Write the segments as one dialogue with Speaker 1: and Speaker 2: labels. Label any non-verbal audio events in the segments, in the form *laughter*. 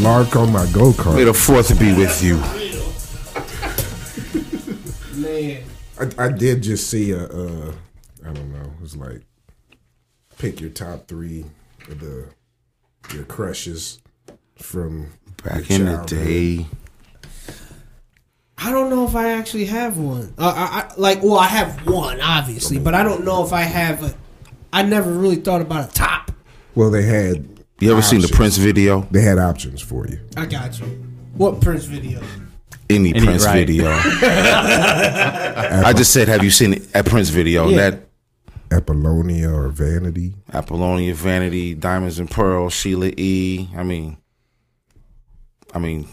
Speaker 1: Mark on my go
Speaker 2: May
Speaker 1: kart.
Speaker 2: the fourth be with you.
Speaker 3: Man.
Speaker 1: I, I did just see a, uh, I don't know, it was like pick your top three of the your crushes from
Speaker 2: Back
Speaker 1: your
Speaker 2: in the
Speaker 1: childhood.
Speaker 2: day.
Speaker 3: I don't know if I actually have one. Uh, I, I like, well, I have one obviously, but I don't know if I have. A, I never really thought about a top.
Speaker 1: Well, they had
Speaker 2: You ever seen the
Speaker 1: Options.
Speaker 2: Prince video?
Speaker 1: they had options for you.
Speaker 3: I got you. What Prince video?
Speaker 2: Any,
Speaker 4: Any,
Speaker 2: Prince
Speaker 3: *laughs*
Speaker 4: right.
Speaker 2: video. I just said, have you seen a Prince video?
Speaker 3: Yeah.
Speaker 2: That
Speaker 1: Apollonia or Vanity.
Speaker 2: Apollonia Vanity, Diamonds and Pearls, Sheila E. I mean, I mean,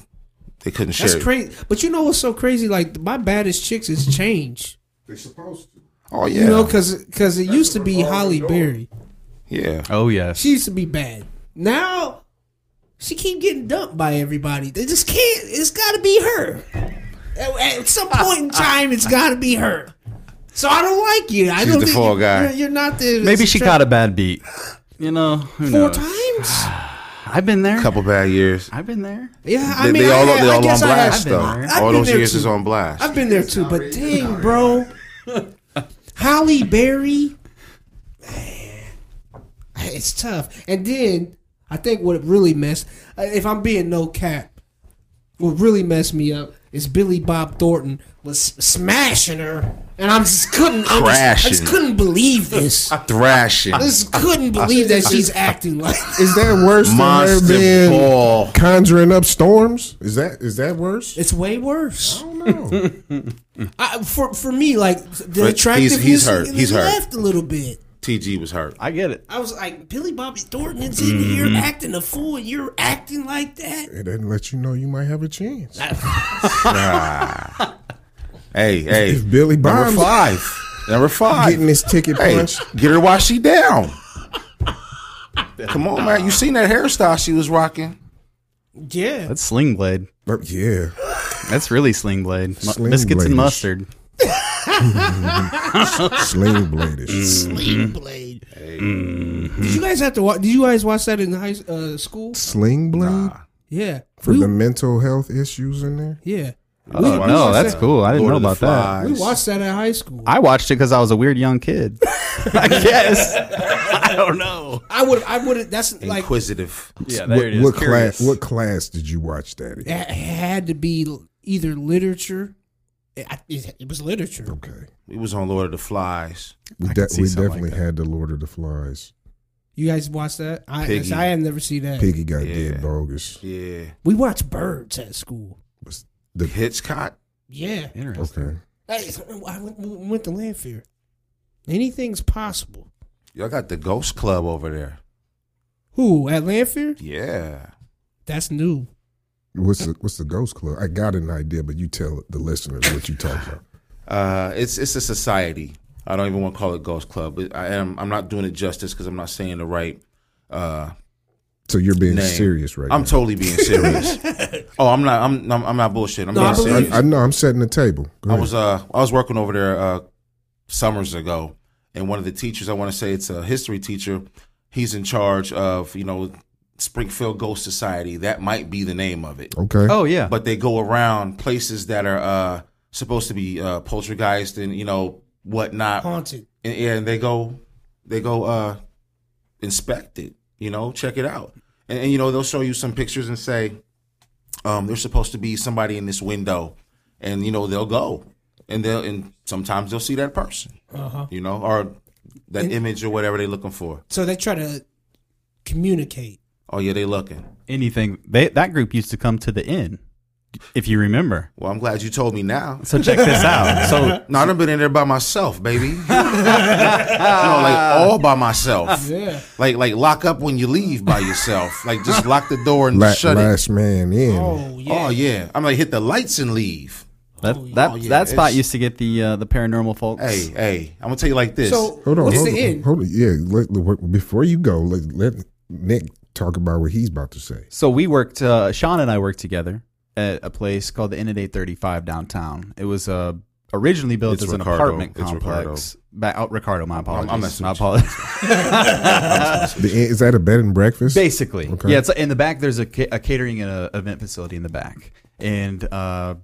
Speaker 2: they couldn't share.
Speaker 3: That's
Speaker 2: it.
Speaker 3: crazy. But you know what's so crazy? Like my baddest chicks has changed.
Speaker 1: They're supposed to.
Speaker 2: Oh yeah,
Speaker 3: You know, because it used to be Holly Berry.
Speaker 2: yeah.
Speaker 4: Oh yes.
Speaker 3: She used to be bad. Now she keep getting dumped by everybody. They just can't. It's got to be her. At, at
Speaker 4: *laughs*
Speaker 3: some point in time, it's got to be her. So I don't like you. I
Speaker 2: She's
Speaker 3: don't
Speaker 2: the
Speaker 3: think
Speaker 2: fall
Speaker 3: you-
Speaker 2: guy.
Speaker 3: You're, you're not the.
Speaker 4: Maybe she caught a bad beat. You know, who
Speaker 3: four
Speaker 4: knows?
Speaker 3: times.
Speaker 4: I've been there.
Speaker 2: Couple bad years.
Speaker 4: I've been there.
Speaker 3: Yeah, I
Speaker 2: They,
Speaker 3: mean,
Speaker 2: they
Speaker 3: I
Speaker 2: all
Speaker 3: had-
Speaker 2: they
Speaker 3: I
Speaker 2: all on
Speaker 3: guess I had-
Speaker 2: blast
Speaker 4: I've been
Speaker 2: though.
Speaker 4: there.
Speaker 3: I've
Speaker 2: all
Speaker 3: been
Speaker 2: those
Speaker 3: there,
Speaker 2: years
Speaker 3: too.
Speaker 2: is on blast.
Speaker 3: I've been there too, but dang,
Speaker 1: *laughs*
Speaker 3: bro. Holly Berry. Man. It's tough. And then I think what really messed, uh, if I'm being no cap, what really messed me up is Billy Bob Thornton was smashing her, and I just couldn't, under- I just
Speaker 2: Thrashing.
Speaker 3: couldn't believe this.
Speaker 2: *laughs*
Speaker 3: I
Speaker 2: Thrashing
Speaker 3: just couldn't believe that
Speaker 2: *laughs*
Speaker 3: she's acting like.
Speaker 1: Is that worse than her
Speaker 2: monster
Speaker 1: being
Speaker 2: ball.
Speaker 1: conjuring up storms? Is that is that worse?
Speaker 3: It's way worse.
Speaker 1: I don't know.
Speaker 3: I, for for me, like the
Speaker 2: he's-
Speaker 3: attractiveness
Speaker 2: he's hurt. He's hurt.
Speaker 3: left a little bit.
Speaker 2: TG was hurt.
Speaker 4: I get it.
Speaker 3: I was like, Billy Bobby Thornton is in here acting a fool. and You're acting like that.
Speaker 1: it didn't let you know you might have a chance.
Speaker 2: Hey, hey.
Speaker 1: If Billy
Speaker 2: number
Speaker 1: Bonds-
Speaker 2: five. Number five.
Speaker 1: Getting his ticket
Speaker 2: hey,
Speaker 1: punched.
Speaker 2: get her while she down. Come on, man. You seen that hairstyle she was rocking?
Speaker 3: Yeah.
Speaker 4: That's Sling Blade.
Speaker 1: But yeah,
Speaker 4: That's really Sling Blade. Mu-
Speaker 1: Sling
Speaker 4: Biscuits
Speaker 1: Blade.
Speaker 4: and mustard.
Speaker 1: sling bladish.
Speaker 2: Mm.
Speaker 3: Sling Blade. Mm-hmm. Did you guys have to watch? Did you guys watch that in high uh, school?
Speaker 1: Sling blade
Speaker 3: Yeah.
Speaker 1: for
Speaker 3: we,
Speaker 1: the mental health issues in there.
Speaker 3: yeah. we,
Speaker 4: Oh
Speaker 3: we
Speaker 4: no,
Speaker 3: watched
Speaker 4: that's
Speaker 3: that-
Speaker 4: cool. I didn't
Speaker 2: Lord
Speaker 4: know
Speaker 2: of the
Speaker 4: about that.
Speaker 2: Flies.
Speaker 3: We watched that at high school. I,
Speaker 4: I watched it because I was a weird
Speaker 1: *laughs*
Speaker 4: young kid. I guess. I don't know.
Speaker 3: would. I would. That's like it
Speaker 2: Inquisitive.
Speaker 4: Yeah,
Speaker 1: what what class? What class did you watch that in?
Speaker 3: had to be either literature. It, it, it was literature.
Speaker 1: Okay,
Speaker 2: We was on Lord of the Flies.
Speaker 1: we,
Speaker 4: I
Speaker 1: de-
Speaker 4: could see
Speaker 1: we
Speaker 4: something
Speaker 1: definitely
Speaker 4: like that.
Speaker 1: had the Lord of the Flies.
Speaker 3: You guys watched that? I
Speaker 2: Piggy.
Speaker 3: I have never seen that.
Speaker 1: Piggy got
Speaker 2: Yeah.
Speaker 1: dead bogus.
Speaker 2: Yeah.
Speaker 3: We watched birds at school.
Speaker 1: Was the
Speaker 2: Hitchcock.
Speaker 3: Yeah.
Speaker 4: Interesting.
Speaker 1: okay?
Speaker 3: Hey, I went, we went to land fear. Anything's possible.
Speaker 2: Y'all got the Ghost Club over there.
Speaker 3: Who at Landfair?
Speaker 2: Yeah.
Speaker 3: That's new.
Speaker 1: What's the what's the Ghost Club? I got an idea, but you tell the listeners what you talking about.
Speaker 2: Uh, it's it's a society. I don't even want to call it Ghost Club. But I am. I'm not doing it justice because I'm not saying the right. Uh,
Speaker 1: So you're being
Speaker 2: name.
Speaker 1: serious right
Speaker 2: I'm
Speaker 1: now.
Speaker 2: totally being
Speaker 3: *laughs*
Speaker 2: serious. oh, I'm not. I'm. I'm, I'm not bullshit. I'm
Speaker 3: No, I
Speaker 2: being
Speaker 3: believe
Speaker 2: serious.
Speaker 1: I know I'm setting the table. Go
Speaker 2: I
Speaker 1: ahead.
Speaker 2: was uh I was working over there uh summers ago, and one of the teachers I want to say it's a history teacher. He's in charge of you know Springfield Ghost Society. That might be the name of it.
Speaker 1: okay.
Speaker 4: Oh yeah.
Speaker 2: But they go around places that are uh supposed to be uh poltergeist and you know whatnot, and,
Speaker 3: Haunted.
Speaker 2: and they go they go uh inspect it. You know, check it out, and, and you know they'll show you some pictures and say um, there's supposed to be somebody in this window, and you know they'll go, and they'll and sometimes they'll see that person,
Speaker 3: Uh-huh.
Speaker 2: you know, or that image or whatever they're looking for.
Speaker 3: So they try to communicate.
Speaker 2: Oh yeah, they looking.
Speaker 4: Anything. They, that group used to come to the inn. if you remember.
Speaker 2: Well, I'm glad you told me now.
Speaker 4: So check this out. *laughs* So
Speaker 2: No, I've been in there by myself, baby. *laughs* no, like all by myself.
Speaker 3: Yeah.
Speaker 2: Like like lock up when you leave by yourself. Like just lock the door and
Speaker 1: La-
Speaker 2: shut it.
Speaker 1: last man in.
Speaker 3: Oh yeah.
Speaker 2: Oh yeah. I'm like hit the lights and leave.
Speaker 4: that that,
Speaker 2: yeah,
Speaker 4: that spot
Speaker 2: it's-
Speaker 4: used to get the uh, the paranormal folks.
Speaker 2: Hey, hey. I'm gonna tell you like this.
Speaker 3: So
Speaker 1: Hold on,
Speaker 3: what's
Speaker 1: hold
Speaker 3: the
Speaker 1: on,
Speaker 3: end?
Speaker 1: hold on. Yeah, let, let- before you go, let, let Nick talk about what he's about to say.
Speaker 4: So we worked. Uh, Sean and I worked together at a place called the Inn at Eight Thirty Five downtown. It was uh, originally built
Speaker 2: It's
Speaker 4: as an
Speaker 2: Ricardo.
Speaker 4: apartment
Speaker 2: It's
Speaker 4: complex. Back, oh, Ricardo, my apologies.
Speaker 2: I'm messing
Speaker 4: my
Speaker 2: with you.
Speaker 4: apologies. *laughs*
Speaker 1: The, is that a bed and breakfast?
Speaker 4: Basically,
Speaker 1: Okay.
Speaker 4: yeah. It's in the back. There's a, ca- a catering and a event facility in the back, and uh,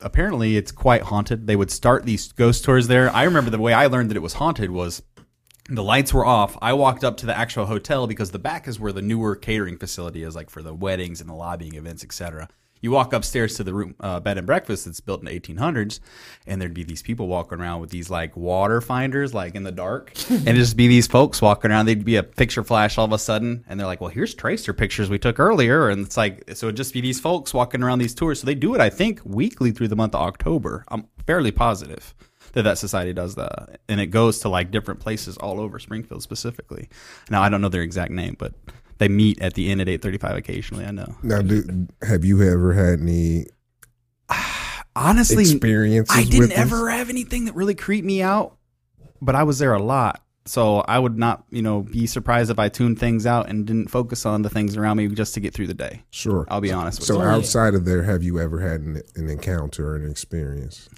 Speaker 4: apparently it's quite haunted. They would start these ghost tours there. I remember the way I learned that it was haunted was the lights were off. I walked up to the actual hotel because the back is where the newer catering facility is, like for the weddings and the lobbying events, etc. You walk upstairs to the room, uh, bed and breakfast that's built in the 1800s, and there'd be these people walking around with these like water finders, like in the dark, and it'd just be these folks walking around. They'd be a picture flash all of a sudden, and they're like, "Well, here's tracer pictures we took earlier," and it's like, so it'd just be these folks walking around these tours. So they do it, I think, weekly through the month of October. I'm fairly positive that that society does that, and it goes to like different places all over Springfield specifically. Now I don't know their exact name, but they meet at the inn at eight thirty-five occasionally. I know.
Speaker 1: Now, do, have you ever had any
Speaker 4: Honestly,
Speaker 1: experiences?
Speaker 4: I
Speaker 1: with
Speaker 4: didn't
Speaker 1: this?
Speaker 4: ever have anything that really creeped me out, but I was there a lot. So I would not, you know, be surprised if I tuned things out and didn't focus on the things around me just to get through the day.
Speaker 1: Sure.
Speaker 4: I'll be honest with
Speaker 1: so
Speaker 4: you.
Speaker 1: outside of there, have you ever had an, an encounter or an experience?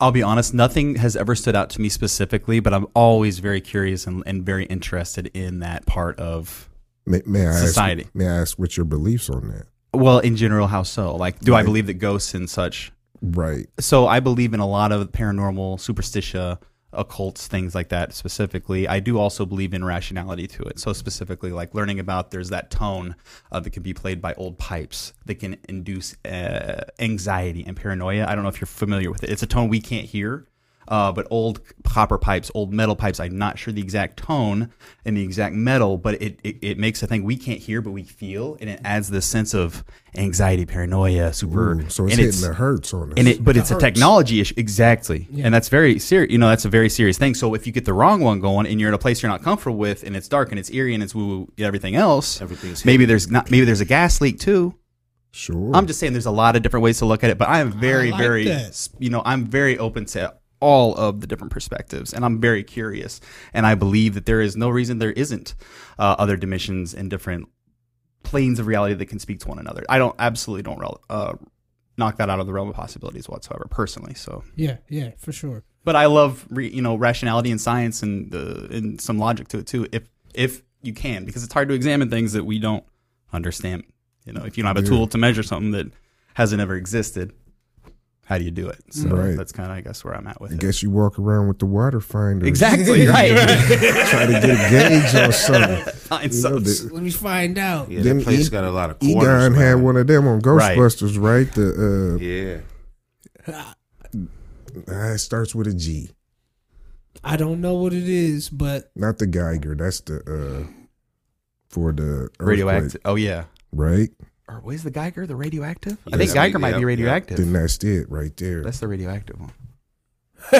Speaker 4: I'll be honest, nothing has ever stood out to me specifically, but I'm always very curious and, and very interested in that part of
Speaker 1: May, may I
Speaker 4: Society.
Speaker 1: Ask, may I ask what your beliefs on that?
Speaker 4: well, in general, how so? Like, do I
Speaker 1: Right.
Speaker 4: believe that ghosts and such
Speaker 1: Right.
Speaker 4: so I believe in a lot of paranormal, superstitia, occults, things like that specifically. I do also believe in rationality to it. So specifically, like learning about there's that tone uh, that can be played by old pipes that can induce uh, anxiety and paranoia. I don't know if you're familiar with it. It's a tone we can't hear. Uh, but old copper pipes, old metal pipes. I'm not sure the exact tone and the exact metal, but it, it, it makes a thing we can't hear, but we feel, and it adds this sense of anxiety, paranoia, super.
Speaker 1: Ooh, so
Speaker 4: and
Speaker 1: it's hitting the hurts on us.
Speaker 4: and it, but it's a technology issue, exactly, and that's very serious. You know, that's a very serious thing. So if you get the wrong one going, and you're in a place you're not comfortable with, and it's dark and it's eerie and it's woo woo, everything else,
Speaker 2: Everything's
Speaker 4: maybe there's not, maybe there's a gas leak too.
Speaker 1: sure.
Speaker 4: I'm just saying there's a lot of different ways to look at it, but I am very,
Speaker 3: like
Speaker 4: very,
Speaker 3: that.
Speaker 4: you know, I'm very open to all of the different perspectives, and I'm very curious, and I believe that there is no reason there isn't uh, other dimensions and different planes of reality that can speak to one another. I don't absolutely don't rel- uh, knock that out of the realm of possibilities whatsoever, personally. So,
Speaker 3: Yeah, yeah, for sure.
Speaker 4: but I love re- you know rationality and science and the and some logic to it too, if if you can, because it's hard to examine things that we don't understand. You know, if you don't have a tool to measure something that hasn't ever existed, how do you do it? So
Speaker 1: Right.
Speaker 4: that's kind of I guess where I'm at with
Speaker 1: I
Speaker 4: it.
Speaker 1: guess you walk around with the water finder. *laughs*
Speaker 4: Exactly *laughs* right.
Speaker 1: Try to get a gauge on
Speaker 4: *laughs*
Speaker 1: something.
Speaker 4: Fine,
Speaker 1: You know,
Speaker 4: so-
Speaker 1: the-
Speaker 3: Let me find out.
Speaker 2: yeah,
Speaker 1: Them
Speaker 2: that place
Speaker 1: E-
Speaker 2: got a lot of quarters.
Speaker 1: Egon had
Speaker 2: man.
Speaker 1: one of them on
Speaker 4: Right.
Speaker 1: Ghostbusters, right? The
Speaker 2: Yeah.
Speaker 1: uh, ah, it starts with a G,
Speaker 3: I don't know what it is, but
Speaker 1: not the Geiger. That's the uh, for the earthquake,
Speaker 4: radioactive. Oh yeah.
Speaker 1: right?
Speaker 4: Or was the Geiger the radioactive? I
Speaker 2: Yes.
Speaker 4: think Geiger might
Speaker 2: Yep,
Speaker 4: be
Speaker 2: yep.
Speaker 4: radioactive.
Speaker 1: Then that's it, right there.
Speaker 4: That's the radioactive one. *laughs*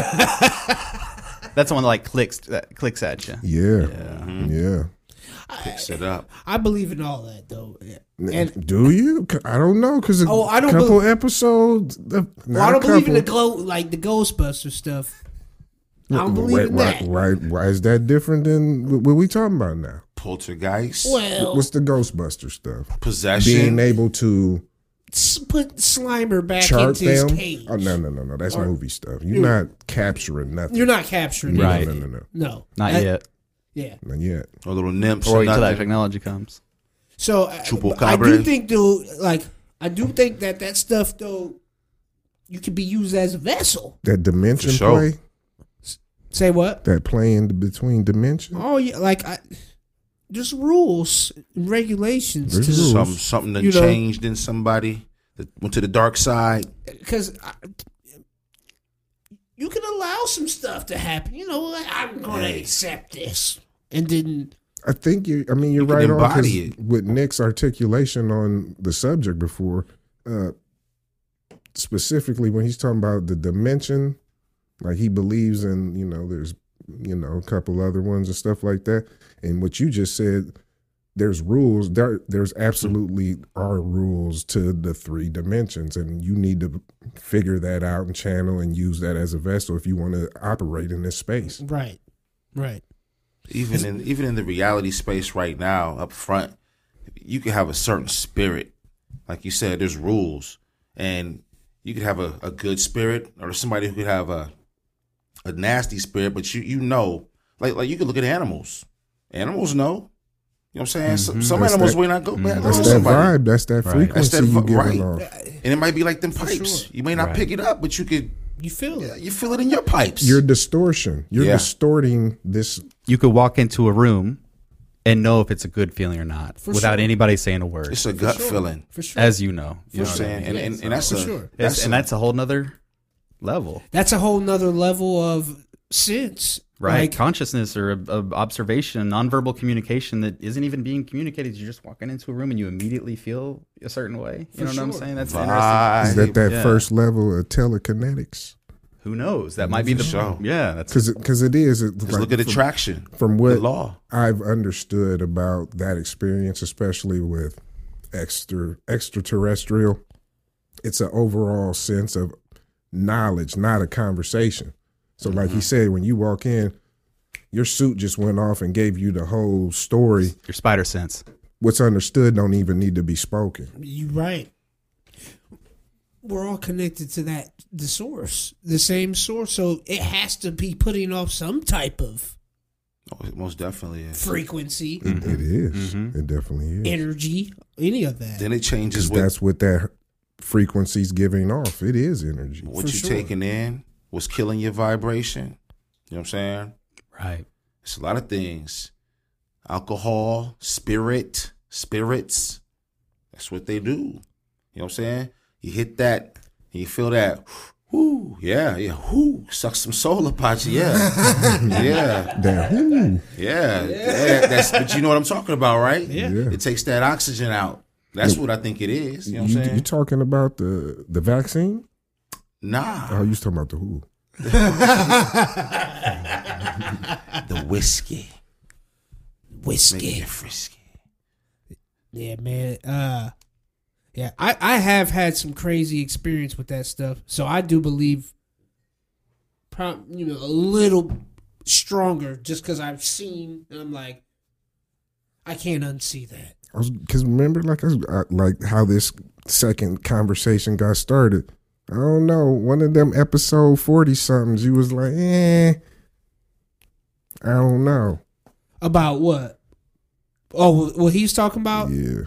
Speaker 4: That's the one that like clicks that clicks at you.
Speaker 1: yeah,
Speaker 4: Yeah.
Speaker 3: Mm-hmm.
Speaker 1: yeah.
Speaker 2: Fix it up.
Speaker 3: I believe in all that though. And-
Speaker 1: Do you? C- I don't know because a
Speaker 3: Oh, I don't
Speaker 1: couple
Speaker 3: believe-
Speaker 1: episodes. the-
Speaker 3: Well, I
Speaker 1: not a
Speaker 3: don't believe in the
Speaker 1: couple.
Speaker 3: glow like the Ghostbuster stuff. I don't
Speaker 1: Wh-
Speaker 3: believe
Speaker 1: why,
Speaker 3: in
Speaker 1: why-
Speaker 3: that.
Speaker 1: Why, why is that different than wh- what we talking about now?
Speaker 2: Poltergeist.
Speaker 3: Well,
Speaker 1: What's the Ghostbuster stuff?
Speaker 2: Possession.
Speaker 1: Being able to
Speaker 3: s- put Slimer back
Speaker 1: chart
Speaker 3: into his
Speaker 1: them?
Speaker 3: cage.
Speaker 1: Oh no, no, no, no. That's movie stuff. You're not capturing nothing.
Speaker 3: You're not capturing
Speaker 1: No,
Speaker 3: it.
Speaker 4: Right.
Speaker 1: No, no, no,
Speaker 3: No,
Speaker 4: Not
Speaker 3: That-
Speaker 4: yet.
Speaker 3: Yeah.
Speaker 1: not yet.
Speaker 2: or little nymphs.
Speaker 4: Or
Speaker 2: Or
Speaker 4: until that
Speaker 2: nothing.
Speaker 4: technology comes.
Speaker 3: So I-
Speaker 2: Chupacabra.
Speaker 3: I do think though, like I do think that that stuff though, you can be used as a vessel.
Speaker 1: That dimension
Speaker 2: For sure.
Speaker 1: play,
Speaker 3: Say what?
Speaker 1: that play in between dimensions.
Speaker 3: Oh yeah, like I, there's rules, regulations
Speaker 1: There's
Speaker 3: to
Speaker 1: rules.
Speaker 2: Some, something that
Speaker 3: You know.
Speaker 2: changed in somebody that went to the dark side.
Speaker 3: because you can allow some stuff to happen. You know, like, I'm gonna accept this, and then
Speaker 1: I think you. I mean, you're
Speaker 2: You can
Speaker 1: right on. 'cause
Speaker 2: embody it.
Speaker 1: With Nick's articulation on the subject before, uh, specifically when he's talking about the dimension, like he believes in, you know, there's, you know, a couple other ones and stuff like that. And what you just said, there's rules. There, there's absolutely are rules to the three dimensions, and you need to figure that out and channel and use that as a vessel if you want to operate in this space.
Speaker 3: Right. Right.
Speaker 2: even in even in the reality space right now up front you can have a certain spirit like you said there's rules and you could have a, a good spirit or somebody who could have a a nasty spirit but you you know like like you can look at animals animals know you know what i'm saying some, some
Speaker 1: That's
Speaker 2: animals
Speaker 1: that- Mm-hmm.
Speaker 2: when i go man
Speaker 1: That's that
Speaker 2: somebody.
Speaker 1: vibe. That's that
Speaker 4: Right.
Speaker 1: frequency
Speaker 2: That's that
Speaker 1: you
Speaker 2: vi-
Speaker 1: giving
Speaker 2: right.
Speaker 1: off.
Speaker 3: Uh,
Speaker 2: and it might be like them pipes
Speaker 3: sure.
Speaker 2: you may not
Speaker 4: Right.
Speaker 2: pick it up but you could
Speaker 3: You feel it.
Speaker 2: you feel it in your pipes
Speaker 1: Your distortion. You're
Speaker 2: Yeah.
Speaker 1: distorting this.
Speaker 4: You could walk into a room and know if it's a good feeling or not without anybody saying a word,
Speaker 2: it's a gut feeling
Speaker 3: For sure.
Speaker 4: as you know.
Speaker 2: you know what i'm saying and, and, and that's
Speaker 3: For
Speaker 2: a
Speaker 3: sure.
Speaker 2: that's
Speaker 4: That's-
Speaker 2: a-
Speaker 4: and that's a whole nother level,
Speaker 3: That's a whole nother level of sense.
Speaker 4: right?
Speaker 3: Like,
Speaker 4: Consciousness or ob- ob- observation, nonverbal communication that isn't even being communicated. You're just walking into a room and you immediately feel a certain way. You know what I'm
Speaker 3: sure.
Speaker 4: saying? That's interesting.
Speaker 2: vibe.
Speaker 1: Is that that
Speaker 4: yeah.
Speaker 1: first level of telekinetics?
Speaker 4: Who knows? That might be the
Speaker 2: sure.
Speaker 4: yeah. That's
Speaker 1: Because because it is. It,
Speaker 2: Just look at attraction.
Speaker 1: from what
Speaker 2: the law.
Speaker 1: I've understood about that experience, especially with extra extraterrestrial, it's an overall sense of knowledge, not a conversation. So, like he said, when you walk in, your suit just went off and gave you the whole story.
Speaker 4: your spider sense.
Speaker 1: What's understood don't even need to be spoken.
Speaker 3: you right. We're all connected to that the source, the same source. So it has to be putting off some type of
Speaker 2: Oh, it most definitely is.
Speaker 3: frequency,
Speaker 1: It is. It definitely is.
Speaker 3: energy, any of that.
Speaker 2: Mm-hmm. Then it changes
Speaker 1: 'Cause
Speaker 2: what,
Speaker 1: that's what that frequency's giving off. It is energy.
Speaker 2: what
Speaker 3: for
Speaker 2: you're
Speaker 3: sure.
Speaker 2: taking in, what's killing your vibration. You know what I'm saying?
Speaker 4: Right.
Speaker 2: It's a lot of things. Alcohol, spirit, spirits. That's what they do. You know what I'm saying? You hit that, and you feel that. Whoo, yeah, yeah, whoo, suck some soul up out
Speaker 1: *laughs*
Speaker 2: you, yeah, yeah,
Speaker 1: That, hmm,
Speaker 2: yeah. yeah that's, but you know what I'm talking about, right?
Speaker 3: Yeah.
Speaker 1: Yeah.
Speaker 2: It takes that oxygen out. That's what I think it is. You know what
Speaker 1: you,
Speaker 2: I'm saying?
Speaker 1: you talking about the the vaccine?
Speaker 2: nah.
Speaker 1: Oh, you was talking about the who?
Speaker 2: *laughs* the whiskey. Make
Speaker 3: Whiskey.
Speaker 2: it *laughs* frisky.
Speaker 3: Yeah, man. Uh yeah, I, I have had some crazy experience with that stuff. So I do believe prob- you know, a little stronger just because I've seen and I'm like, I can't unsee that.
Speaker 1: I was because remember, like, I was, I, like how this second conversation got started. I don't know. One of them episode forty somethings. You was like, eh, I don't know.
Speaker 3: About what? Oh, what he's talking about?
Speaker 2: *laughs*
Speaker 1: Yeah,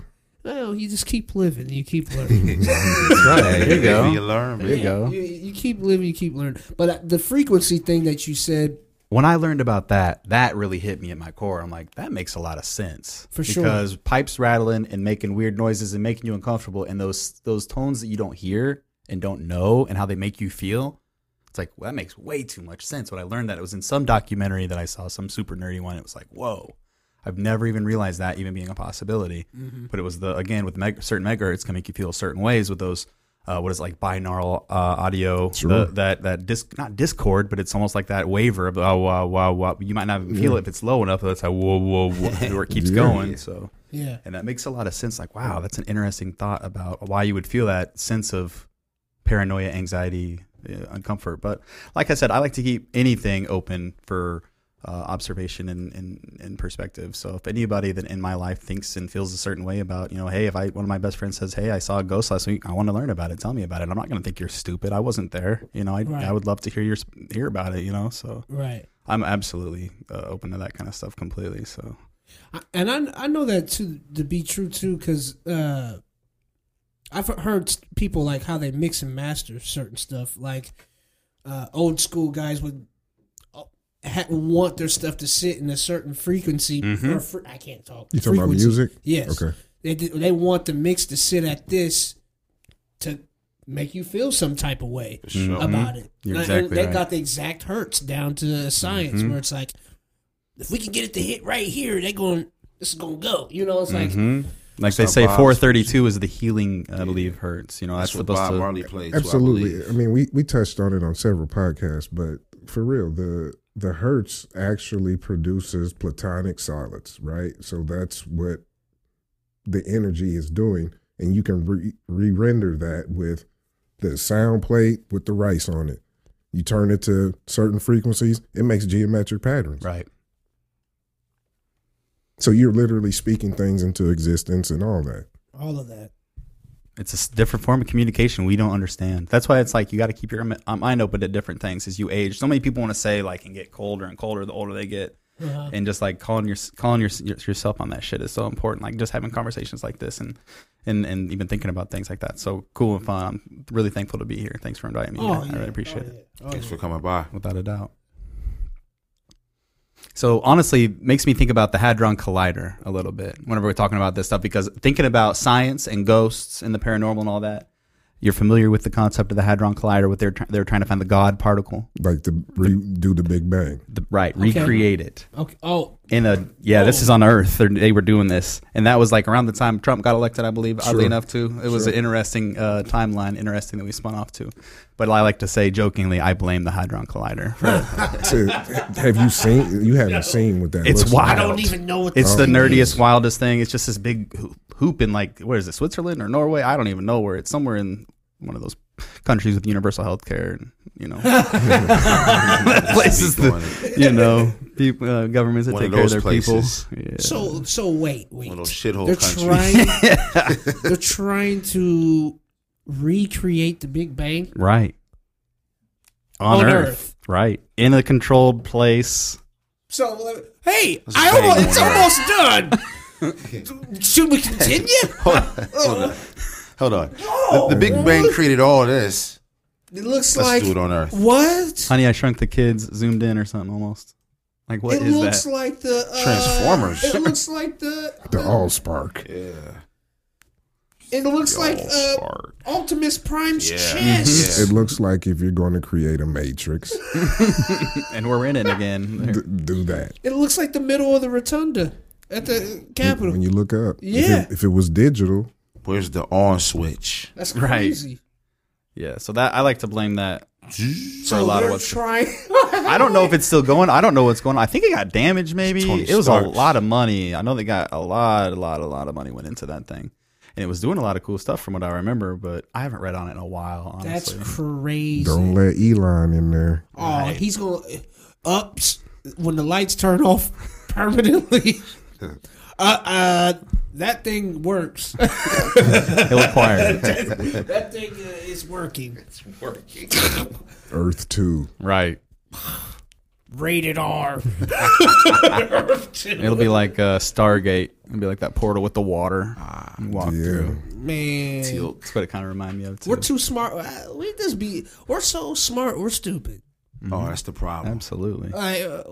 Speaker 3: Well, you just keep living. You
Speaker 1: *laughs*
Speaker 3: keep learning.
Speaker 4: That's right. There you
Speaker 2: You
Speaker 4: go.
Speaker 2: learn,
Speaker 4: There you
Speaker 2: man.
Speaker 4: go.
Speaker 3: you, you keep living, you keep learning. But uh, the frequency thing that you said,
Speaker 4: when I learned about that, that really hit me at my core. I'm like, that makes a lot of sense
Speaker 3: For
Speaker 4: because
Speaker 3: sure.
Speaker 4: pipes rattling and making weird noises and making you uncomfortable, and those those tones that you don't hear and don't know, and how they make you feel. It's like well, that makes way too much sense. When I learned that, it was in some documentary that I saw, some super nerdy one. It was like, whoa, I've never even realized that even being a possibility.
Speaker 3: Mm-hmm.
Speaker 4: But it was the again with meg- certain megahertz can make you feel certain ways with those. Uh, what is it, like binaural uh, audio?
Speaker 1: Sure.
Speaker 4: the- that that disc not discord, but it's almost like that waver of oh wow wow wow. You might not even feel it if it's low enough. That's how whoa whoa whoa where it keeps going. So
Speaker 3: yeah,
Speaker 4: and that makes a lot of sense. Like wow, that's an interesting thought about why you would feel that sense of paranoia, anxiety, uh, uncomfort. But like I said, I like to keep anything open for. Uh, observation and, and, and perspective. So if anybody that in my life thinks and feels a certain way about, you know, hey, if I one of my best friends says, hey, I saw a ghost last week, I want to learn about it. Tell me about it. I'm not going to think you're stupid. I wasn't there. You know, I,
Speaker 3: Right.
Speaker 4: I would love to hear your sp- hear about it. You know, so
Speaker 3: right.
Speaker 4: I'm absolutely uh, open to that kind of stuff completely. So
Speaker 3: I- and I I know that to to be true too, because uh, I've heard s- people like how they mix and master certain stuff. Like uh, old school guys would uh, ha- want their stuff to sit in a certain frequency. Or fre- I can't talk.
Speaker 1: Mm-hmm. you talking about
Speaker 3: Frequency.
Speaker 1: music?
Speaker 3: Yes.
Speaker 1: Okay.
Speaker 3: They d- they want the mix to sit at this to make you feel some type of way
Speaker 2: For sure.
Speaker 3: about it.
Speaker 4: Mm-hmm. You're
Speaker 3: And-
Speaker 4: exactly
Speaker 3: and they
Speaker 4: right. Mm-hmm.
Speaker 3: got the exact hertz down to science, where it's
Speaker 4: Mm-hmm.
Speaker 3: like, if we can get it to hit right here, they're going. This is gonna go. You know, it's like
Speaker 4: Like they
Speaker 2: how
Speaker 4: say,
Speaker 2: Bob's-
Speaker 4: 432 is the healing, I believe, hurts. You know, that's,
Speaker 2: That's what
Speaker 4: supposed
Speaker 2: Bob
Speaker 4: to.
Speaker 2: Marley plays. so I
Speaker 1: Absolutely.
Speaker 2: believe.
Speaker 1: I, mean, we we touched on it on several podcasts, but for real, the the Hertz actually produces platonic solids, right? So that's what the energy is doing, and you can re render that with the sound plate with the rice on it. You turn it to certain frequencies, it makes geometric patterns.
Speaker 4: Right.
Speaker 1: So you're literally speaking things into existence and all that.
Speaker 3: All of that.
Speaker 4: It's a s- different form of communication we don't understand. That's why it's like you got to keep your mi- um, mind open to different things as you age. So many people want to say like and get colder and colder the older they get, and just like calling your calling your, yourself on that shit is so important. Like just having conversations like this and and and even thinking about things like that. So cool and fun. I'm really thankful to be here. Thanks for inviting me.
Speaker 3: Oh,
Speaker 4: I, I really appreciate it
Speaker 2: Thanks for coming by.
Speaker 4: without a doubt. So honestly, makes me think about the hadron collider a little bit whenever we're talking about this stuff because thinking about science and ghosts and the paranormal and all that, you're familiar with the concept of the hadron collider. What they're try- they're trying to find the God particle,
Speaker 1: Like to re- do the Big
Speaker 4: *laughs*
Speaker 1: Bang.
Speaker 4: the, right?
Speaker 3: Okay.
Speaker 4: Recreate it
Speaker 3: Okay. Oh,
Speaker 4: in a yeah. This is on Earth. They're- They were doing this, and that was like around the time Trump got elected, I believe. Oddly
Speaker 1: Sure.
Speaker 4: enough, too, it was an interesting uh, timeline. Interesting that we spun off to, but I like to say jokingly, I blame the hadron collider for
Speaker 1: So, have you seen? You haven't seen what that.
Speaker 4: It's
Speaker 1: looks like.
Speaker 4: wild.
Speaker 3: I don't even know what
Speaker 4: It's
Speaker 3: this
Speaker 4: the
Speaker 2: Oh,
Speaker 3: thing
Speaker 4: nerdiest,
Speaker 3: is.
Speaker 4: wildest thing. It's just this big hoo- hoop in like where is it? Switzerland or Norway? I don't even know where. It's somewhere in one of those countries with universal health care and
Speaker 2: *laughs*
Speaker 4: you know *laughs* places
Speaker 2: Keep
Speaker 4: that
Speaker 2: doing it.
Speaker 4: you know people, uh, governments that
Speaker 2: One
Speaker 4: take
Speaker 2: of
Speaker 4: care
Speaker 2: those
Speaker 4: of their
Speaker 2: places.
Speaker 4: people. Yeah.
Speaker 3: So so wait wait.
Speaker 2: One of those shithole
Speaker 3: they're
Speaker 2: countries.
Speaker 3: trying.
Speaker 4: *laughs*
Speaker 3: they're trying to recreate the Big Bang.
Speaker 4: right on,
Speaker 3: On
Speaker 4: Earth.
Speaker 3: Earth.
Speaker 4: right in a controlled place.
Speaker 3: So uh, hey,
Speaker 2: Let's
Speaker 3: I
Speaker 2: bang
Speaker 3: almost,
Speaker 2: on
Speaker 3: it's
Speaker 2: Earth.
Speaker 3: almost done.
Speaker 4: *laughs*
Speaker 3: Should we continue?
Speaker 2: *laughs*
Speaker 3: *laughs*
Speaker 2: Hold on. Hold on. Hold on. The, the Big Bang created all this.
Speaker 3: It looks
Speaker 2: Let's
Speaker 3: like
Speaker 2: do it on Earth.
Speaker 3: what?
Speaker 4: Honey, I Shrunk the Kids zoomed in or something almost. Like what is
Speaker 3: it looks
Speaker 4: that?
Speaker 3: like the uh,
Speaker 2: Transformers.
Speaker 3: It looks like the.
Speaker 1: The all spark.
Speaker 3: It looks like uh, Optimus Prime's
Speaker 2: Yeah.
Speaker 3: chest.
Speaker 4: Mm-hmm.
Speaker 1: It looks like if you're going to create a matrix,
Speaker 4: and we're in it again.
Speaker 1: d-
Speaker 2: *laughs*
Speaker 4: There.
Speaker 1: do that.
Speaker 3: It looks like the middle of the rotunda at the Capitol.
Speaker 1: When you look up,
Speaker 3: Yeah.
Speaker 1: If it, if it was digital,
Speaker 2: Where's the on switch?
Speaker 3: That's
Speaker 4: Right.
Speaker 3: crazy.
Speaker 4: Yeah, so that I like to blame that for a lot of
Speaker 3: they're
Speaker 4: what's
Speaker 3: trying. *laughs*
Speaker 4: I don't know if it's still going. I don't know what's going on. I think it got damaged. Maybe
Speaker 2: Tony
Speaker 4: it was a
Speaker 2: Stark.
Speaker 4: lot of money. I know they got a lot, a lot, a lot of money went into that thing, and it was doing a lot of cool stuff from what I remember. But I haven't read on it in a while.
Speaker 3: That's
Speaker 4: Honestly,
Speaker 3: crazy.
Speaker 1: don't let Elon in there.
Speaker 3: Oh, he's gonna ups when the lights turn off *laughs* permanently. uh, uh, that thing works. *laughs*
Speaker 4: *laughs* it'll acquire it. *laughs*
Speaker 3: that thing uh, is working. It's working.
Speaker 1: Earth two.
Speaker 4: right.
Speaker 3: Rated R.
Speaker 4: It'll be like uh, Stargate. It'll be like that portal with the water. you walk
Speaker 1: Yeah.
Speaker 4: through.
Speaker 3: Man,
Speaker 4: Ah, That's what it kind of reminded me of too.
Speaker 3: we're too smart. Uh, We just be. We're so smart. We're stupid.
Speaker 4: Mm-hmm.
Speaker 2: Oh, that's the problem.
Speaker 4: Absolutely.
Speaker 3: Like, uh,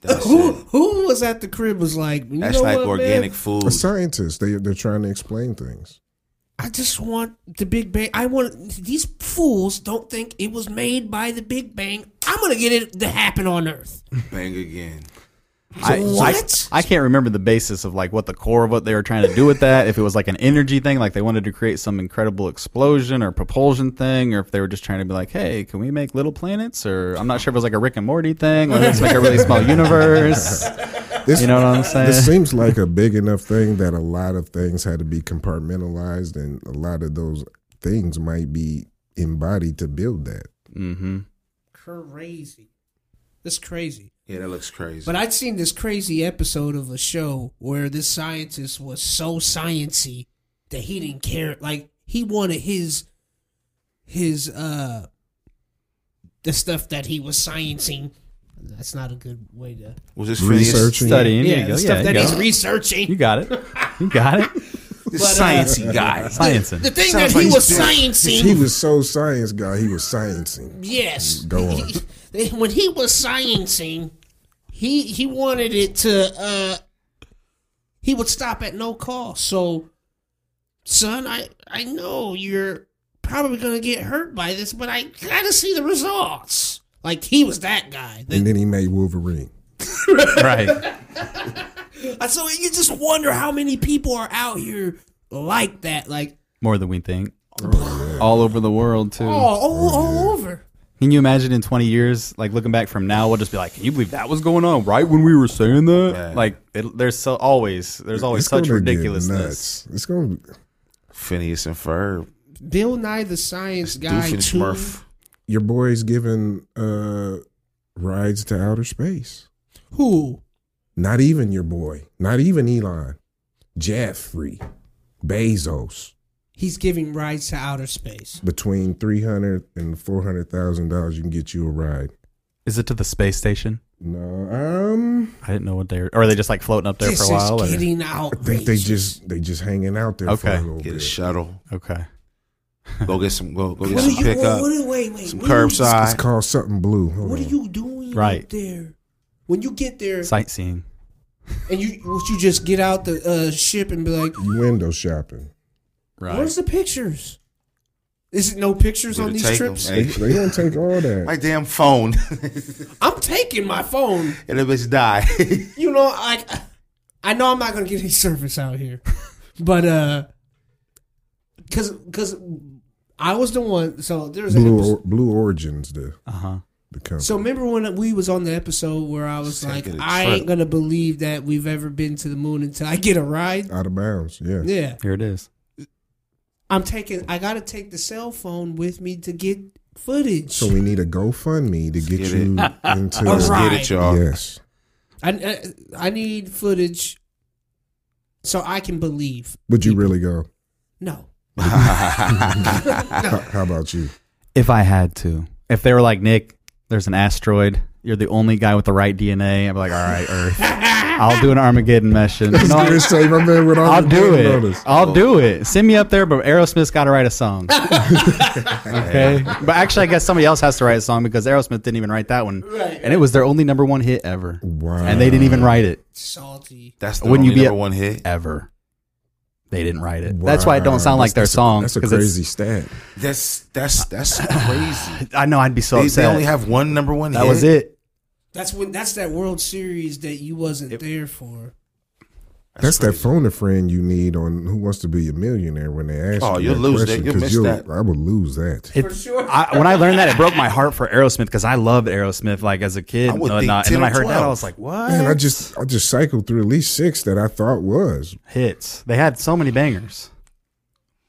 Speaker 2: That's,
Speaker 3: who
Speaker 2: it.
Speaker 3: who was at the crib was like, you
Speaker 2: that's
Speaker 3: know
Speaker 2: like
Speaker 3: what, Man?
Speaker 2: organic food.
Speaker 1: A scientist. They they're trying to explain things.
Speaker 3: I just want the Big Bang. I want these fools don't think it was made by the Big Bang. I'm gonna get it to happen on Earth.
Speaker 2: Bang again.
Speaker 4: I,
Speaker 3: What?
Speaker 4: I, I can't remember the basis of like what the core of what they were trying to do with that. if it was like an energy thing, like they wanted to create some incredible explosion or propulsion thing, or if they were just trying to be like, hey, can we make little planets? Or I'm not sure if it was like a Rick and Morty thing. Like, let's make a really small universe.
Speaker 1: This,
Speaker 4: You know what I'm
Speaker 1: this
Speaker 4: saying?
Speaker 1: seems like a big enough thing that a lot of things had to be compartmentalized, and a lot of those things might be embodied to build that.
Speaker 4: Mm-hmm.
Speaker 3: Crazy. That's crazy.
Speaker 2: Yeah, that looks crazy.
Speaker 3: But I'd seen this crazy episode of a show where this scientist was so sciency that he didn't care. Like he wanted his his uh the stuff that he was sciencing. That's not a good way to.
Speaker 2: was this Phineas?
Speaker 1: Researching.
Speaker 4: Studying.
Speaker 3: Yeah,
Speaker 4: Yeah, you
Speaker 3: the
Speaker 4: go.
Speaker 3: stuff
Speaker 4: Yeah, you,
Speaker 3: that he's
Speaker 4: go.
Speaker 3: researching.
Speaker 4: you got it. You got it.
Speaker 2: This
Speaker 3: But, uh,
Speaker 2: sciencey guy.
Speaker 4: Sciencing.
Speaker 3: The thing
Speaker 2: Sounds
Speaker 3: that he
Speaker 2: like
Speaker 3: was
Speaker 2: he's doing-
Speaker 3: sciencing.
Speaker 1: He was so science guy. He was sciencing.
Speaker 3: Yes.
Speaker 1: *laughs* Go on.
Speaker 3: He- *laughs* when he was sciencing, he he wanted it to uh he would stop at no cost. So son, I I know you're probably going to get hurt by this, but I got to see the results. Like he was that guy. The-
Speaker 1: And then he made Wolverine.
Speaker 4: right.
Speaker 3: I- So you just wonder how many people are out here like that, like
Speaker 4: More than we think. All over the world too.
Speaker 3: all, all, all over.
Speaker 4: Can you imagine in 20 years, like looking back from now, we'll just be like, "Can you believe that was going on right when we were saying that?"
Speaker 2: Yeah.
Speaker 4: Like, it, there's so always there's always
Speaker 1: It's
Speaker 4: such
Speaker 1: gonna get
Speaker 4: ridiculousness.
Speaker 1: nuts. It's gonna.
Speaker 2: Phineas and Ferb,
Speaker 3: Bill Nye the Science Guy
Speaker 2: Doof and
Speaker 3: too.
Speaker 2: Smurf.
Speaker 1: Your boy's giving uh, rides to outer space.
Speaker 3: Who?
Speaker 1: Not even your boy. Not even Elon. Jeffrey Bezos.
Speaker 3: He's giving rides to outer space.
Speaker 1: Between three hundred and four hundred thousand dollars, you can get you a ride.
Speaker 4: Is it to the space station?
Speaker 1: No, um,
Speaker 4: I didn't know what they were. Or are they just like floating up there
Speaker 3: this
Speaker 4: for a while? or-
Speaker 3: is getting
Speaker 1: I think they
Speaker 3: outrageous.
Speaker 1: just they just hanging out there for
Speaker 4: Okay.
Speaker 1: a little
Speaker 2: Get a
Speaker 1: bit.
Speaker 2: shuttle.
Speaker 4: Okay.
Speaker 2: Go get some. Go go get
Speaker 3: What are
Speaker 2: some
Speaker 3: you? What,
Speaker 2: pickup.
Speaker 3: what, wait, wait.
Speaker 2: Some
Speaker 3: what are you-
Speaker 1: It's
Speaker 2: curbside.
Speaker 1: called something blue. Hold
Speaker 3: What are
Speaker 1: on.
Speaker 3: you doing
Speaker 4: Right.
Speaker 3: up there? When you get there
Speaker 4: Sightseeing.
Speaker 3: and you would you just get out the uh, ship and be like,
Speaker 1: You window shopping?
Speaker 4: Right.
Speaker 3: "Where's the pictures? Is it no pictures
Speaker 2: Where
Speaker 3: on
Speaker 2: to
Speaker 3: these
Speaker 2: take 'em?
Speaker 3: trips?"
Speaker 1: They,
Speaker 2: Hey,
Speaker 1: they gonna take all that.
Speaker 2: my damn phone. *laughs*
Speaker 3: I'm taking my phone.
Speaker 2: and if it's die,
Speaker 3: You know, like I know I'm not gonna get any *laughs* service out here, but uh, cause cause I was the one. So there's an
Speaker 1: Blue
Speaker 3: episode-
Speaker 1: or, Blue Origins the
Speaker 4: Uh huh.
Speaker 1: the company.
Speaker 3: So remember when we was on the episode where I was
Speaker 2: Just
Speaker 3: like,
Speaker 2: taking a
Speaker 3: I
Speaker 2: trip.
Speaker 3: ain't gonna believe that we've ever been to the moon until I get a ride.
Speaker 1: out of bounds. Yeah.
Speaker 3: Yeah,
Speaker 4: Here it is.
Speaker 3: I'm taking. I gotta take the cell phone with me to get footage.
Speaker 1: So we need a GoFundMe to get,
Speaker 2: get it.
Speaker 1: you
Speaker 3: All
Speaker 2: *laughs* let's
Speaker 1: into.
Speaker 3: right.
Speaker 2: get it, y'all.
Speaker 1: Yes.
Speaker 3: I, I I need footage, so I can believe.
Speaker 1: Would you really go?
Speaker 2: *laughs*
Speaker 3: No,
Speaker 1: How, how about
Speaker 4: *laughs*
Speaker 1: you?
Speaker 4: If I had to, if they were like Nick, there's an asteroid. You're the only guy with the right DNA. I'd be like, all right, Earth. I'll do an Armageddon mission. You know,
Speaker 1: You're saying my man with all
Speaker 4: I'll
Speaker 1: the
Speaker 4: do
Speaker 1: blue
Speaker 4: it.
Speaker 1: notice.
Speaker 4: I'll do it. Send me up there, but Aerosmith's got to write a song. okay. But actually, I guess somebody else has to write a song because Aerosmith didn't even write that one.
Speaker 3: Right.
Speaker 4: And it was their only number one hit ever.
Speaker 1: Wow.
Speaker 4: And they didn't even write it
Speaker 3: salty.
Speaker 2: *laughs* That's the
Speaker 4: Wouldn't you
Speaker 2: only
Speaker 4: be
Speaker 2: number
Speaker 4: a-
Speaker 2: one hit.
Speaker 4: ever. They didn't write it. That's why it don't sound
Speaker 1: Wow.
Speaker 4: like their
Speaker 1: That's-
Speaker 4: song.
Speaker 1: That's a
Speaker 4: 'cause it's-
Speaker 1: crazy stat.
Speaker 2: That's that's
Speaker 4: *laughs*
Speaker 2: that's crazy.
Speaker 4: I know I'd be so
Speaker 2: They,
Speaker 4: upset.
Speaker 2: they only have one number one
Speaker 4: that
Speaker 2: hit.
Speaker 4: was it.
Speaker 3: That's when. That's that World Series that you wasn't there for.
Speaker 1: That's, that phone a friend you need on Who Wants to Be a Millionaire when they ask
Speaker 2: Oh,
Speaker 1: you.
Speaker 2: you'll
Speaker 1: that
Speaker 2: lose that.
Speaker 1: question,
Speaker 2: You'll
Speaker 1: 'cause
Speaker 2: miss that.
Speaker 1: I would lose that.
Speaker 4: It- I, when I learned that, it broke my heart for Aerosmith because I loved Aerosmith like as a kid
Speaker 2: I
Speaker 4: and
Speaker 2: would think
Speaker 4: whatnot. And
Speaker 2: 10
Speaker 4: then
Speaker 2: or
Speaker 4: I heard that, I
Speaker 2: 12.
Speaker 4: was like, what?
Speaker 1: Man, I just I just cycled through at least six that I thought was.
Speaker 4: Hits. They had so many bangers.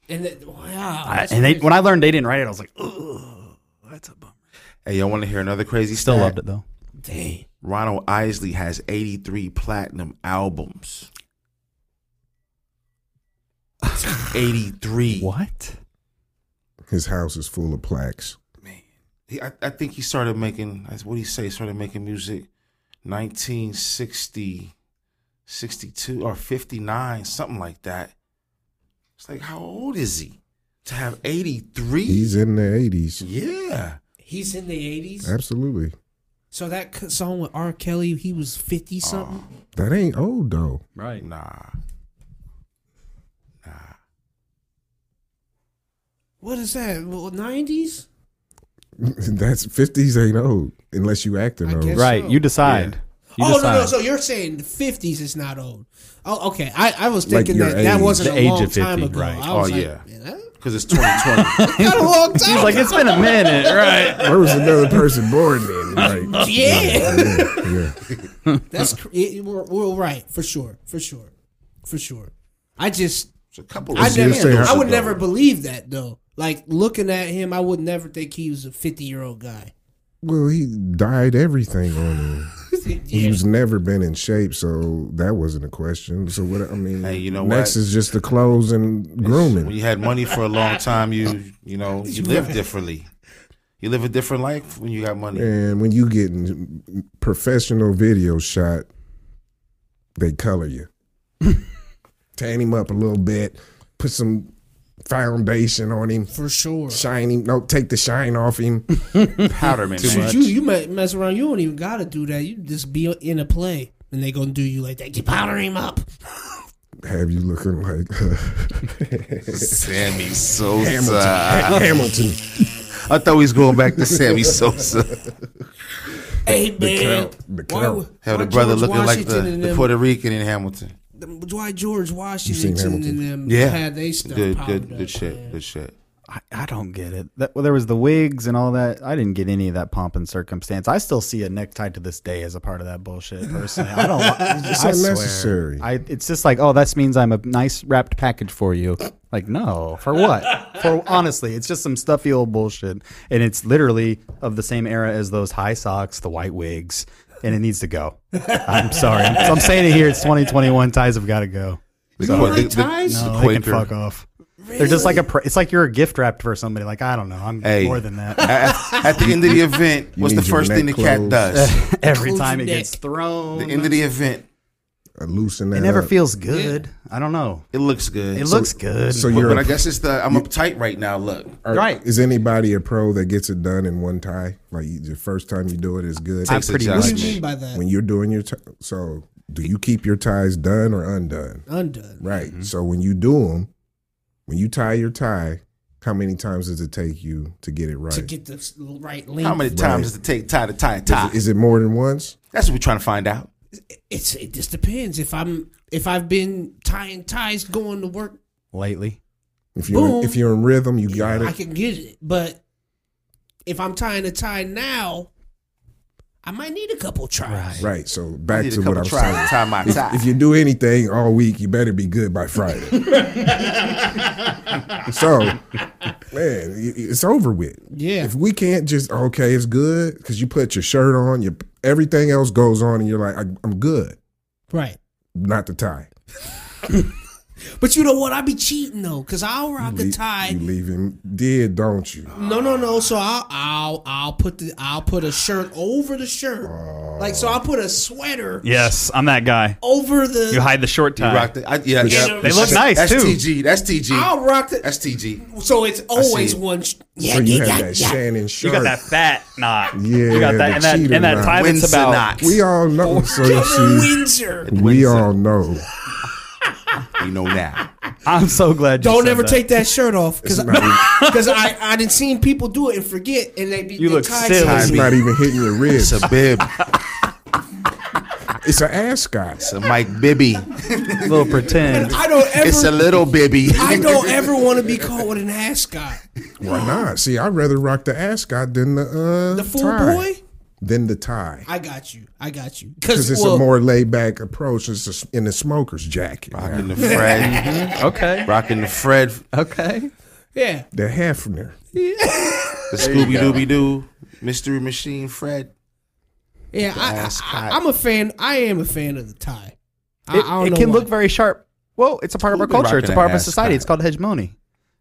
Speaker 3: And that, wow.
Speaker 4: I-
Speaker 3: that's
Speaker 4: and they,
Speaker 3: crazy.
Speaker 4: when I learned they didn't write it, I was like, ugh, that's a bummer.
Speaker 2: Hey, y'all want to hear another crazy?
Speaker 4: Still
Speaker 2: stat?
Speaker 4: loved it though.
Speaker 3: Dang.
Speaker 2: Ronald Isley has 83 platinum
Speaker 4: *laughs*
Speaker 2: albums. 83.
Speaker 4: What?
Speaker 1: His house is full of plaques.
Speaker 2: Man. He, I, I think he started making, that's what he say, started making music 1960, 62, or 59, something like that. It's like, how old is he to have 83?
Speaker 1: He's in the eighties.
Speaker 2: yeah.
Speaker 3: He's in the 80s.
Speaker 1: Absolutely.
Speaker 3: So that c- song with R. Kelly, he was 50 something.
Speaker 1: That ain't old though.
Speaker 4: Right.
Speaker 2: Nah.
Speaker 3: What is that? Well, 90s?
Speaker 1: *laughs* That's fifties ain't old unless you acting
Speaker 3: I
Speaker 1: old.
Speaker 3: guess-
Speaker 4: Right.
Speaker 3: So-
Speaker 4: You decide. You
Speaker 3: oh,
Speaker 4: decide.
Speaker 3: no, no. So you're saying the 50s is not old. Oh, okay. I, I was
Speaker 1: Like
Speaker 3: thinking
Speaker 1: your
Speaker 3: that that
Speaker 1: age.
Speaker 3: wasn't
Speaker 4: The
Speaker 3: a
Speaker 4: age
Speaker 3: long
Speaker 4: of 50,
Speaker 3: time ago.
Speaker 4: right.
Speaker 3: I was
Speaker 2: Oh,
Speaker 3: like,
Speaker 2: yeah.
Speaker 3: Man, that-
Speaker 2: Because it's
Speaker 3: *laughs*
Speaker 2: 2020.
Speaker 3: not a long time.
Speaker 4: He's like, it's been a
Speaker 3: *laughs*
Speaker 4: minute, right?
Speaker 1: There was another person born then. Like,
Speaker 3: yeah.
Speaker 1: yeah, yeah.
Speaker 3: That's cr- it, we're, we're right. For sure. For sure. For sure. I just,
Speaker 2: It's a couple of
Speaker 3: I,
Speaker 1: just say
Speaker 3: never,
Speaker 1: her-
Speaker 3: I would
Speaker 2: ago.
Speaker 3: never believe that, though. Like, looking at him, I would never think he was a 50 year old guy.
Speaker 1: Well, he dyed everything on him.
Speaker 3: Yeah.
Speaker 1: He's never been in shape, so that wasn't a question. So what I mean,
Speaker 2: Hey, you know
Speaker 1: next
Speaker 2: what?
Speaker 1: is just the clothes and
Speaker 2: When
Speaker 1: grooming.
Speaker 2: you had money for a long time, you you
Speaker 3: *laughs*
Speaker 2: know you live differently. You live a different life when you got money.
Speaker 3: *laughs*
Speaker 1: And when you get in professional video shot, they color you, tan him up a little bit, put some foundation on
Speaker 3: *laughs*
Speaker 1: him,
Speaker 3: For sure.
Speaker 1: shine him. No, take the shine off him.
Speaker 2: Powder man,
Speaker 3: Shoot, you you might mess around. You don't even gotta do that. You just be in a play, and they gonna do you like that. You powder him up.
Speaker 1: Have you looking like *laughs*
Speaker 2: Sammy Sosa.
Speaker 1: Hamilton? Hamilton.
Speaker 2: I thought we was going back to Sammy Sosa.
Speaker 3: Hey
Speaker 1: the
Speaker 3: man,
Speaker 1: cow- the
Speaker 3: why
Speaker 1: cow.
Speaker 3: w-
Speaker 2: Have
Speaker 3: why
Speaker 2: the brother
Speaker 3: George
Speaker 2: looking like the,
Speaker 3: Washington and
Speaker 2: the
Speaker 3: them-
Speaker 2: Puerto Rican in Hamilton.
Speaker 3: them- Why George
Speaker 1: seen
Speaker 3: Washington
Speaker 1: Hamilton?
Speaker 3: and them?
Speaker 2: Yeah,
Speaker 3: had they stuff
Speaker 2: good,
Speaker 3: popping
Speaker 2: good,
Speaker 3: up,
Speaker 2: good shit,
Speaker 3: man.
Speaker 2: good shit.
Speaker 4: I, I don't get it. That, well, there was the wigs and all that. I didn't get any of that pomp and circumstance. I still see a necktie to this day as a part of that bullshit. Personally, I don't. it's I
Speaker 1: unnecessary.
Speaker 4: Swear. I it's just like, oh, that means I'm a nice wrapped package for you. Like, no, for what? for honestly, it's just some stuffy old bullshit, and it's literally of the same era as those high socks, the white wigs, and it needs to go. I'm sorry. I'm, I'm saying it here. It's 2021. Ties have got to go.
Speaker 2: The,
Speaker 3: don't
Speaker 2: Qua-
Speaker 3: like ties?
Speaker 4: No, they can fuck off. They're just like a. Pr- it's like you're a gift wrapped for somebody. Like I don't know. I'm
Speaker 2: Hey.
Speaker 4: more than
Speaker 2: *laughs*
Speaker 4: that. *laughs*
Speaker 2: at, at- at the end of the event, what's the
Speaker 1: need your
Speaker 2: first thing the
Speaker 1: neck
Speaker 2: cat
Speaker 1: closed.
Speaker 4: *laughs*
Speaker 2: does?
Speaker 4: Every
Speaker 3: Close
Speaker 4: time it
Speaker 3: your
Speaker 4: gets
Speaker 3: neck.
Speaker 4: thrown,
Speaker 2: the end of the event,
Speaker 1: loosen that
Speaker 4: it never
Speaker 1: up.
Speaker 4: feels good. I don't know.
Speaker 2: it looks good.
Speaker 4: It looks good.
Speaker 1: so
Speaker 2: But,
Speaker 1: you're
Speaker 2: but
Speaker 1: a-
Speaker 2: I guess it's the I'm uptight right now. Look,
Speaker 1: are-
Speaker 4: right.
Speaker 1: Is anybody a pro that gets it done in one tie? Like you, the first time you do it is good.
Speaker 4: I'm
Speaker 2: Takes
Speaker 4: pretty
Speaker 3: What do
Speaker 2: much.
Speaker 3: you mean by that?
Speaker 1: when you're doing your t- so, do you keep your ties done or undone?
Speaker 3: Undone.
Speaker 1: Right.
Speaker 2: Mm-hmm.
Speaker 1: So when you do them, when you tie your tie, how many times does it take you to get it right?
Speaker 3: To get the s- right length.
Speaker 2: how many times does it take tie to tie a tie?
Speaker 1: is it more than once?
Speaker 2: That's what we're trying to find out.
Speaker 3: It's it just depends. If I'm if I've been tying ties going to work,
Speaker 4: Lately,
Speaker 1: If you're
Speaker 3: Boom.
Speaker 1: if you're in rhythm, you got
Speaker 3: I
Speaker 1: it.
Speaker 3: can get it. But if I'm tying a tie now, I might need a couple tries.
Speaker 1: Right. So
Speaker 2: I
Speaker 1: back
Speaker 2: need
Speaker 1: to
Speaker 2: a
Speaker 1: what
Speaker 2: couple
Speaker 1: I'm
Speaker 2: tries
Speaker 1: saying.
Speaker 2: to tie my tie.
Speaker 1: If you do anything all week, you better be good
Speaker 3: *laughs*
Speaker 1: by Friday. so, man, i- it's over with.
Speaker 3: Yeah.
Speaker 1: If we can't just okay, it's good because you put your shirt on, your everything else goes on, and you're like, I, I'm good.
Speaker 3: Right.
Speaker 1: Not the tie.
Speaker 3: But you know what? I be cheating though, cause I'll rock a
Speaker 1: You-
Speaker 3: tie.
Speaker 1: You leave him dead, don't you?
Speaker 3: No, no, no. So I'll I'll I'll put the I'll put a shirt over the shirt. Like so, I'll put a sweater
Speaker 5: Yes, I'm that guy.
Speaker 3: over the.
Speaker 5: You hide the short
Speaker 2: You
Speaker 5: tie.
Speaker 2: rock the, I, yeah, yeah.
Speaker 5: They look nice,
Speaker 2: that's
Speaker 5: too.
Speaker 2: TG. That's TG.
Speaker 3: I'll rock the.
Speaker 2: That's TG.
Speaker 3: So it's always
Speaker 2: it.
Speaker 3: one. Sh- yeah,
Speaker 1: So you
Speaker 3: yeah,
Speaker 1: have
Speaker 3: yeah,
Speaker 1: that
Speaker 3: yeah.
Speaker 1: Shannon shirt.
Speaker 5: You got that fat knot.
Speaker 1: Yeah,
Speaker 5: you got
Speaker 1: the
Speaker 5: that and that
Speaker 1: cheater
Speaker 5: and that
Speaker 1: knot.
Speaker 5: tie that's
Speaker 2: Wins or
Speaker 5: about. *laughs*
Speaker 2: not.
Speaker 1: We all know. So you
Speaker 3: Kevin
Speaker 1: see,
Speaker 3: Windsor.
Speaker 1: we all know.
Speaker 2: We know now.
Speaker 4: I'm so glad. You
Speaker 3: Don't
Speaker 4: said
Speaker 3: ever
Speaker 4: that.
Speaker 3: take that shirt off, cause because I I didn't seen people do it and forget, and they be
Speaker 4: You
Speaker 3: they
Speaker 4: look
Speaker 3: tied
Speaker 4: silly.
Speaker 3: to
Speaker 1: It's
Speaker 3: it.
Speaker 1: not even hitting your
Speaker 2: It's
Speaker 1: ribs.
Speaker 2: a bib.
Speaker 1: It's an ascot.
Speaker 2: It's a Mike Bibby.
Speaker 3: *laughs*
Speaker 4: little pretend.
Speaker 3: I don't ever.
Speaker 2: It's a little Bibby.
Speaker 3: I don't ever want to be caught with an ascot.
Speaker 1: Why not? See, I'd rather rock the ascot than the uh,
Speaker 3: The fool
Speaker 1: tie.
Speaker 3: boy.
Speaker 1: than the tie
Speaker 3: I got you. I got you.
Speaker 1: because it's
Speaker 3: well,
Speaker 1: a more laid back approach. It's a, in the smoker's jacket.
Speaker 2: Rocking the Fred.
Speaker 4: Okay.
Speaker 2: Rocking the Fred.
Speaker 4: Okay.
Speaker 3: yeah.
Speaker 1: The Hefner.
Speaker 2: The Scooby Dooby Doo. Mystery Machine Fred.
Speaker 3: Yeah, I, I, I, I'm a fan. I am a fan of the tie. I,
Speaker 4: It,
Speaker 3: I don't
Speaker 4: it
Speaker 3: know
Speaker 4: can
Speaker 3: why.
Speaker 4: look very sharp. Well, it's a part of our
Speaker 2: We've been
Speaker 4: culture. It's a
Speaker 2: rocking
Speaker 4: part of
Speaker 2: that
Speaker 4: our
Speaker 2: ass
Speaker 4: society.
Speaker 2: tie.
Speaker 4: It's called hegemony.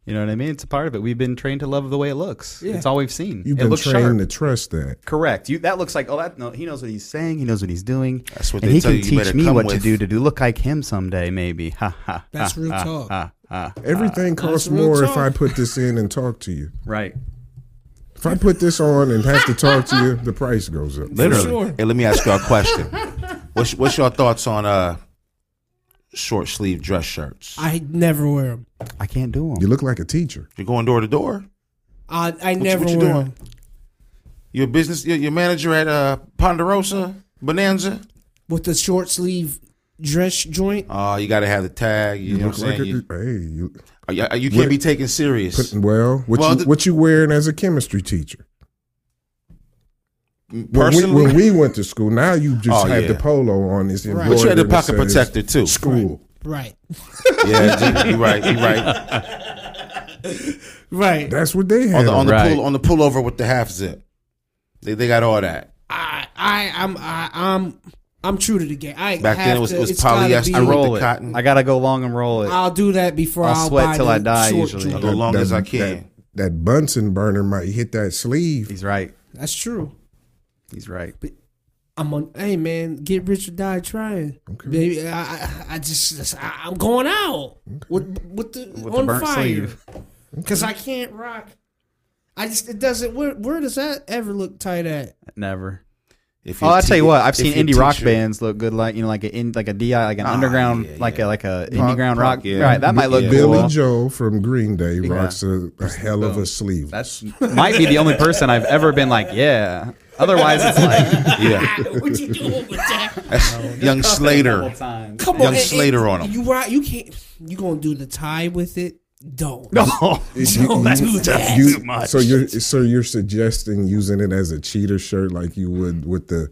Speaker 4: You know what I mean? It's a part of it. We've been trained to love the way it looks. It's all we've seen.
Speaker 1: You've
Speaker 4: it
Speaker 1: been
Speaker 4: looks
Speaker 1: trained
Speaker 4: sharp.
Speaker 1: to trust that.
Speaker 4: Correct. You that looks like oh that no he knows what he's saying. He knows what he's doing.
Speaker 2: That's what
Speaker 4: and
Speaker 2: they
Speaker 4: he
Speaker 2: tell
Speaker 4: can
Speaker 2: you you
Speaker 4: teach
Speaker 2: better
Speaker 4: me
Speaker 2: come
Speaker 4: what to
Speaker 2: with.
Speaker 4: do to do look like him someday maybe. Ha ha.
Speaker 3: That's
Speaker 4: ha,
Speaker 3: real
Speaker 4: ha,
Speaker 3: talk.
Speaker 4: ha, ha.
Speaker 1: Everything costs
Speaker 3: Uh, real
Speaker 1: more if
Speaker 3: talk.
Speaker 1: I put this in and talk to you.
Speaker 4: Right.
Speaker 1: If I put this on and have to talk to
Speaker 3: *laughs*
Speaker 1: you, the price goes up.
Speaker 2: Literally.
Speaker 3: sure.
Speaker 2: Hey, let me ask y'all a question. what's, what's your thoughts on uh, short sleeve dress shirts?
Speaker 3: I never wear them.
Speaker 4: I can't do
Speaker 1: You
Speaker 4: him.
Speaker 1: look like a teacher.
Speaker 2: You're going door to door.
Speaker 3: I, I
Speaker 2: What you-
Speaker 3: never
Speaker 2: what you
Speaker 3: wear
Speaker 2: doing?
Speaker 3: 'em.
Speaker 2: Your business, your, your manager at uh, Ponderosa Bonanza.
Speaker 3: with the short sleeve dress joint.
Speaker 2: Oh, you got to have the tag. You,
Speaker 1: You
Speaker 2: know
Speaker 1: look
Speaker 2: what
Speaker 1: like
Speaker 2: I'm saying?
Speaker 1: a,
Speaker 2: you,
Speaker 1: hey, you,
Speaker 2: uh, you, uh, you can't
Speaker 1: What-
Speaker 2: be taken serious.
Speaker 1: well, what
Speaker 2: Well,
Speaker 1: you
Speaker 2: the-
Speaker 1: what you wearing as a chemistry teacher? When we,
Speaker 2: Personally,
Speaker 1: when we went to school, now you just
Speaker 2: Oh,
Speaker 1: have
Speaker 2: yeah.
Speaker 1: the polo on. It's
Speaker 3: Right.
Speaker 2: but you had
Speaker 1: embroidered
Speaker 2: the
Speaker 1: and
Speaker 2: pocket
Speaker 1: says
Speaker 2: protector too.
Speaker 1: School.
Speaker 3: Right.
Speaker 2: Yeah, you're right. You're
Speaker 4: *laughs*
Speaker 2: right.
Speaker 3: Right.
Speaker 1: That's what they had.
Speaker 2: On the on
Speaker 1: on.
Speaker 2: the
Speaker 4: Right.
Speaker 2: pull on the pullover with the half zip. They they got all that.
Speaker 3: I I I'm I, I'm I'm true to the game. I
Speaker 2: Back
Speaker 3: have
Speaker 2: then it was-
Speaker 3: to,
Speaker 2: it was
Speaker 3: it's gotta
Speaker 2: polyester.
Speaker 3: be-
Speaker 2: I
Speaker 4: I roll
Speaker 2: the
Speaker 4: it.
Speaker 2: cotton. Ah.
Speaker 4: I gotta go long and roll it.
Speaker 3: I'll do that before
Speaker 4: I'll
Speaker 3: I'll,
Speaker 4: sweat
Speaker 3: buy
Speaker 4: till
Speaker 3: the
Speaker 4: I die
Speaker 3: short
Speaker 4: usually.
Speaker 3: joint.
Speaker 2: Go long
Speaker 1: that-
Speaker 2: as I can.
Speaker 1: that Bunsen burner might hit that sleeve.
Speaker 4: He's right.
Speaker 3: That's true.
Speaker 4: He's right.
Speaker 3: I'm on. Hey man, get rich or die trying. Okay. Baby, I I, I just I, I'm going out with with the
Speaker 4: With the
Speaker 3: on
Speaker 4: burnt
Speaker 3: fire
Speaker 4: sleeve.
Speaker 3: because I can't rock. I just it doesn't. Where where does that ever look tight at?
Speaker 4: Never.
Speaker 2: If
Speaker 4: Oh,
Speaker 2: your
Speaker 4: I tell you
Speaker 2: te-
Speaker 4: what, I've
Speaker 2: if
Speaker 4: seen
Speaker 2: your
Speaker 4: indie rock
Speaker 2: teacher-
Speaker 4: bands look good, like you know, like a in, like a di, like an underground,
Speaker 2: Ah, yeah,
Speaker 4: like a like a
Speaker 2: Punk-
Speaker 4: underground
Speaker 2: punk,
Speaker 4: rock.
Speaker 2: yeah.
Speaker 4: Right, that might look
Speaker 1: Billy
Speaker 4: cool.
Speaker 1: Joe from Green Day rocks a, a hell of a sleeve.
Speaker 2: *laughs*
Speaker 4: *laughs* That's might be the only person I've ever been like, yeah, Otherwise, it's like
Speaker 2: *laughs*
Speaker 4: *laughs*
Speaker 2: Yeah,
Speaker 3: what you doing with that?
Speaker 2: that's *laughs* young Slater.
Speaker 3: Come
Speaker 2: Young
Speaker 3: on, it-
Speaker 2: Slater
Speaker 3: it-
Speaker 2: on 'em.
Speaker 3: You right? You can't. You gonna do the tie with it? Don't.
Speaker 5: No,
Speaker 2: *laughs* Oh,
Speaker 1: you-
Speaker 5: that's
Speaker 1: you-
Speaker 5: that's
Speaker 1: You-
Speaker 5: too much.
Speaker 1: So you're so you're suggesting using it as a cheater shirt, like you would with the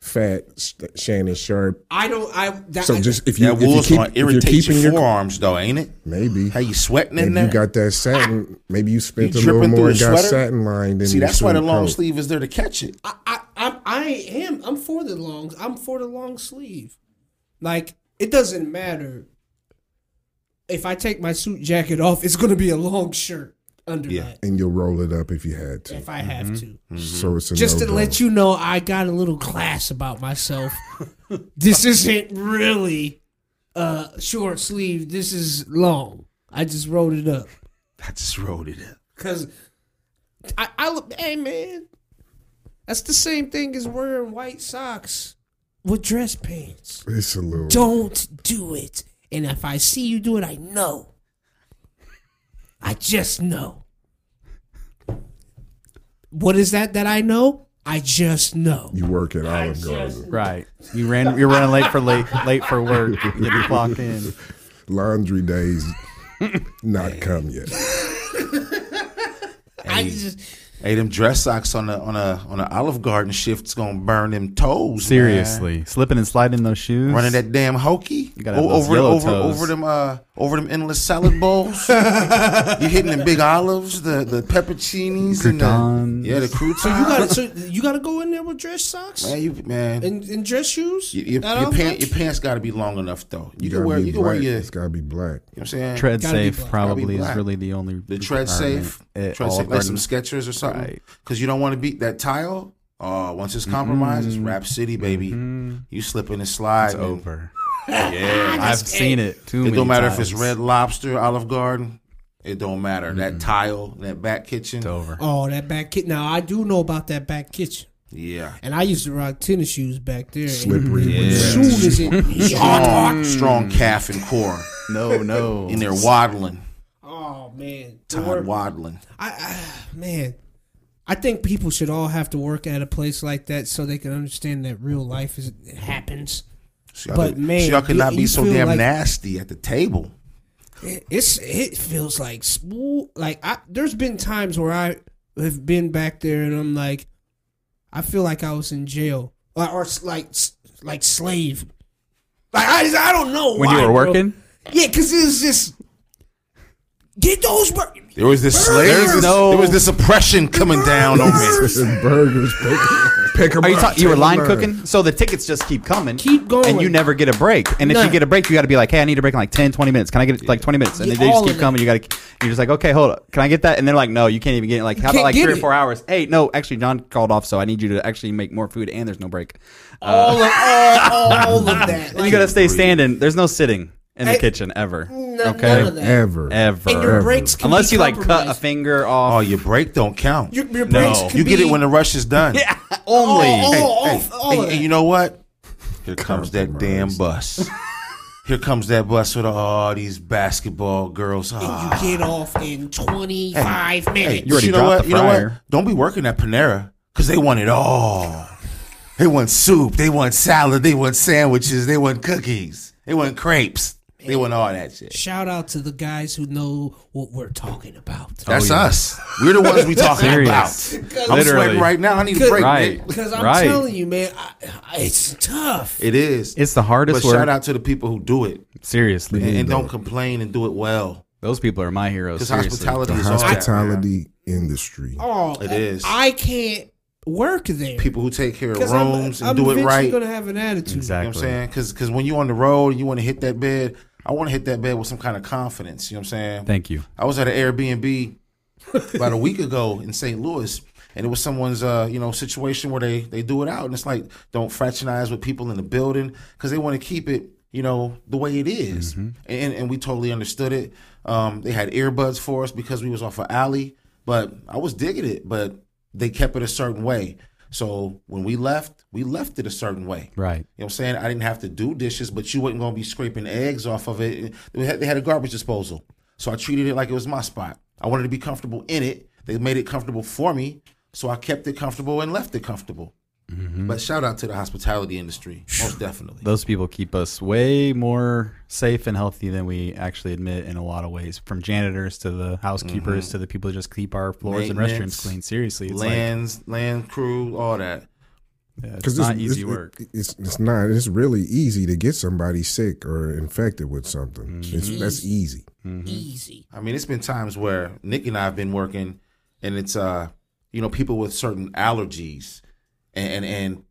Speaker 1: fat Sh- Shannon Sharp.
Speaker 3: I don't. I that,
Speaker 1: So
Speaker 3: I-
Speaker 1: just if you
Speaker 2: That
Speaker 1: if you
Speaker 2: wool's
Speaker 1: keep
Speaker 2: gonna
Speaker 1: if you're
Speaker 2: irritate
Speaker 1: keeping
Speaker 2: your
Speaker 1: your
Speaker 2: forearms, though, ain't it?
Speaker 1: maybe
Speaker 2: How you sweating in
Speaker 1: if
Speaker 2: there?
Speaker 1: you got that satin, maybe you spent a
Speaker 2: You
Speaker 1: little
Speaker 2: dripping through
Speaker 1: more and
Speaker 2: the
Speaker 1: got
Speaker 2: sweater?
Speaker 1: satin lined. in
Speaker 2: See,
Speaker 1: your
Speaker 2: that's why the long
Speaker 1: coat.
Speaker 2: sleeve is there to catch it.
Speaker 3: I, I, I, I am. I'm for the long. I'm for the long sleeve. Like it doesn't matter. If I take my suit jacket off, it's gonna be a long shirt under
Speaker 2: Yeah.
Speaker 3: that.
Speaker 1: and you'll roll it up if you had to.
Speaker 3: If I have to,
Speaker 2: Mm-hmm.
Speaker 1: So it's a
Speaker 3: just to
Speaker 1: no-go.
Speaker 3: let you know, I got a little class about myself. *laughs* this isn't really uh short sleeve. This is long. I just rolled it up
Speaker 2: I just rolled it up.
Speaker 3: because I, I look. Hey man, that's the same thing as wearing white socks with dress pants.
Speaker 1: It's a little.
Speaker 3: Don't do it. And if I see you do it, I know. I just know. What is that that I know? I just know.
Speaker 1: You work at Olive Garden.
Speaker 4: right. You ran. You're running late for late late for work. You didn't clock in.
Speaker 1: Laundry days *laughs* not come yet.
Speaker 3: I just
Speaker 2: Hey, them dress socks on a on a on a Olive Garden shift's gonna burn them toes.
Speaker 4: Seriously, slipping and sliding in those shoes.
Speaker 2: man. running that damn hokey
Speaker 4: gotta have those
Speaker 2: over
Speaker 4: yellow
Speaker 2: over
Speaker 4: toes.
Speaker 2: over them uh over them endless salad
Speaker 4: *laughs*
Speaker 2: bowls. you hitting them big olives, the the pepperoncinis, and
Speaker 4: Croutons.
Speaker 2: the, yeah, the
Speaker 3: you
Speaker 2: croutons.
Speaker 3: got so you got to go in there with dress socks
Speaker 2: man, you man,
Speaker 3: and, and dress shoes.
Speaker 2: your, your,
Speaker 3: At
Speaker 2: your
Speaker 3: all
Speaker 2: pants
Speaker 3: times?
Speaker 2: your pants got to be long enough though. You, can
Speaker 1: gotta
Speaker 2: wear
Speaker 1: be
Speaker 2: you can wear
Speaker 1: black.
Speaker 2: your you know
Speaker 1: It's gotta be black.
Speaker 2: what I'm saying
Speaker 4: Tread
Speaker 3: Gotta be
Speaker 4: safe
Speaker 3: black.
Speaker 2: Gotta be
Speaker 4: probably
Speaker 2: black.
Speaker 4: is really the only
Speaker 2: the tread
Speaker 4: requirement
Speaker 2: safe,
Speaker 4: at
Speaker 2: tread
Speaker 4: Olive
Speaker 2: safe, like some
Speaker 4: Garden.
Speaker 2: Skechers or something,
Speaker 4: Right.
Speaker 2: because you don't want to beat that tile. Oh, once it's compromised, it's Rap City, baby. You slip in and slide.
Speaker 4: Mm-hmm. It's
Speaker 2: man.
Speaker 4: over.
Speaker 2: *laughs* Yeah,
Speaker 4: I've seen it too
Speaker 2: It
Speaker 4: many
Speaker 2: don't matter if
Speaker 4: times.
Speaker 2: it's Red Lobster, Olive Garden. It don't matter. That tile, that back kitchen.
Speaker 4: It's over.
Speaker 3: Oh, that back kitchen. Now I do know about that back kitchen,
Speaker 2: Yeah.
Speaker 3: and I used to rock tennis shoes back there.
Speaker 1: Slippery. when
Speaker 3: As soon as it,
Speaker 2: Strong, strong calf and core.
Speaker 3: *laughs*
Speaker 4: No, no.
Speaker 2: In there waddling.
Speaker 3: *laughs* oh man, The
Speaker 2: Todd
Speaker 3: wor-
Speaker 2: waddling.
Speaker 3: I, I man, I think people should all have to work at a place like that so they can understand that real life is it happens.
Speaker 2: So y'all
Speaker 3: But,
Speaker 2: could-
Speaker 3: man,
Speaker 2: so y'all could
Speaker 3: you-
Speaker 2: not be
Speaker 3: you
Speaker 2: so
Speaker 3: feel
Speaker 2: damn
Speaker 3: like-
Speaker 2: nasty at the table.
Speaker 3: It, it's it feels like smooth. Like I, there's been times where I have been back there and I'm like, I feel like I was in jail or, or s- like s- like slave. Like I, just- I don't know
Speaker 4: When you
Speaker 3: why,
Speaker 4: were
Speaker 3: bro.
Speaker 4: working,
Speaker 3: Yeah, because it was just get those. bur-
Speaker 2: There was this
Speaker 3: Burgers!
Speaker 2: there was this,
Speaker 4: No.
Speaker 2: there was this oppression coming down on me.
Speaker 1: It's burgers. Pick, pick 'em
Speaker 4: are Oh, you
Speaker 1: up,
Speaker 4: talking? You were
Speaker 1: take 'em
Speaker 4: line
Speaker 1: out.
Speaker 4: cooking, so the tickets just keep coming,
Speaker 3: Keep going.
Speaker 4: and you never get a break. And if
Speaker 3: None.
Speaker 4: you get a break, you got to be like, "Hey, I need a break in like 10, 20 minutes. Can I get like twenty minutes?" And
Speaker 3: Yeah,
Speaker 4: then they
Speaker 3: all
Speaker 4: just
Speaker 3: of
Speaker 4: keep
Speaker 3: it.
Speaker 4: coming. You got to. You're just like, "Okay, hold up. Can I get that?" And they're like, "No, you can't even get it. Like, how
Speaker 3: can't
Speaker 4: about like
Speaker 3: get
Speaker 4: three
Speaker 3: it.
Speaker 4: or four hours? Hey, no, actually, John called off, so I need you to actually make more food, and there's no break.
Speaker 2: Uh,
Speaker 3: all of all,
Speaker 2: *laughs*
Speaker 3: all of that.
Speaker 4: And you got to stay standing. There's no sitting in the kitchen ever.
Speaker 3: none,
Speaker 4: okay,
Speaker 3: none of that.
Speaker 1: Ever.
Speaker 4: ever.
Speaker 3: And your breaks can
Speaker 4: Unless
Speaker 3: be
Speaker 4: you like cut a
Speaker 3: compromised.
Speaker 4: finger
Speaker 2: Oh,
Speaker 4: off.
Speaker 2: your break don't count.
Speaker 3: Your, your
Speaker 4: No.
Speaker 3: breaks can
Speaker 2: you get
Speaker 3: be-
Speaker 2: it when the rush is done.
Speaker 4: yeah,
Speaker 3: *laughs*
Speaker 4: *laughs* only.
Speaker 3: Oh,
Speaker 2: Hey,
Speaker 3: oh,
Speaker 2: hey,
Speaker 3: all
Speaker 2: and,
Speaker 3: of
Speaker 2: and
Speaker 3: that.
Speaker 2: you know what? Here comes that damn
Speaker 1: Compromise.
Speaker 2: bus. Here comes that bus with all these basketball girls. Ah.
Speaker 3: you get off in 25
Speaker 2: Hey,
Speaker 3: minutes.
Speaker 4: you already
Speaker 2: know
Speaker 4: dropped
Speaker 2: what?
Speaker 4: the
Speaker 2: You know
Speaker 4: fryer.
Speaker 2: what? Don't be working at Panera because they want it all. They want soup. They want salad. They want sandwiches. They want cookies. They want crepes. They want all that shit.
Speaker 3: Shout out to the guys who know what we're talking about.
Speaker 2: That's us. We're the
Speaker 4: *laughs*
Speaker 2: ones we talking
Speaker 3: oh,
Speaker 4: Oh, Serious.
Speaker 2: about. I'm sweating
Speaker 4: Literally.
Speaker 2: right now. I need a
Speaker 3: Good.
Speaker 2: break.
Speaker 4: Right.
Speaker 2: Nick.
Speaker 3: Because I'm
Speaker 4: Right.
Speaker 3: telling you, man, I, I, it's tough.
Speaker 2: It is.
Speaker 4: It's the
Speaker 2: but
Speaker 4: hardest
Speaker 2: shout
Speaker 4: work.
Speaker 2: out to the people who do it
Speaker 4: Seriously,
Speaker 2: and, and don't complain and do it well.
Speaker 4: those people are my heroes.
Speaker 2: Because
Speaker 4: seriously.
Speaker 2: hospitality
Speaker 1: The
Speaker 2: is all that, man.
Speaker 1: hospitality industry.
Speaker 3: Oh,
Speaker 2: It is.
Speaker 3: I can't work there.
Speaker 2: people who take care of
Speaker 3: 'Cause
Speaker 2: rooms
Speaker 3: I'm,
Speaker 2: and
Speaker 3: I'm
Speaker 2: do it
Speaker 3: eventually
Speaker 2: right.
Speaker 3: going to have an attitude.
Speaker 2: You
Speaker 4: Exactly.
Speaker 2: know what I'm saying? Because when you're on the road and you want to hit that bed, I want to hit that bed with some kind of confidence. You know what I'm saying?
Speaker 4: Thank you.
Speaker 2: I was at an Airbnb about a week ago in St. Louis, and it was someone's uh, you know situation where they they do it out, and it's like don't fraternize with people in the building because they want to keep it you know the way it is.
Speaker 4: Mm-hmm.
Speaker 2: and and we totally understood it. Um, they had earbuds for us because we was off an alley, but I was digging it, but they kept it a certain way. So when we left, we left it a certain way. You
Speaker 4: Right.
Speaker 2: know what I'm saying? I didn't have to do dishes, but you wasn't gonna be scraping eggs off of it. They had, they had a garbage disposal, so I treated it like it was my spot. I wanted to be comfortable in it. They made it comfortable for me, So I kept it comfortable and left it comfortable.
Speaker 4: Mm-hmm.
Speaker 2: But shout out to the hospitality industry, most definitely.
Speaker 4: Those people keep us way more safe and healthy than we actually admit in a lot of ways. From janitors to the housekeepers to the people who just keep our floors and
Speaker 2: Mm-hmm. Maintenance,
Speaker 4: restrooms clean. Seriously, it's like
Speaker 2: Lands, land crew, all that.
Speaker 4: yeah, it's not easy work.
Speaker 1: It's it's not. It's really easy to get somebody sick or infected with something.
Speaker 2: Mm-hmm.
Speaker 1: It's, that's easy.
Speaker 3: Easy.
Speaker 2: I mean, it's been times where Nick and I have been working, and it's uh, you know, people with certain allergies, and and, and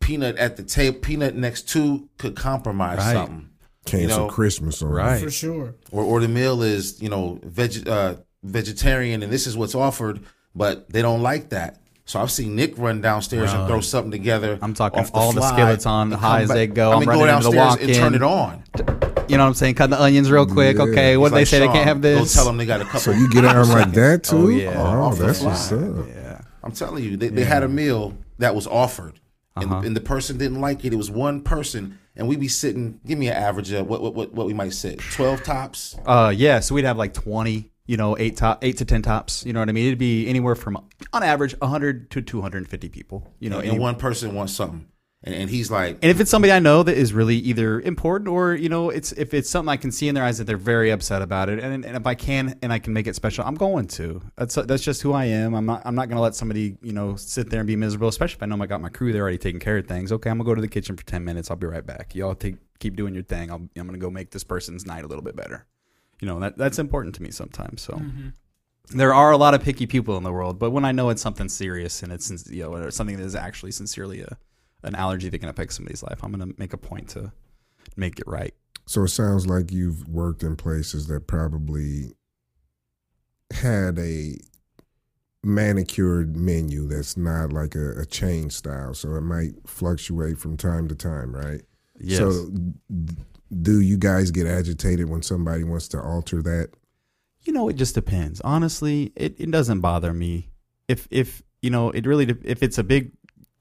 Speaker 2: peanut at the table, peanut next to could compromise
Speaker 4: Right.
Speaker 2: something,
Speaker 1: Cancel
Speaker 2: know,
Speaker 1: Christmas on
Speaker 4: right.
Speaker 3: For sure.
Speaker 2: or or the meal is you know veg uh, vegetarian, and this is what's offered, but they don't like that. So I've seen Nick run downstairs and throw something together.
Speaker 4: I'm talking
Speaker 2: off
Speaker 4: all the
Speaker 2: fly
Speaker 4: skeleton
Speaker 2: and
Speaker 4: high
Speaker 2: come
Speaker 4: as
Speaker 2: back-
Speaker 4: they go.
Speaker 2: I
Speaker 4: I'm
Speaker 2: mean,
Speaker 4: running
Speaker 2: go
Speaker 4: into the
Speaker 2: downstairs and
Speaker 4: walk-in.
Speaker 2: turn it on.
Speaker 4: You know what I'm saying? Cut the onions real quick.
Speaker 1: Yeah.
Speaker 4: Okay, what
Speaker 2: It's
Speaker 4: do they
Speaker 2: like,
Speaker 4: say? They
Speaker 2: Sean,
Speaker 4: can't have
Speaker 2: Go
Speaker 4: this.
Speaker 2: tell them they got to couple.
Speaker 1: So you get
Speaker 2: *laughs*
Speaker 1: out like that too?
Speaker 4: Oh, yeah.
Speaker 1: Oh,
Speaker 2: Off the
Speaker 1: that's
Speaker 2: fly.
Speaker 1: what's up.
Speaker 4: yeah, Uh-huh.
Speaker 2: I'm telling you, they, they had a meal that was offered, and, and the person didn't like it. It was one person, and we'd be sitting. Give me an average of what what what, what we might sit twelve tops.
Speaker 4: uh, yeah. So we'd have like 20, you know, eight top, eight to ten tops. You know what I mean? It'd be anywhere from, on average, 100 to 250 people. You know,
Speaker 2: and
Speaker 4: any-
Speaker 2: one person wants something, and, and he's like,
Speaker 4: And if it's somebody I know that is really either important or you know, it's if it's something I can see in their eyes that they're very upset about it, and, and if I can and I can make it special, I'm going to. That's that's just who I am. I'm not I'm not gonna let somebody you know sit there and be miserable, especially if I know I got my crew. They're already taking care of things. Okay, I'm gonna go to the kitchen for ten minutes. I'll be right back. Y'all take keep doing your thing. I'll, I'm gonna go make this person's night a little bit better. You know that that's important to me sometimes. So. There are a lot of picky people in the world, but when I know it's something serious and it's you know something that is actually sincerely a an allergy that can affect somebody's life. I'm going to make a point to make it right.
Speaker 1: So it sounds like you've worked in places that probably had a manicured menu that's not like a, a chain style. So it might fluctuate from time to time, right? So d- do you guys get agitated when somebody wants to alter that?
Speaker 4: you know, it just depends. Honestly, it, it doesn't bother me. If if you know, it really de- if it's a big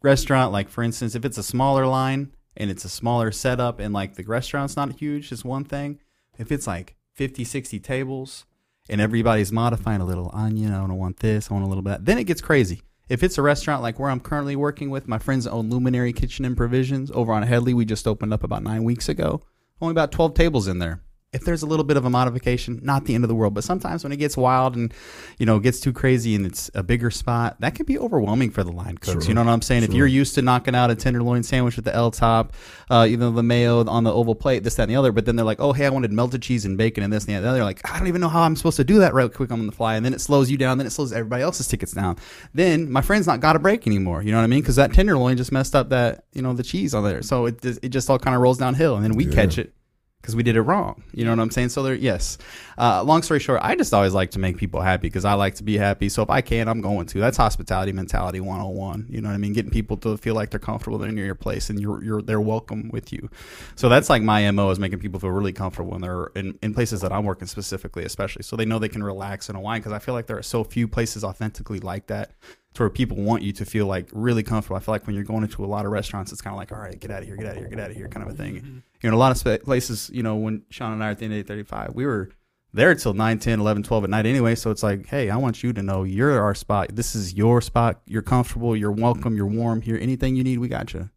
Speaker 4: restaurant, like for instance, if it's a smaller line and it's a smaller setup and like the restaurant's not huge, is one thing. If it's like 50, 60 tables and everybody's modifying a little onion, I don't want this, I want a little bit, of that, then it gets crazy. If it's a restaurant like where I'm currently working with, my friends own Luminary Kitchen and Provisions over on Headley, we just opened up about nine weeks ago. Only about 12 tables in there. If there's a little bit of a modification, not the end of the world, but sometimes when it gets wild and, you know, gets too crazy and it's a bigger spot, that can be overwhelming for the line cooks. You know what I'm saying? If you're used to knocking out a tenderloin sandwich with the L top, uh, you know, the mayo on the oval plate, this, that, and the other, but then they're like, oh, hey, I wanted melted cheese and bacon and this and that. And the other. They're like, I don't even know how I'm supposed to do that right quick on the fly. And then it slows you down. Then it slows everybody else's tickets down. Then my friend's not got a break anymore. You know what I mean? Because that tenderloin just messed up that, you know, the cheese on there. So it, just- it just all kind of rolls downhill. And then we catch it because we did it wrong. You know what I'm saying? So there, yes. Uh, long story short, I just always like to make people happy because I like to be happy. So if I can, I'm going to. That's hospitality mentality 101. You know what I mean? Getting people to feel like they're comfortable in your place and you're, you're they're welcome with you. So that's like my mo is making people feel really comfortable when they're in, in places that I'm working specifically, especially so they know they can relax and unwind because I feel like there are so few places authentically like that to where people want you to feel like really comfortable. I feel like when you're going into a lot of restaurants, it's kind of like, all right, get out of here, get out of here, get out of here, kind of a thing. You know, in a lot of spa- places, you know, when Sean and I are at the end of 835, we were there till 9, 10, 11, 12 at night anyway. So it's like, hey, I want you to know you're our spot. This is your spot. You're comfortable. You're welcome. You're warm here. Anything you need, we got you.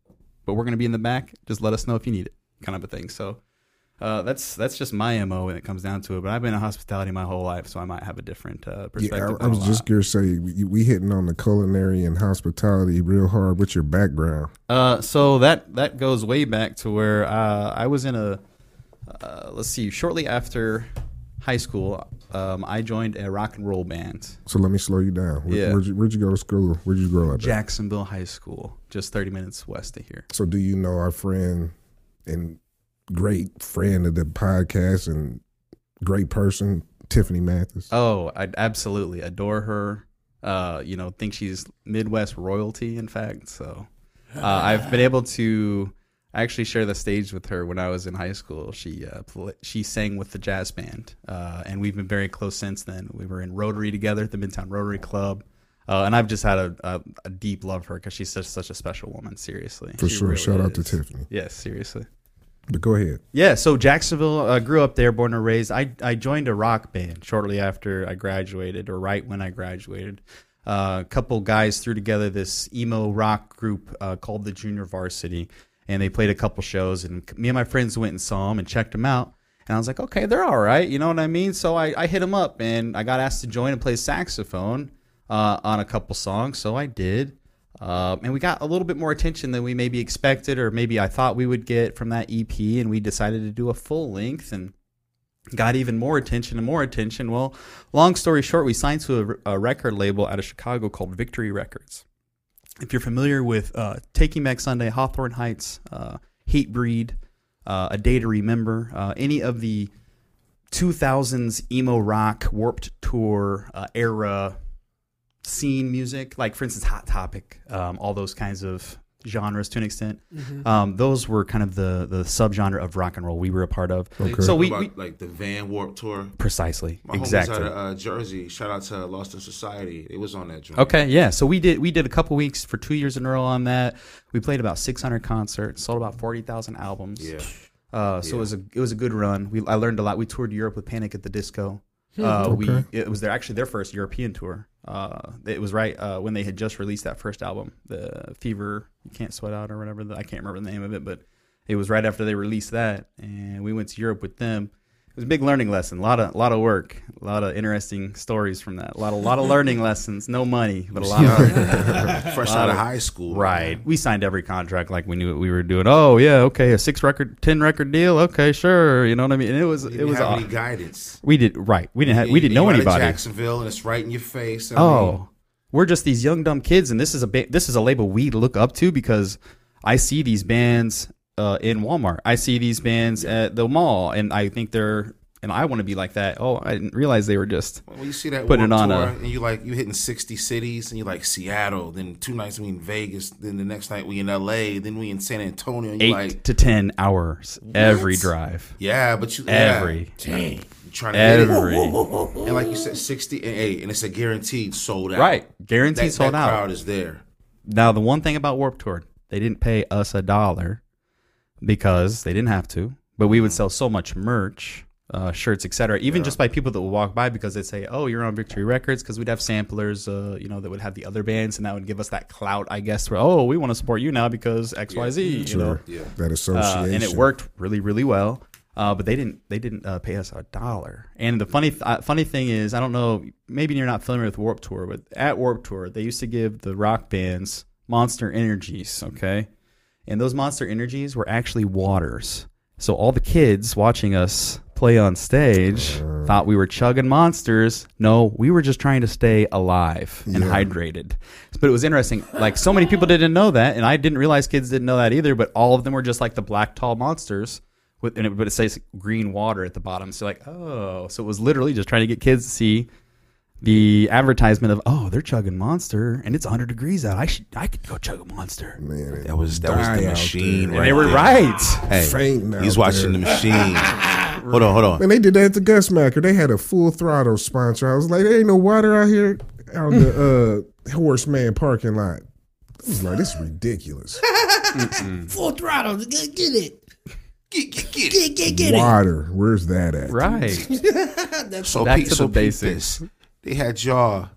Speaker 4: But we're going to be in the back. Just let us know if you need it, kind of a thing. So uh, that's that's just my MO when it comes down to it. But I've been in hospitality my whole life, so I might have a different uh, perspective.
Speaker 1: Yeah, I, I
Speaker 4: on a
Speaker 1: was
Speaker 4: lot.
Speaker 1: just gonna say we, we hitting on the culinary and hospitality real hard. What's your background?
Speaker 4: Uh, so that that goes way back to where uh, I was in a uh, let's see, shortly after high school, um, I joined a rock and roll band,
Speaker 1: So let me slow you down. Where,
Speaker 4: Yeah.
Speaker 1: where'd, you, where'd you go to school? Where'd you grow up? at?
Speaker 4: Jacksonville High School, just thirty minutes west of here.
Speaker 1: So, do you know our friend and great friend of the podcast and great person, Tiffany Mathis?
Speaker 4: Oh, I absolutely adore her. Uh, you know, think she's Midwest royalty. In fact, so uh, I've been able to actually share the stage with her when I was in high school. She uh, pl- she sang with the jazz band, uh, and we've been very close since then. We were in Rotary together at the Midtown Rotary Club. Uh, and I've just had a, a, a deep love for her because she's such, such a special woman. Seriously,
Speaker 1: For
Speaker 4: She
Speaker 1: sure.
Speaker 4: really
Speaker 1: Shout out to
Speaker 4: is.
Speaker 1: Tiffany.
Speaker 4: Yes, seriously.
Speaker 1: But go ahead.
Speaker 4: Yeah, so Jacksonville, uh, grew up there, born and raised. I, I joined a rock band shortly after I graduated, or right when I graduated. Uh, a couple guys threw together this emo rock group uh, called the Junior Varsity, and they played a couple shows. And me and my friends went and saw them and checked them out. And I was like, okay, they're all right. You know what I mean? So I, I hit them up and I got asked to join and play saxophone uh, on a couple songs. So I did. Um, and we got a little bit more attention than we maybe expected or maybe I thought we would get from that EP. And we decided to do a full length and got even more attention and more attention. Well, long story short, we signed to a, a record label out of Chicago called Victory Records. If you're familiar with uh, Taking Back Sunday, Hawthorne Heights, uh, Hate Breed, uh, A Day to Remember, uh, any of the 2000s emo rock warped tour uh, era scene music, like for instance, Hot Topic, um, all those kinds of genres to an extent. Um, those were kind of the the subgenre of rock and roll we were a part of. So we,
Speaker 2: About,
Speaker 4: we
Speaker 2: like the Van Warp tour.
Speaker 4: precisely
Speaker 2: My
Speaker 4: exactly.
Speaker 2: homies out of uh, Jersey. Shout out to Lost in Society. It was on that joint.
Speaker 4: Okay, yeah. So we did we did a couple weeks for two years in a row on that. We played about 600 concerts, sold about 40,000 albums.
Speaker 2: Yeah.
Speaker 4: Uh, so it was a it was a good run. We I learned a lot. We toured Europe with Panic at the Disco. Uh, We it was their actually their first European tour. Uh, it was right uh, when they had just released that first album, the Fever You Can't Sweat Out or whatever. The, I can't remember the name of it, but it was right after they released that, and we went to Europe with them. It was a big learning lesson. A lot of lot of work, a lot of interesting stories from that. A lot of lot of learning *laughs* lessons. No money, but a lot of *laughs*
Speaker 2: Fresh out of high school.
Speaker 4: Right. We signed every contract like we knew what we were doing. Oh yeah, okay, a six record, ten record deal. Okay, sure. You know what I mean? And it was
Speaker 2: You
Speaker 4: it
Speaker 2: didn't
Speaker 4: was
Speaker 2: have
Speaker 4: aw-
Speaker 2: any guidance.
Speaker 4: we did right. We didn't have, we
Speaker 2: You-
Speaker 4: didn't
Speaker 2: you
Speaker 4: know
Speaker 2: out of
Speaker 4: anybody.
Speaker 2: Jacksonville, and it's right in your face. I mean,
Speaker 4: Oh, we're just these young dumb kids, and this is a ba- this is a label we look up to because I see these bands uh, in Walmart. I see these bands at the mall, and I think they're and I want to be like that. Oh, I didn't realize they were just
Speaker 2: When you see that
Speaker 4: Put it
Speaker 2: Warped
Speaker 4: on
Speaker 2: tour,
Speaker 4: a-
Speaker 2: and you like you hitting sixty cities, and you like Seattle. Then two nights we in Vegas. Then the next night we in L.A. Then we in San Antonio. And you
Speaker 4: eight
Speaker 2: like
Speaker 4: to ten hours every drive.
Speaker 2: yeah, but you
Speaker 4: Every.
Speaker 2: yeah. Dang. You trying to get
Speaker 4: Every
Speaker 2: it. and like you said, sixty and eight, and it's a guaranteed sold out.
Speaker 4: right,
Speaker 2: that,
Speaker 4: guaranteed
Speaker 2: that
Speaker 4: sold out.
Speaker 2: crowd is there.
Speaker 4: Now, the one thing about Warp Tour, they didn't pay us a dollar because they didn't have to, but we would sell so much merch, uh, shirts, etc. Even just by people that would walk by because they'd say, "Oh, you're on Victory Records," because we'd have samplers, uh, you know, that would have the other bands, and that would give us that clout, I guess. Where, oh, we want to support you now because X, Y, Z. You know,
Speaker 1: Sure. That
Speaker 4: uh,
Speaker 1: association.
Speaker 4: and it worked really, really well. Uh, but they didn't. They didn't uh, pay us a dollar. And the funny, th- uh, funny thing is, I don't know. Maybe you're not familiar with Warp Tour, but at Warp Tour, they used to give the rock bands Monster Energies. Okay, and those Monster Energies were actually waters. So all the kids watching us play on stage thought we were chugging monsters. No, we were just trying to stay alive and hydrated. But it was interesting. Like so many people didn't know that, and I didn't realize kids didn't know that either. But all of them were just like the black tall monsters. With, and it, but it says green water at the bottom, so like, oh, so it was literally just trying to get kids to see the advertisement of, oh, they're chugging monster, and it's 100 degrees out. I should, I could go chug a monster.
Speaker 1: Man, it
Speaker 2: That was that was
Speaker 1: dying
Speaker 2: the
Speaker 1: out
Speaker 2: machine.
Speaker 1: there.
Speaker 2: Right
Speaker 4: They were
Speaker 2: there.
Speaker 4: right.
Speaker 2: Hey,
Speaker 1: Fainting out
Speaker 2: he's watching
Speaker 1: there.
Speaker 2: the *laughs* machine. hold on, hold on.
Speaker 1: And they did that at the Gus Macker. They had a full throttle sponsor. I was like, there ain't no water out here out in
Speaker 4: *laughs*
Speaker 1: the uh, Horseman parking lot. I was like, this is
Speaker 4: *laughs*
Speaker 1: ridiculous.
Speaker 3: Full throttle. Get, get it.
Speaker 2: Get, get, get.
Speaker 3: Get, get, get it.
Speaker 1: Water, where's that at?
Speaker 2: *laughs*
Speaker 4: Right.
Speaker 2: So
Speaker 4: Back
Speaker 2: Pete,
Speaker 4: to the
Speaker 2: so peep
Speaker 4: basics.
Speaker 2: this. They had y'all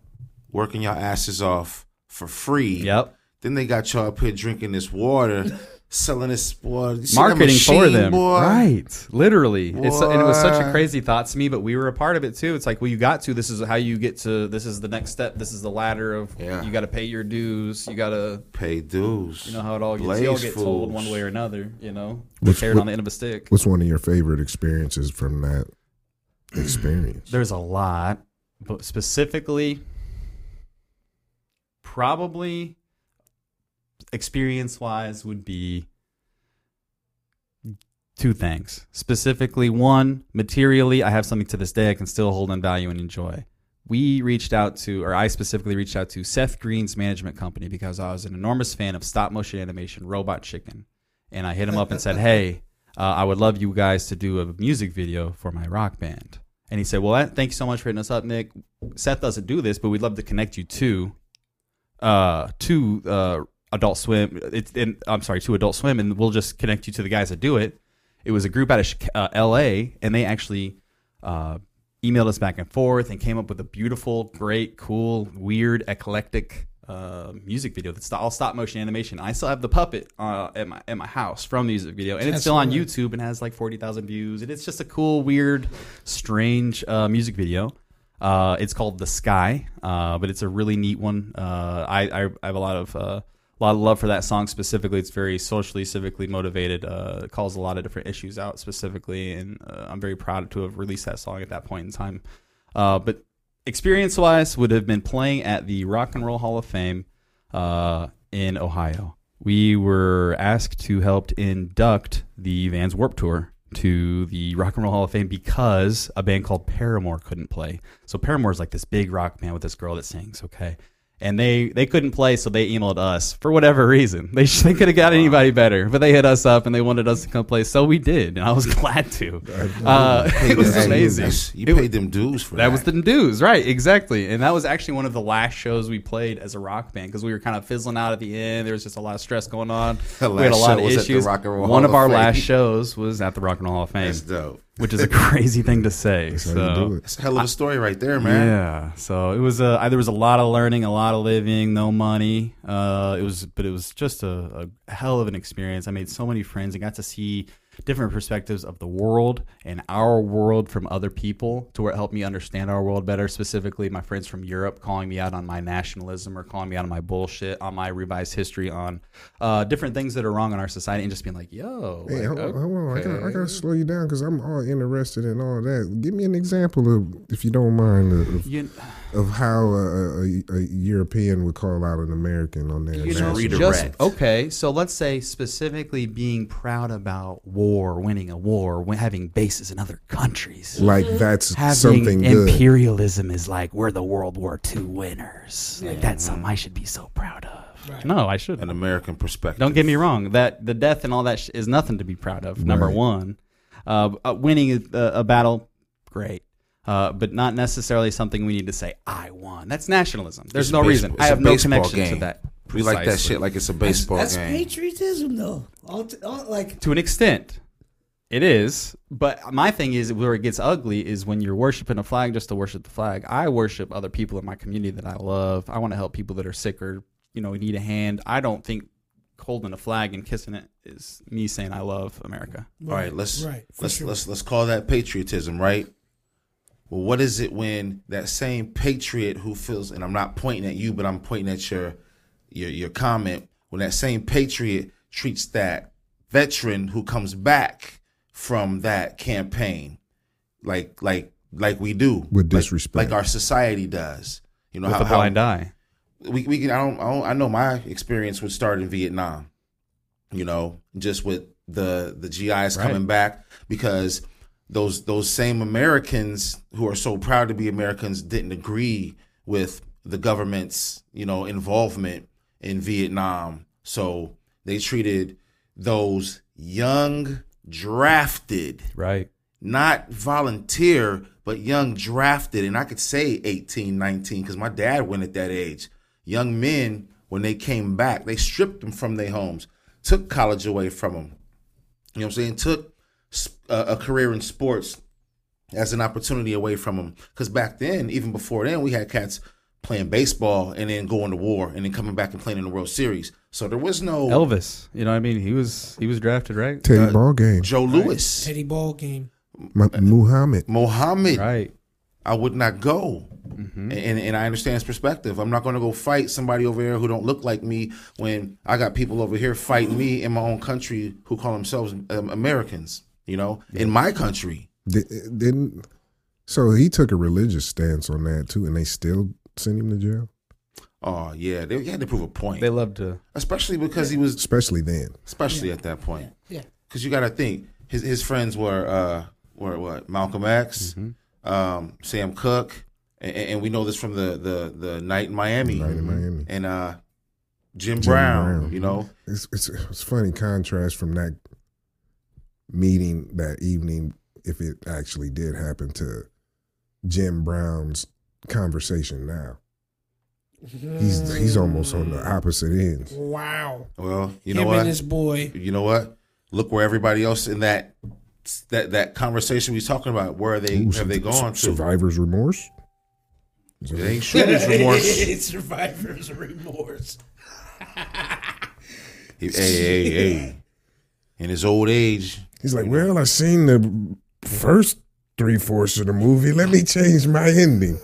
Speaker 2: working y'all asses off for free.
Speaker 4: yep.
Speaker 2: Then they got y'all up here drinking this water, *laughs* selling this water, You see that
Speaker 4: Marketing for
Speaker 2: machine,
Speaker 4: them.
Speaker 2: boy?
Speaker 4: Right. Literally. It's, and it was such
Speaker 2: Boy.
Speaker 4: a crazy thought to me, but we were a part of it too. It's like, well, you got to. This is how you get to. This is the next step. This is the ladder of
Speaker 2: Yeah.
Speaker 4: you got to pay your dues. You got to
Speaker 2: Pay dues.
Speaker 4: you know how it all gets.
Speaker 2: Blaze
Speaker 4: you all get told
Speaker 2: fools.
Speaker 4: one way or another, you know?
Speaker 1: Which-
Speaker 4: carried on the end of a stick.
Speaker 1: What's one of your favorite experiences from that experience?
Speaker 4: There's a lot, but specifically, probably experience wise would be two things. Specifically, one, materially, I have something to this day I can still hold in value and enjoy. We reached out to, or I specifically reached out to Seth Green's management company because I was an enormous fan of stop motion animation, Robot Chicken. And I hit him up and said, Hey, uh, I would love you guys to do a music video for my rock band. And he said, Well, that- thank you so much for hitting us up, Nick. Seth doesn't do this, but we'd love to connect you to uh, to uh, Adult Swim. It's in, I'm sorry, to Adult Swim, and we'll just connect you to the guys that do it. It was a group out of Chica- uh, L.A. and they actually uh, emailed us back and forth and came up with a beautiful, great, cool, weird, eclectic uh, music video that's all stop motion animation. I still have the puppet uh, at my at my house from the music video, and it's still on YouTube and has like forty thousand views. And it's just a cool, weird, strange uh, music video. Uh, it's called The Sky, uh, but it's a really neat one. Uh, I, I, I have a lot of uh, a lot of love for that song specifically. It's very socially, civically motivated. Uh, it calls a lot of different issues out specifically, and uh, I'm very proud to have released that song at that point in time. Uh, but experience wise, would have been playing at the Rock and Roll Hall of Fame uh, in Ohio. We were asked to help induct the Vans Warp Tour to the Rock and Roll Hall of Fame because a band called Paramore couldn't play. So Paramore is like this big rock band with this girl that sings, okay? And they they couldn't play, so they emailed us for whatever reason. *laughs* They sh- they could have got anybody better, but they hit us up and they wanted us to come play, so we did, and I was *laughs* glad to. Uh, *laughs* it was
Speaker 2: Hey,
Speaker 4: amazing.
Speaker 2: that's- You
Speaker 4: It-
Speaker 2: paid them dues for that.
Speaker 4: that was the dues, right? Exactly, and that was actually one of the last shows we played as a rock band because we were kind of fizzling out at the end. There was just a lot of stress going on.
Speaker 2: *laughs* The
Speaker 4: we had a
Speaker 2: last
Speaker 4: lot
Speaker 2: show
Speaker 4: of
Speaker 2: was at the
Speaker 4: issues.
Speaker 2: Rock and Roll
Speaker 4: one
Speaker 2: Hall
Speaker 4: of
Speaker 2: of
Speaker 4: our
Speaker 2: Fame.
Speaker 4: last shows was at the Rock and Roll Hall of Fame,
Speaker 2: That's dope.
Speaker 4: which is a *laughs* crazy thing to say.
Speaker 1: That's how you
Speaker 4: so
Speaker 1: do it.
Speaker 2: That's a hell of a story right there, man.
Speaker 4: yeah, so it was a I- there was a lot of learning, a lot of living, no money. Uh, it was, but it was just a, a hell of an experience. I made so many friends and got to see different perspectives of the world and our world from other people to where it helped me understand our world better specifically my friends from europe calling me out on my nationalism or calling me out on my bullshit on my revised history on uh, different things that are wrong in our society and just being like yo
Speaker 1: Hey,
Speaker 4: like, uh,
Speaker 1: hold, on, hold on. I gotta, I
Speaker 4: okay.
Speaker 1: gotta slow you down because I'm all interested in all that. Give me an example of, if you don't mind, of,
Speaker 4: You-
Speaker 1: of how a, a, a European would call out an American on their.
Speaker 4: you know,
Speaker 1: national-
Speaker 2: redirect.
Speaker 4: just okay. So let's say specifically being proud about war, winning a war, win- having bases in other countries.
Speaker 1: like that's
Speaker 5: Having
Speaker 1: something good.
Speaker 5: imperialism is like we're the World War II winners. Like that's something I should be so proud of.
Speaker 4: No, I shouldn't.
Speaker 2: An American perspective.
Speaker 4: Don't get me wrong. That the death and all that sh- is nothing to be proud of. Number
Speaker 1: Right.
Speaker 4: one, uh, uh, winning a, a battle, great, uh, but not necessarily something we need to say I won. That's nationalism. There's
Speaker 2: It's
Speaker 4: no
Speaker 2: base-
Speaker 4: reason.
Speaker 2: it's
Speaker 4: I
Speaker 2: a
Speaker 4: have no
Speaker 2: baseball
Speaker 4: connection to
Speaker 2: game.
Speaker 4: that.
Speaker 2: We like that
Speaker 4: Precisely.
Speaker 2: shit like it's a baseball
Speaker 3: That's
Speaker 2: game.
Speaker 3: patriotism, though. All t- all, like
Speaker 4: to an extent it is but my thing is where it gets ugly is when you're worshiping a flag just to worship the flag i worship other people in my community that i love i want to help people that are sick or you know need a hand i don't think holding a flag and kissing it is me saying i love america
Speaker 2: All right, let's
Speaker 3: right, for
Speaker 2: let's
Speaker 3: sure.
Speaker 2: let's let's call that patriotism, right? Well, what is it when that same patriot who feels and I'm not pointing at you, but I'm pointing at your your your comment, when that same patriot treats that veteran who comes back from that campaign like like like we do
Speaker 1: With
Speaker 2: Like-
Speaker 1: disrespect.
Speaker 2: like, our society does. You know
Speaker 4: with
Speaker 2: how,
Speaker 4: a
Speaker 2: how-
Speaker 4: blind eye
Speaker 2: we we can I don't, I don't I know my experience would start in Vietnam, you know, just with the the GIs coming back because those those same Americans who are so proud to be Americans didn't agree with the government's you know involvement in Vietnam, so they treated those young drafted
Speaker 4: right
Speaker 2: not volunteer, but young drafted. And I could say 18, 19, because my dad went at that age. Young men, when they came back, they stripped them from their homes, took college away from them. You know what I'm saying? Took s- a, a career in sports as an opportunity away from them. Because back then, even before then, we had cats playing baseball and then going to war and then coming back and playing in the World Series. So there was no
Speaker 4: elvis you know what i mean he was he was drafted right
Speaker 1: Teddy ball game.
Speaker 2: Joe Lewis,
Speaker 3: Teddy Ball game.
Speaker 1: Ma- Muhammad.
Speaker 2: Mohammed.
Speaker 4: right
Speaker 2: I would not go. And, and I understand his perspective. I'm not going to go fight somebody over there who don't look like me when I got people over here fighting me in my own country who call themselves um, Americans, you know, in my country.
Speaker 1: Di- Didn't. So he took a religious stance on that too, and they still sent him to jail,
Speaker 2: Oh, yeah. They he had to prove a point,
Speaker 4: they love to
Speaker 2: especially because he was,
Speaker 1: especially then.
Speaker 2: especially at that point.
Speaker 3: Yeah.
Speaker 2: Because you got to think his, his friends were, uh, were what? Malcolm X, um, Sam Cooke. And, and we know this from the, the, the night in Miami.
Speaker 1: Right in Miami.
Speaker 2: And uh, Jim,
Speaker 1: Jim
Speaker 2: Brown,
Speaker 1: Brown.
Speaker 2: you know.
Speaker 1: It's, it's it's funny contrast from that meeting that evening, if it actually did happen, to Jim Brown's conversation now. He's he's almost on the opposite end.
Speaker 3: Wow.
Speaker 2: Well, you
Speaker 3: Him
Speaker 2: know what?
Speaker 3: and his boy.
Speaker 2: you know what? Look where everybody else in that that that conversation we was talking about. Where are they
Speaker 1: Ooh,
Speaker 2: have they gone to?
Speaker 1: Survivor's remorse.
Speaker 2: It ain't *laughs* shooter's
Speaker 3: *laughs*
Speaker 2: remorse.
Speaker 6: it's survivor's remorse.
Speaker 2: hey, hey, hey. In his old age,
Speaker 1: He's like, well, I seen the first three fourths of the movie. Let me change my ending.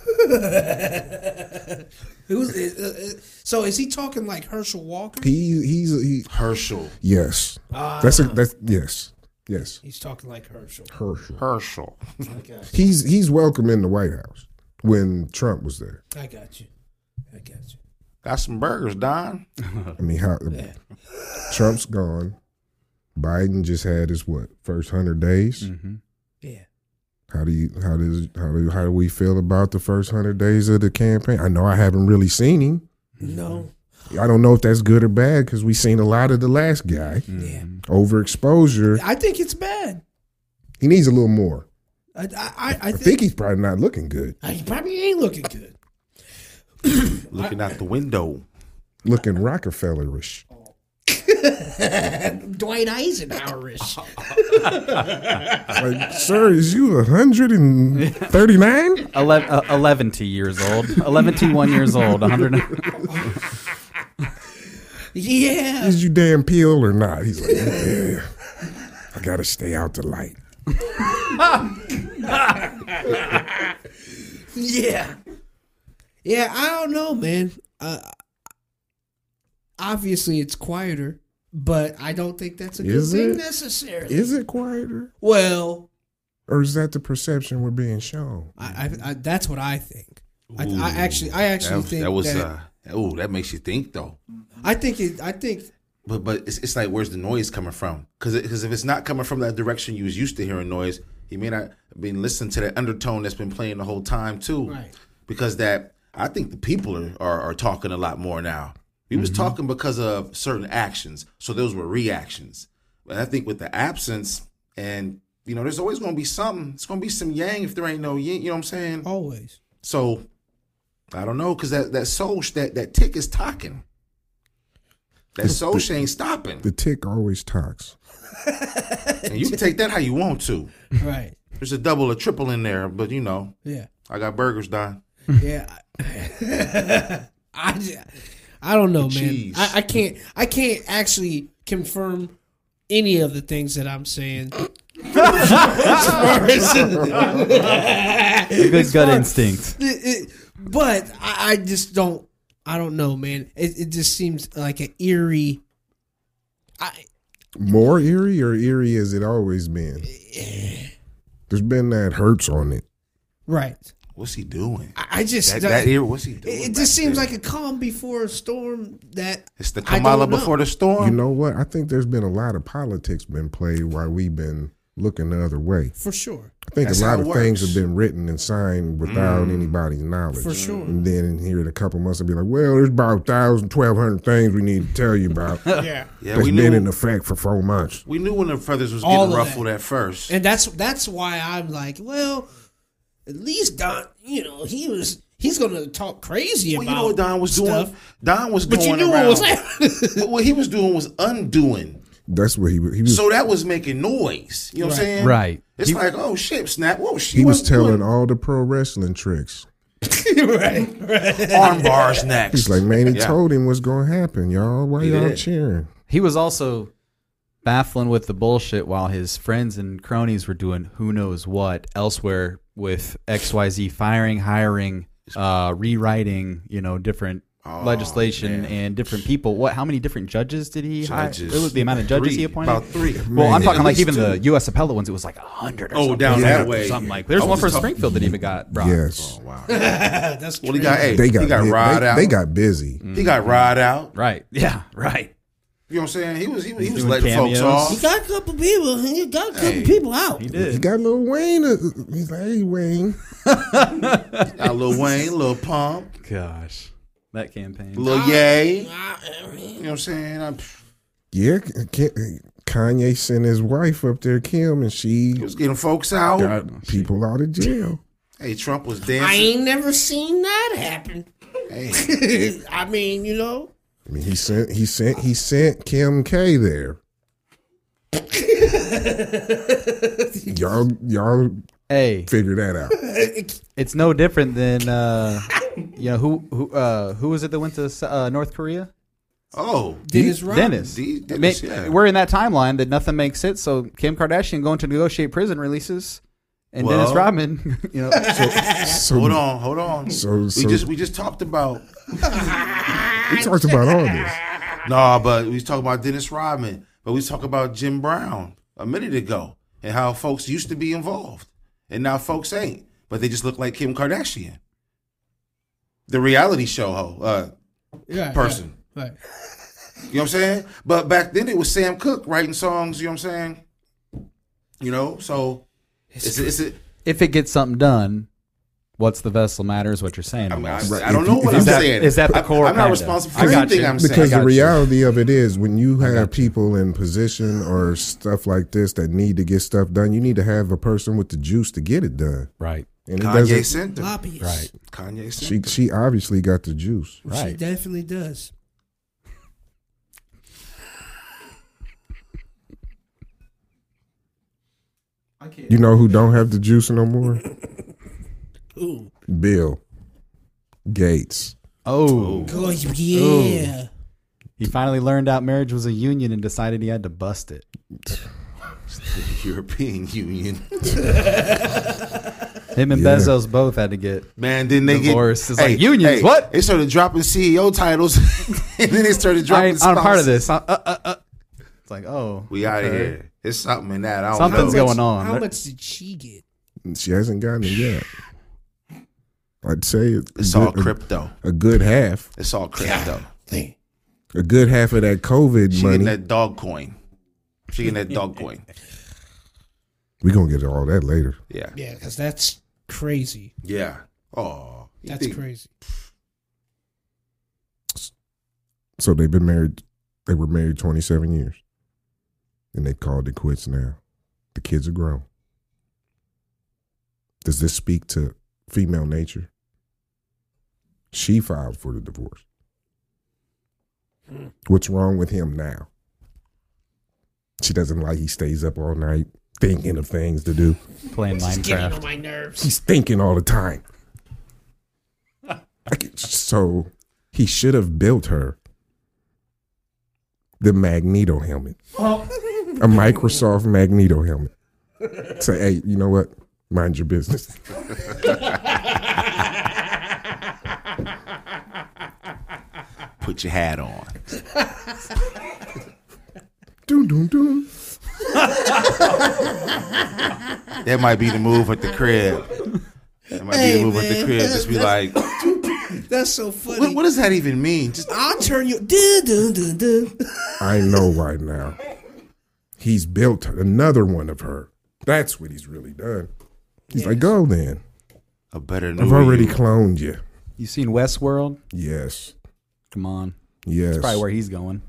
Speaker 3: Who's, uh, uh, so is he talking like Herschel Walker?
Speaker 1: He he's he
Speaker 2: Herschel.
Speaker 1: yes. that's a that's yes yes.
Speaker 3: Uh, He's talking like Herschel.
Speaker 1: Herschel.
Speaker 2: Herschel.
Speaker 3: Okay.
Speaker 1: He's he's welcome in the White House when Trump was there.
Speaker 3: I got you. I got you.
Speaker 2: Got some burgers, Don.
Speaker 1: I mean, how Trump's gone. Biden just had his what first hundred days.
Speaker 3: Yeah.
Speaker 1: How do you how does how do how do we feel about the first hundred days of the campaign? I know I haven't really seen him.
Speaker 3: No.
Speaker 1: I don't know if that's good or bad because we seen a lot of the last guy
Speaker 3: Yeah.
Speaker 1: overexposure.
Speaker 3: I think it's bad.
Speaker 1: He needs a little more.
Speaker 3: I I, I,
Speaker 1: I
Speaker 3: I
Speaker 1: think,
Speaker 3: think
Speaker 1: he's probably not looking good.
Speaker 3: I, he probably ain't looking good.
Speaker 2: Looking out the window.
Speaker 1: Looking Rockefellerish.
Speaker 3: Dwight *laughs* Eisenhowerish.
Speaker 1: Like, sir, is you hundred and thirty nine?
Speaker 4: 11, uh, 11 years old. 11 to 1 years old. *laughs* 100.
Speaker 3: yeah.
Speaker 1: Is you damn peel or not? He's like, yeah, I gotta stay out the light.
Speaker 3: Yeah. Yeah, I don't know, man. Uh, obviously it's quieter, but I don't think that's a
Speaker 1: Is
Speaker 3: good
Speaker 1: it?
Speaker 3: thing necessarily.
Speaker 1: Is it quieter,
Speaker 3: well,
Speaker 1: or is that the perception we're being shown?
Speaker 3: I, I, I that's what I think. I, I actually I actually
Speaker 2: that,
Speaker 3: think
Speaker 2: that was
Speaker 3: that,
Speaker 2: uh oh that makes you think though
Speaker 3: I think it I think
Speaker 2: but but it's, it's like where's the noise coming from because because if it's not coming from that direction you was used to hearing noise you may not have been listening to that undertone that's been playing the whole time too
Speaker 3: Right.
Speaker 2: because that i think the people are are, are talking a lot more now we was talking because of certain actions so those were reactions but i think with the absence and you know there's always going to be something it's going to be some yang if there ain't no yin you know what i'm saying
Speaker 3: always.
Speaker 2: so I don't know, cause that that soul sh- that that tick is talking. That soul sh- ain't stopping,
Speaker 1: The tick always talks.
Speaker 2: and you can take that how you want to.
Speaker 3: Right.
Speaker 2: There's a double, a triple in there, but you know, *laughs*
Speaker 3: Yeah.
Speaker 2: I got burgers, Don.
Speaker 3: Yeah. *laughs* I, I, j- I don't know, man.
Speaker 2: Cheese.
Speaker 3: I, I can't I can't actually confirm any of the things that I'm
Speaker 2: *laughs*
Speaker 3: saying. As far as-
Speaker 4: Good gut instinct.
Speaker 3: it- it- but I, I just don't I don't know, man. It, it just seems like an eerie I
Speaker 1: More eerie or eerie as it always been. There's been that hurts on it.
Speaker 3: right.
Speaker 2: What's he doing?
Speaker 3: I, I just
Speaker 2: That, that ear, what's he doing?
Speaker 3: it, it
Speaker 2: back
Speaker 3: just seems
Speaker 2: there?
Speaker 3: like a calm before a storm that
Speaker 2: it's the
Speaker 3: I don't
Speaker 2: Kamala
Speaker 3: know.
Speaker 2: before the storm.
Speaker 1: You know what? I think there's been a lot of politics been played while we've been looking the other way.
Speaker 3: for sure.
Speaker 1: I think
Speaker 2: That's
Speaker 1: a
Speaker 2: how
Speaker 1: lot
Speaker 2: it
Speaker 1: of things
Speaker 2: works. Mm.
Speaker 1: have been written and signed without anybody's knowledge.
Speaker 3: For sure.
Speaker 1: And then here in a couple months, I'll be like, well, there's about 1,000, 1,200 things we need to tell you about
Speaker 2: *laughs*
Speaker 3: Yeah.
Speaker 2: yeah,
Speaker 1: that's
Speaker 2: we
Speaker 1: been
Speaker 2: knew.
Speaker 1: in effect for four months.
Speaker 2: we knew when the feathers was
Speaker 3: All
Speaker 2: getting
Speaker 3: of
Speaker 2: ruffled at first.
Speaker 3: And that's that's why I'm like, well, at least Don, you know, he was he's gonna talk crazy
Speaker 2: Well, you
Speaker 3: about
Speaker 2: know what Don was
Speaker 3: stuff,
Speaker 2: doing? Don was
Speaker 3: But
Speaker 2: going
Speaker 3: you knew
Speaker 2: around.
Speaker 3: what was happening.
Speaker 2: what, what he was doing was undoing.
Speaker 1: That's what he was. He was,
Speaker 2: So that was making noise. You know what I'm saying?
Speaker 4: Right.
Speaker 2: It's like, oh shit, snap. Whoa, she
Speaker 1: he was
Speaker 2: wasn't doing
Speaker 1: telling all the pro wrestling tricks.
Speaker 3: *laughs* right, right.
Speaker 2: arm bars
Speaker 1: *laughs*
Speaker 2: next.
Speaker 1: He's like, man, he
Speaker 2: Yeah.
Speaker 1: told him what's going to happen, y'all. Why
Speaker 2: He
Speaker 1: y'all
Speaker 2: did.
Speaker 1: cheering?
Speaker 4: He was also baffling with the bullshit while his friends and cronies were doing who knows what elsewhere with XYZ firing, hiring, uh, rewriting, you know, different
Speaker 2: Oh,
Speaker 4: legislation and different people. What? How many different judges did he hire? It
Speaker 2: Judges.
Speaker 4: was the amount of judges
Speaker 2: Three.
Speaker 4: he appointed.
Speaker 2: About three.
Speaker 4: Well,
Speaker 2: Man.
Speaker 4: I'm talking
Speaker 2: At
Speaker 4: like
Speaker 2: least
Speaker 4: even the
Speaker 2: two.
Speaker 4: U.S. appellate ones. It was like hundred or
Speaker 2: Oh,
Speaker 4: something.
Speaker 2: down
Speaker 4: Yeah.
Speaker 2: that way.
Speaker 4: Something like there's one for Springfield that even got brought.
Speaker 1: Yes.
Speaker 3: That's
Speaker 2: Well, he got, hey,
Speaker 1: They got,
Speaker 2: Oh, he got
Speaker 1: bu-
Speaker 2: rod
Speaker 1: they,
Speaker 2: out.
Speaker 1: they got busy.
Speaker 2: he got rod out.
Speaker 4: Right. *laughs* Yeah. Right.
Speaker 2: You know what I'm saying? He was he, was- he was
Speaker 4: Doing
Speaker 2: letting
Speaker 4: cameos.
Speaker 3: he
Speaker 2: folks off.
Speaker 3: got a couple people. He got a couple people out.
Speaker 4: He
Speaker 1: He
Speaker 4: did.
Speaker 1: got Lil Wayne. uh, He's like, hey, Wayne.
Speaker 2: Got Lil Wayne, Lil Pump,
Speaker 4: Gosh, that campaign.
Speaker 2: Lil Yay.
Speaker 3: I- I mean,
Speaker 2: You know what I'm saying? I'm,
Speaker 1: Yeah, Ke- Kanye sent his wife up there, Kim, and she
Speaker 2: he was getting folks out.
Speaker 1: got people out of jail.
Speaker 2: Hey, Trump was
Speaker 3: I
Speaker 2: dancing.
Speaker 3: ain't never seen that happen.
Speaker 2: Hey,
Speaker 3: *laughs* I mean, you know,
Speaker 1: I mean, he sent he sent he sent Kim K there. Y'all, y'all
Speaker 4: Hey,
Speaker 1: figure that out.
Speaker 4: it's no different than uh, you know who who uh, who was it that went to uh, North Korea?
Speaker 2: Oh,
Speaker 3: Dennis Rodman.
Speaker 4: Dennis.
Speaker 2: D-
Speaker 4: I mean,
Speaker 2: Dennis, yeah.
Speaker 4: We're in that timeline that nothing makes sense. So Kim Kardashian going to negotiate prison releases, and Dennis
Speaker 2: Well-
Speaker 4: Rodman, *laughs* you know,
Speaker 1: So
Speaker 2: hold on, hold on.
Speaker 1: So-
Speaker 2: we
Speaker 1: so-
Speaker 2: just we just talked about
Speaker 1: we talked about all this.
Speaker 2: no, but we was talking about Dennis Rodman, but we was talking about Jim Brown a minute ago and how folks used to be involved and now folks ain't, but they just look like Kim Kardashian, the reality show ho, uh,
Speaker 3: Yeah,
Speaker 2: person.
Speaker 3: yeah, right.
Speaker 2: You know what I'm saying? But back then it was Sam Cooke writing songs. You know what I'm saying? You know, so it's it's. it's
Speaker 4: if it gets something done, what's the vessel matters. What you're saying,
Speaker 2: I, mean, I,
Speaker 4: almost.
Speaker 2: I don't know what I'm
Speaker 4: Is that-
Speaker 2: saying.
Speaker 4: is that the
Speaker 2: I-
Speaker 4: core
Speaker 2: I'm not
Speaker 4: kinda?
Speaker 2: responsible
Speaker 4: I
Speaker 2: for
Speaker 4: got
Speaker 2: anything
Speaker 4: you.
Speaker 2: I'm saying.
Speaker 1: Because
Speaker 4: I
Speaker 1: the
Speaker 4: got you.
Speaker 1: reality of it is, when you have people in position or stuff like this that need to get stuff done, you need to have a person with the juice to get it done.
Speaker 4: right,
Speaker 1: And it
Speaker 2: Kanye
Speaker 1: doesn't.
Speaker 2: sent him.
Speaker 3: Lobbyists.
Speaker 4: right,
Speaker 2: Kanye sent
Speaker 1: She she obviously got the juice.
Speaker 3: She
Speaker 4: right.
Speaker 3: definitely does.
Speaker 1: You know who don't have the juice no more?
Speaker 3: Ooh.
Speaker 1: Bill Gates.
Speaker 4: Oh,
Speaker 3: Oh, yeah.
Speaker 4: he finally learned out marriage was a union and decided he had to bust it.
Speaker 2: the *laughs* European Union.
Speaker 4: Him and
Speaker 1: Yeah.
Speaker 4: Bezos both had to get.
Speaker 2: Man, then they
Speaker 4: Divorce
Speaker 2: get
Speaker 4: is like, unions, what?
Speaker 2: They started dropping CEO titles, *laughs* and then they started
Speaker 4: I,
Speaker 2: dropping.
Speaker 4: ain't- I'm a part of
Speaker 2: spouses.
Speaker 4: this. I- uh, uh, uh. It's like, oh,
Speaker 2: We out of here. It's something in that. I don't
Speaker 4: something's
Speaker 2: know.
Speaker 4: going
Speaker 3: How
Speaker 4: on.
Speaker 3: much did she get?
Speaker 1: She hasn't gotten it yet. I'd say it-
Speaker 2: It's all
Speaker 1: a-
Speaker 2: crypto.
Speaker 1: A good half,
Speaker 2: It's all crypto.
Speaker 1: *laughs*
Speaker 6: Thing.
Speaker 1: a good half of that COVID
Speaker 2: She
Speaker 1: money.
Speaker 2: getting that dog coin. She getting that
Speaker 1: *laughs*
Speaker 2: dog coin.
Speaker 1: We're gonna get all that later.
Speaker 2: Yeah.
Speaker 3: Yeah, because that's crazy.
Speaker 2: Yeah. Oh. you
Speaker 3: That's
Speaker 2: think-
Speaker 3: crazy.
Speaker 1: So they've been married. They were married 27 years, and they called it quits. Now, the kids are grown. Does this speak to female nature? She filed for the divorce. What's wrong with him now? She doesn't like he stays up all night thinking of things to do.
Speaker 4: Playing Minecraft.
Speaker 3: my nerves.
Speaker 1: He's thinking all the time. Like, so he should have built her the Magneto helmet, a Microsoft Magneto helmet. Say, hey, you know what? Mind your business.
Speaker 2: Put your hat on.
Speaker 1: Doom, doom, doom.
Speaker 2: That might be the move at the crib. That might be
Speaker 3: Hey,
Speaker 2: the move at the
Speaker 3: man.
Speaker 2: crib. Just be like,
Speaker 3: That's so funny.
Speaker 2: what, what does that even mean? Just
Speaker 3: I'll turn you. Dun, dun, dun, dun. *laughs*
Speaker 1: I know right now. He's built another one of her. That's what he's really done. He's like, go then.
Speaker 2: a better new
Speaker 1: I've already
Speaker 2: you.
Speaker 1: cloned you.
Speaker 4: You seen Westworld?
Speaker 1: Yes.
Speaker 4: Come on,
Speaker 1: Yes.
Speaker 4: probably where he's going.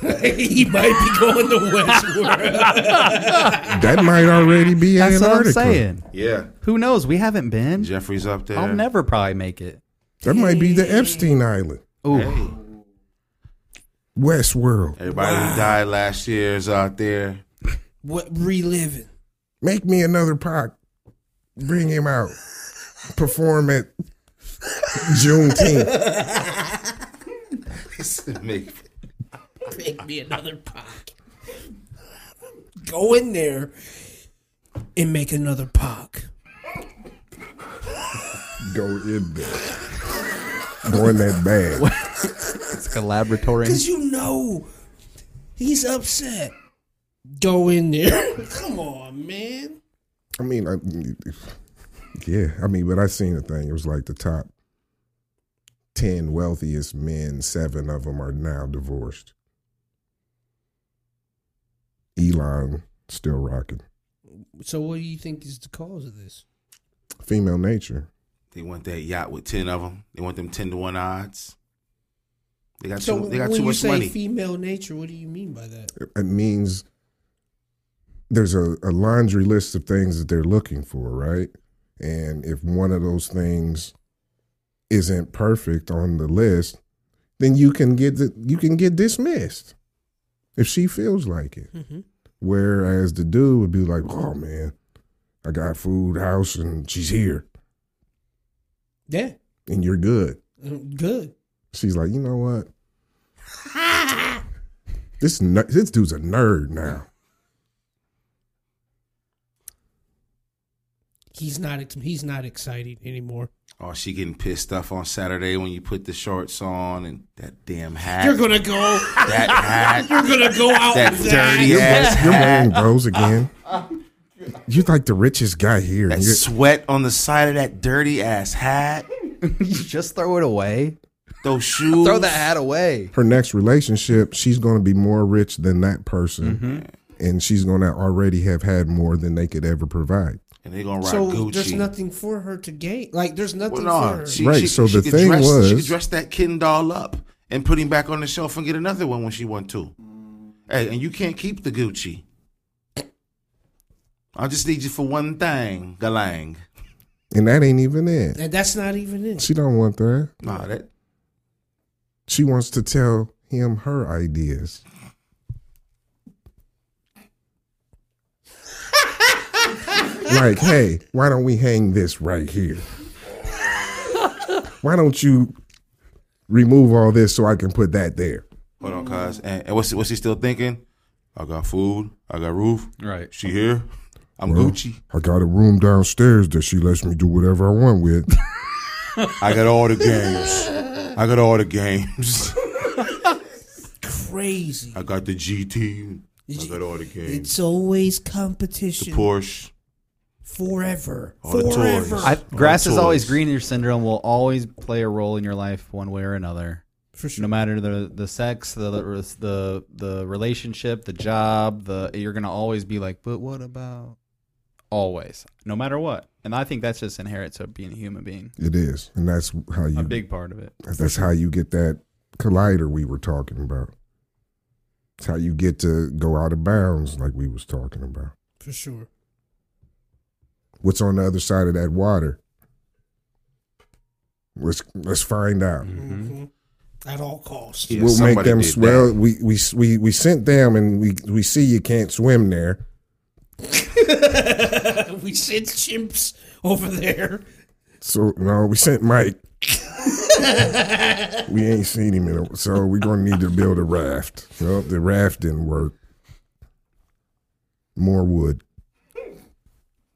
Speaker 3: he might be going to Westworld.
Speaker 1: that might already be
Speaker 4: That's what I'm
Speaker 1: Antarctica.
Speaker 4: saying.
Speaker 2: Yeah.
Speaker 4: Who knows? We haven't been.
Speaker 2: Jeffrey's up there.
Speaker 4: I'll never probably make it.
Speaker 1: That might be the Epstein Island,
Speaker 4: Ooh,
Speaker 2: Hey.
Speaker 1: Westworld.
Speaker 2: Everybody who died last year is out there.
Speaker 3: What reliving?
Speaker 1: Make me another Pac. Bring him out. Perform at Juneteenth.
Speaker 2: Make-
Speaker 3: Make me another pock. Go in there and make another pock.
Speaker 1: Go in there. Go in that bag.
Speaker 4: it's like a *laughs* laboratory.
Speaker 3: Because you know he's upset. Go in there. *laughs* Come on, man.
Speaker 1: I mean, I, yeah. I mean, but I seen the thing. It was like the top ten wealthiest men. Seven of them are now divorced. Elon still rocking.
Speaker 3: So, what do you think is the cause of this?
Speaker 1: Female nature.
Speaker 2: They want that yacht with ten of them. They want them ten to one odds. They got
Speaker 3: So,
Speaker 2: too. They got
Speaker 3: when
Speaker 2: too
Speaker 3: you
Speaker 2: much
Speaker 3: say
Speaker 2: money.
Speaker 3: female nature, what do you mean by that?
Speaker 1: it means there's a, a laundry list of things that they're looking for, right? And if one of those things isn't perfect on the list, then you can get the, you can get dismissed if she feels like it. Whereas the dude would be like, "Oh man, I got food, house, and she's here,
Speaker 3: Yeah,
Speaker 1: and you're good."
Speaker 3: Mm, good.
Speaker 1: She's like, "You know what? this ner- this dude's a nerd now.
Speaker 3: He's not. ex- He's not exciting anymore.
Speaker 2: Oh, she getting pissed off on Saturday when you put the shorts on and that damn hat.
Speaker 3: You're gonna go.
Speaker 2: that hat.
Speaker 3: *laughs* You're gonna go out
Speaker 2: *laughs* That
Speaker 3: with
Speaker 2: dirty
Speaker 3: that.
Speaker 2: ass
Speaker 1: You're wearing
Speaker 2: hat.
Speaker 1: rose again. You're like the richest guy here.
Speaker 2: That
Speaker 1: and you're-
Speaker 2: sweat on the side of that dirty ass hat.
Speaker 4: Just throw it away.
Speaker 2: Those shoes.
Speaker 4: Throw that hat away.
Speaker 1: her next relationship, she's going to be more rich than that person, and she's going to already have had more than they could ever provide.
Speaker 2: And they gonna rock
Speaker 3: So
Speaker 2: Gucci.
Speaker 3: there's nothing for her to gain. Like there's nothing
Speaker 2: Well, no,
Speaker 3: for her.
Speaker 2: she,
Speaker 1: Right,
Speaker 2: she-
Speaker 1: so
Speaker 2: she
Speaker 1: the
Speaker 2: could
Speaker 1: thing
Speaker 2: dress, she could
Speaker 1: was-
Speaker 2: dress that kitten doll up and put him back on the shelf and get another one when she want to. Hey, and you can't keep the Gucci. I just need you for one thing, Galang.
Speaker 1: And that ain't even it.
Speaker 3: and that's not even it.
Speaker 1: She don't want that.
Speaker 2: Nah, that
Speaker 1: She wants to tell him her ideas. like, hey, why don't we hang this right here? Why don't you remove all this so I can put that there?
Speaker 2: hold on, cuz. And, and what's what's he still thinking? I got food. I got roof.
Speaker 4: Right.
Speaker 2: She here. I'm Gucci.
Speaker 1: I got a room downstairs that she lets me do whatever I want with.
Speaker 2: I got all the games. I got all the games. *laughs*
Speaker 3: Crazy.
Speaker 2: I got the GT. I got all the games.
Speaker 3: It's always
Speaker 2: The
Speaker 3: competition
Speaker 2: Porsche.
Speaker 3: forever.
Speaker 2: All the toys.
Speaker 3: forever.
Speaker 4: I,
Speaker 2: Oh,
Speaker 4: grass is
Speaker 2: toys.
Speaker 4: always greener syndrome will always play a role in your life one way or another.
Speaker 3: for
Speaker 4: No
Speaker 3: sure.
Speaker 4: matter the the sex, the the the relationship, the job, the you're gonna always be like, but what about? Always, no matter what, and I think that's just inherent to being a human being.
Speaker 1: It is, and that's how you
Speaker 4: A big part of it.
Speaker 1: that's how you get that collider we were talking about. It's how you get to go out of bounds, like we was talking about.
Speaker 3: For sure.
Speaker 1: What's on the other side of that water? Let's let's find out.
Speaker 3: At all costs.
Speaker 2: Mm-hmm. Yeah,
Speaker 1: we'll make
Speaker 2: somebody
Speaker 1: them
Speaker 2: did that.
Speaker 1: swell. We we we we sent them, and we we see you can't swim there.
Speaker 3: *laughs* we sent chimps over there.
Speaker 1: So no, we sent Mike. we ain't seen him in a so we're gonna need to build a raft. Well, the raft didn't work. More wood.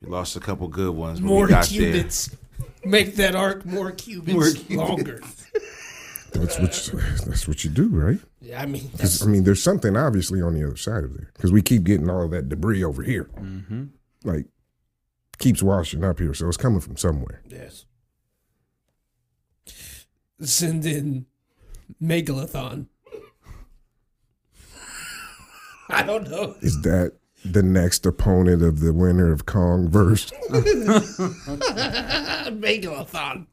Speaker 2: We lost a couple good ones when
Speaker 3: More
Speaker 2: we got
Speaker 3: cubits. Make that arc more cubits, longer.
Speaker 1: That's what you, that's what you do, right?
Speaker 3: Yeah, I mean,
Speaker 1: 'Cause,
Speaker 3: that's,
Speaker 1: I mean, there's something obviously on the other side of there because we keep getting all of that debris over here.
Speaker 4: Mm-hmm.
Speaker 1: Like keeps washing up here, so it's coming from somewhere.
Speaker 3: yes. Send in Megalithon. *laughs* I don't know.
Speaker 4: Mm.
Speaker 1: Is that the next opponent of the winner of Kong *laughs* verse?
Speaker 3: Megalithon.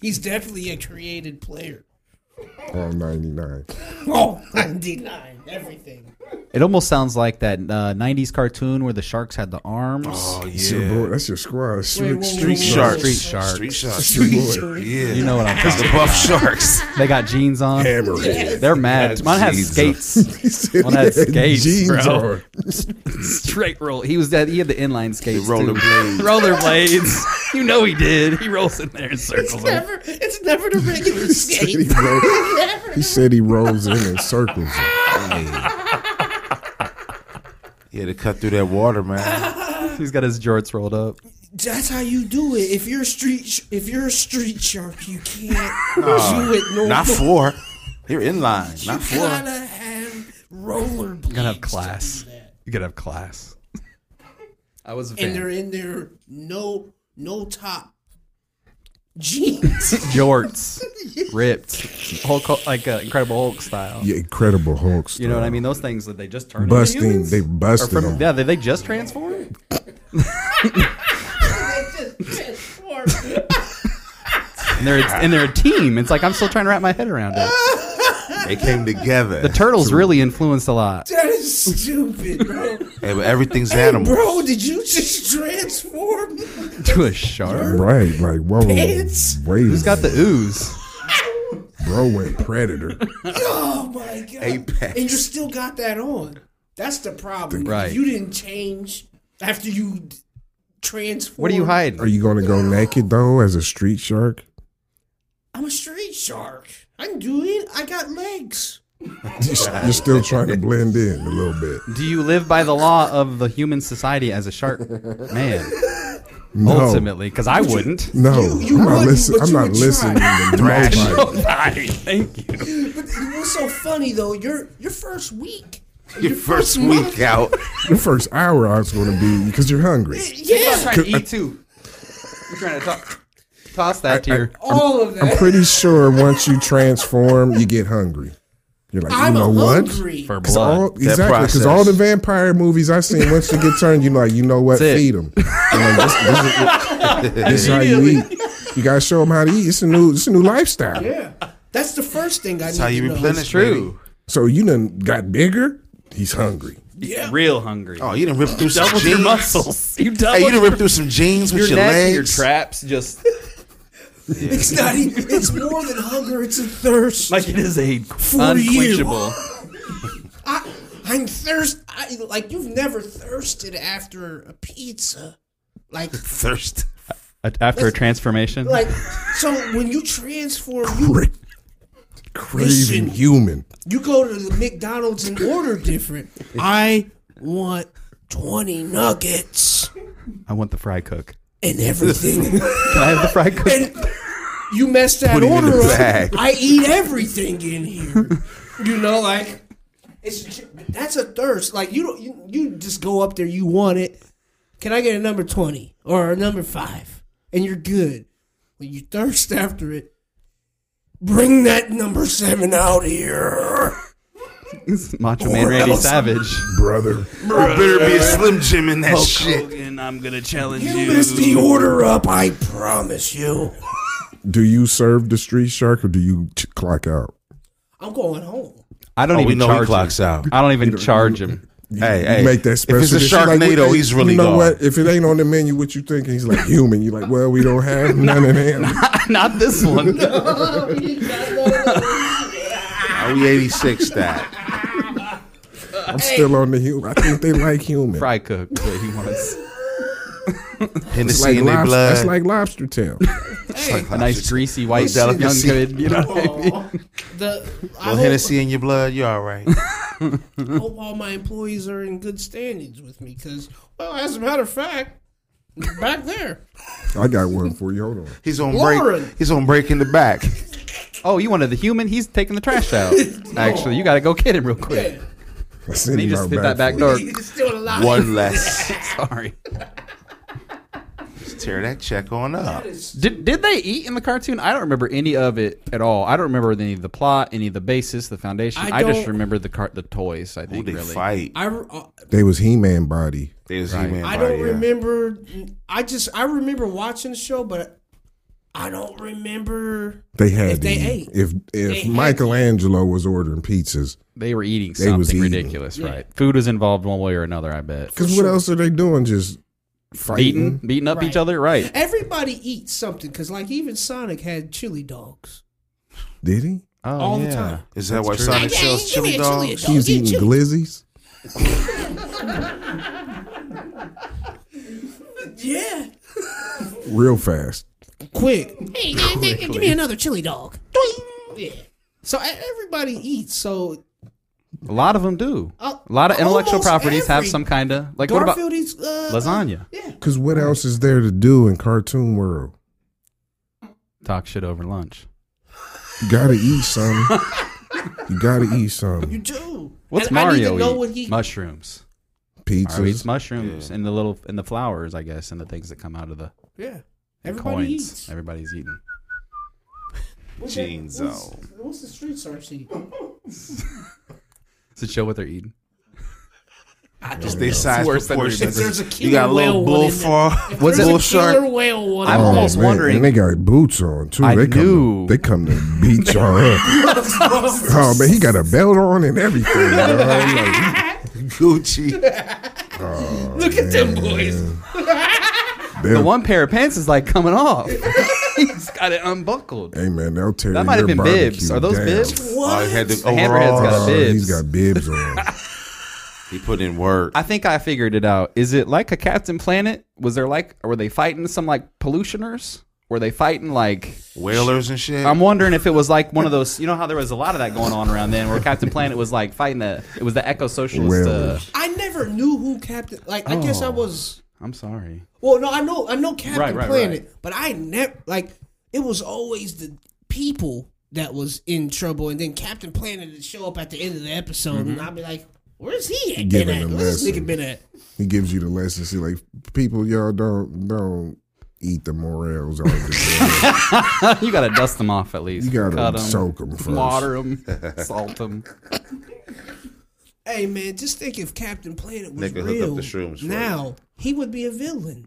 Speaker 3: He's definitely a created player.
Speaker 1: All 99.
Speaker 3: Oh, 99, everything.
Speaker 4: It almost sounds like that uh, '90s cartoon where the sharks had the arms.
Speaker 2: there. Oh
Speaker 1: That's your
Speaker 2: yeah.
Speaker 1: boy- that's your squad. Street,
Speaker 3: whoa,
Speaker 1: street
Speaker 3: whoa, whoa.
Speaker 2: Street sharks.
Speaker 4: Street sharks.
Speaker 2: Street sharks.
Speaker 1: boy.
Speaker 2: Yeah.
Speaker 4: You know what I'm
Speaker 2: the
Speaker 4: talking about.
Speaker 2: buff sharks.
Speaker 4: They got jeans on.
Speaker 1: hammerhead.
Speaker 4: They're mad. Mine has
Speaker 2: Jesus.
Speaker 4: skates.
Speaker 1: *laughs* He said
Speaker 4: Well, that's
Speaker 1: he had
Speaker 4: skates,
Speaker 1: jeans
Speaker 4: bro.
Speaker 1: on.
Speaker 4: *laughs*
Speaker 1: *laughs*
Speaker 4: Straight roll. He was that. He had the inline skates. too.
Speaker 2: rollerblades.
Speaker 4: Rollerblades. *laughs* you know he did. He rolls in there in circles.
Speaker 3: Never, it's never the regular
Speaker 1: Said he,
Speaker 3: skate.
Speaker 1: ro- he said he rolls in in circles.
Speaker 2: Yeah, to cut through that water, man.
Speaker 4: *laughs* He's got his jorts rolled up.
Speaker 3: That's how you do it. If you're a street, sh- if you're a street shark, you can't do it normal.
Speaker 2: Not four. They're in line.
Speaker 3: You
Speaker 2: Not four.
Speaker 3: gotta have rollerblades.
Speaker 4: gotta have class. You gotta have class. I was a
Speaker 3: and they're
Speaker 4: fan.
Speaker 3: in their no no top
Speaker 4: *laughs*
Speaker 3: jeans.
Speaker 4: *laughs*
Speaker 1: *laughs*
Speaker 4: Jorts, ripped, Hulk like uh, Incredible Hulk style.
Speaker 1: Yeah, Incredible Hulk.
Speaker 4: You know what I mean? Those things that they just turn
Speaker 1: Busting-
Speaker 4: Into humans?
Speaker 1: they
Speaker 4: Or
Speaker 1: busted
Speaker 4: from,
Speaker 1: them.
Speaker 4: Yeah, did they just transform? And they're and they're a team. It's like I'm still trying to wrap my head around it.
Speaker 2: They came together.
Speaker 4: The turtles really influenced
Speaker 3: *laughs*
Speaker 4: a lot.
Speaker 3: that is stupid, bro.
Speaker 2: hey, but everything's
Speaker 3: Hey,
Speaker 2: animal.
Speaker 3: bro, did you just *laughs* transform?
Speaker 4: To a shark.
Speaker 1: Right, like whoa,
Speaker 3: Pants?
Speaker 1: wait,
Speaker 4: Who's got the ooze?
Speaker 1: bro went predator?
Speaker 3: Oh my god!
Speaker 2: Apex.
Speaker 3: And you still got that on. That's the problem.
Speaker 4: Right.
Speaker 3: You didn't change after you d- transformed.
Speaker 4: What are you hiding?
Speaker 1: Are you going to go naked though as a street shark?
Speaker 3: I'm a street shark. I can do it. I got legs.
Speaker 1: You're still trying to blend in a little bit.
Speaker 4: Do you live by the law of the human society as a shark? Man,
Speaker 1: No,
Speaker 4: ultimately, because I
Speaker 1: *laughs*
Speaker 4: wouldn't.
Speaker 1: no,
Speaker 3: you
Speaker 1: I'm not
Speaker 3: wouldn't,
Speaker 1: listening.
Speaker 3: but
Speaker 1: I'm
Speaker 3: you
Speaker 1: not
Speaker 3: would try.
Speaker 1: listening to nobody.
Speaker 4: Nobody, thank you.
Speaker 3: But what's so funny though? Your your first week.
Speaker 2: Your first week out.
Speaker 1: The first hour I was going to be because you're hungry.
Speaker 4: I'm *laughs*
Speaker 3: Yeah.
Speaker 4: trying to eat too. I'm trying to toss, toss that to your.
Speaker 3: All of
Speaker 1: I'm
Speaker 3: that.
Speaker 1: pretty sure once you transform, you get hungry. You're like,
Speaker 3: I'm
Speaker 1: you know what?
Speaker 3: hungry.
Speaker 4: For
Speaker 1: Cause
Speaker 4: blood.
Speaker 1: all, exactly, because
Speaker 2: process.
Speaker 1: all the vampire movies I've seen, once they get turned, you're like, you know what,
Speaker 4: That's it.
Speaker 3: *laughs*
Speaker 1: feed them. this, this is, this is how you eat. You gotta show them how to eat. It's a new, it's a new lifestyle.
Speaker 3: Yeah. That's the first thing I
Speaker 2: That's
Speaker 3: need
Speaker 2: how you
Speaker 3: to know.
Speaker 2: replenish. baby.
Speaker 4: True.
Speaker 1: So you done got bigger. He's hungry.
Speaker 4: Real hungry. *laughs*
Speaker 2: Oh, you done ripped through some jeans.
Speaker 4: You
Speaker 2: Hey, you
Speaker 4: doubled
Speaker 2: done ripped through some jeans with
Speaker 4: your
Speaker 2: your,
Speaker 4: neck,
Speaker 2: legs.
Speaker 4: your traps, just
Speaker 3: It's not even. It's more than hunger. It's a thirst.
Speaker 4: like it is a
Speaker 3: you.
Speaker 4: unquenchable.
Speaker 3: I, I'm thirst. I, like you've never thirsted after a pizza. Like *laughs*
Speaker 2: Thirst.
Speaker 4: After a transformation,
Speaker 3: like. So when you transform, you
Speaker 1: Cra-
Speaker 3: Listen.
Speaker 1: craving human.
Speaker 3: you go to the McDonald's and order different. I want twenty nuggets
Speaker 4: I want the fry cook.
Speaker 3: and everything.
Speaker 4: Can I have the fry cook?
Speaker 3: and you mess that
Speaker 2: Put it in
Speaker 3: order
Speaker 2: the
Speaker 3: up.
Speaker 2: bag.
Speaker 3: I eat everything in here. you know, like it's that's a thirst. Like you don't you, you just go up there. You want it. Can I get a number twenty or a number five? And you're good. When you thirst after it, bring that number seven out here.
Speaker 4: Macho Man Randy Savage.
Speaker 1: Brother,
Speaker 2: There better be a Slim Jim in that shit.
Speaker 5: I'm gonna challenge
Speaker 3: You messed the order up. I promise you.
Speaker 1: do you serve the street shark or do you t- clock out?
Speaker 3: I'm going home.
Speaker 4: I don't
Speaker 2: Oh, we
Speaker 4: even
Speaker 2: know he
Speaker 4: charge
Speaker 2: clocks
Speaker 4: him.
Speaker 2: out.
Speaker 4: I don't even charge him.
Speaker 1: You,
Speaker 2: Hey,
Speaker 1: you
Speaker 2: hey,
Speaker 1: make that
Speaker 2: if
Speaker 1: special.
Speaker 2: it's a
Speaker 1: dish. You're like,
Speaker 2: Sharknado,
Speaker 1: what-
Speaker 2: he's really
Speaker 1: You know
Speaker 2: gone.
Speaker 1: what? If it ain't on the menu, what you thinking? He's like human. You're like, well, we don't
Speaker 2: *laughs*
Speaker 1: have none of them.
Speaker 4: Not this one.
Speaker 2: Are we 86 that?
Speaker 1: I'm still on the human. I think they like human.
Speaker 4: *laughs* Fry cook is what he wants.
Speaker 2: Hennessy
Speaker 1: It's like
Speaker 2: in their
Speaker 1: lobster-
Speaker 2: blood.
Speaker 1: That's like lobster tail.
Speaker 4: A nice greasy white
Speaker 2: Listen,
Speaker 4: young kid.
Speaker 2: *laughs*
Speaker 4: You know.
Speaker 2: Oh.
Speaker 4: what I mean?
Speaker 3: The I
Speaker 2: Well,
Speaker 3: hope-
Speaker 2: Hennessy in your blood, you're all right.
Speaker 3: hope all my employees are in good standings with me because, well, as a matter of fact, back there. *laughs*
Speaker 1: I got one for you. Hold
Speaker 2: *laughs*
Speaker 1: on.
Speaker 2: He's on
Speaker 3: Lauren.
Speaker 2: break. He's on break in the back.
Speaker 4: Oh, you wanted the human? He's taking the
Speaker 2: *laughs*
Speaker 4: trash out. Actually, you got to go get him real quick.
Speaker 1: I sent
Speaker 4: He
Speaker 1: him
Speaker 4: just
Speaker 1: out
Speaker 4: hit that back
Speaker 1: for
Speaker 4: door.
Speaker 3: It's still alive.
Speaker 2: One less.
Speaker 4: *laughs* Sorry.
Speaker 2: Tear that check on up.
Speaker 4: Did did they eat in the cartoon? I don't remember any of it at all. I don't remember any of the plot, any of the basis, the foundation.
Speaker 3: I
Speaker 4: I, just
Speaker 3: don't-
Speaker 4: remember the car, the toys. I
Speaker 2: Who
Speaker 4: think
Speaker 2: they
Speaker 4: really.
Speaker 2: fight?
Speaker 3: I, uh,
Speaker 1: you. They was He Man body.
Speaker 2: There's
Speaker 4: Right.
Speaker 2: He-Man
Speaker 3: I don't
Speaker 2: body, yeah.
Speaker 3: remember. I just I remember watching the show, but I don't remember.
Speaker 1: They had
Speaker 3: If they
Speaker 1: to
Speaker 3: ate.
Speaker 1: eat. if
Speaker 3: They
Speaker 1: if
Speaker 3: had
Speaker 1: Michelangelo was ordering pizzas.
Speaker 4: They were eating
Speaker 1: They
Speaker 4: something
Speaker 1: was eating.
Speaker 4: ridiculous, right? Food was involved one way or another. I bet.
Speaker 1: Because what else are they doing? Just
Speaker 4: Beating,
Speaker 1: fighting.
Speaker 4: beating up
Speaker 3: Right.
Speaker 4: each other, right?
Speaker 3: Everybody eats something because, like, even Sonic had chili dogs.
Speaker 1: Did he?
Speaker 4: Oh,
Speaker 3: *laughs* All the time.
Speaker 2: Is that why
Speaker 4: true.
Speaker 2: Sonic sells chili dogs?
Speaker 1: He was eating glizzies.
Speaker 3: Yeah,
Speaker 1: real fast.
Speaker 3: quick. Hey, hey, hey, give me another chili dog. Doing. Yeah. So e- everybody eats. So
Speaker 4: A lot of them do.
Speaker 3: Uh,
Speaker 4: a lot of intellectual
Speaker 3: almost
Speaker 4: properties have
Speaker 3: every-
Speaker 4: some kind of like. What about
Speaker 3: Garfield eats uh,
Speaker 4: lasagna?
Speaker 1: Because what else is there to do in cartoon world?
Speaker 4: Talk shit over lunch.
Speaker 1: You gotta eat something. you gotta eat something.
Speaker 3: do.
Speaker 4: What's
Speaker 3: And
Speaker 4: Mario
Speaker 3: I need to know
Speaker 4: eat?
Speaker 3: what he.
Speaker 4: Mushrooms. Mario eats
Speaker 1: Pizzas.
Speaker 4: mushrooms and the little and the flowers, I guess, and the things that come out of the
Speaker 3: yeah.
Speaker 4: the
Speaker 3: Everybody
Speaker 4: coins.
Speaker 3: eats.
Speaker 4: Everybody's eating.
Speaker 3: What's that-
Speaker 2: Jeans,
Speaker 3: what's-
Speaker 2: though.
Speaker 3: What's the street search eat?
Speaker 4: Does it show what they're eating?
Speaker 2: Just their size
Speaker 4: worse than
Speaker 2: proportions.
Speaker 3: everybody. If there's a
Speaker 2: you got a
Speaker 3: killer
Speaker 2: little
Speaker 3: whale
Speaker 2: bull
Speaker 3: one in
Speaker 2: frog,
Speaker 4: Was it-
Speaker 2: bull
Speaker 4: there's
Speaker 2: shark.
Speaker 3: Killer whale one.
Speaker 4: I'm almost wondering-
Speaker 1: Oh, And they got boots on too.
Speaker 4: I
Speaker 1: they come
Speaker 4: knew.
Speaker 1: To, they come to beat y'all
Speaker 4: *laughs*
Speaker 1: up. oh man, he got a belt on and everything. dog. Like,
Speaker 2: *laughs* Gucci.
Speaker 3: Look at them boys.
Speaker 1: they'll-
Speaker 4: The one pair of pants is like coming off. *laughs* He's got it unbuckled.
Speaker 1: hey man, they'll tear
Speaker 4: That might have
Speaker 1: your
Speaker 4: been
Speaker 1: barbecue
Speaker 4: bibs. Are those
Speaker 1: down.
Speaker 4: bibs?
Speaker 2: Oh, he had the
Speaker 4: Hammerhead's got
Speaker 1: Oh,
Speaker 4: *laughs* bibs.
Speaker 1: he's got bibs on.
Speaker 2: He put in work.
Speaker 4: I think I figured it out. Is it like a Captain Planet? Was there like, were they fighting some like pollutioners? Were they fighting like?
Speaker 2: Whalers and shit.
Speaker 4: I'm wondering if it was like one of those. You know how there was a lot of that going on around then, where Captain Planet was like fighting the. It was the eco socialist. Uh,
Speaker 1: Whalers.
Speaker 3: I never knew who Captain. Like I guess I was.
Speaker 4: I'm sorry. *laughs*
Speaker 3: Well, no, I know I know Captain
Speaker 4: Oh. Right, right,
Speaker 3: Planet, but I never like it was always the people that was in trouble, and then Captain Planet would show up at the end of the episode,
Speaker 4: Mm-hmm.
Speaker 3: and I'd be like, "Where's he at? Been
Speaker 1: Giving
Speaker 3: at?
Speaker 1: them
Speaker 3: Where's this nigga
Speaker 1: lessons.
Speaker 3: been at?"
Speaker 1: He gives you the lesson. See, like people, y'all don't don't eat the morels. All
Speaker 4: *laughs*
Speaker 1: the time.
Speaker 4: you gotta dust them off at least.
Speaker 1: You gotta
Speaker 4: Cut 'em,
Speaker 1: soak them first.
Speaker 4: Water them, salt them.
Speaker 3: Hey man, just think if Captain Planet was
Speaker 2: Nigga hook up
Speaker 3: real
Speaker 2: the shrooms for
Speaker 3: now, he would be a villain.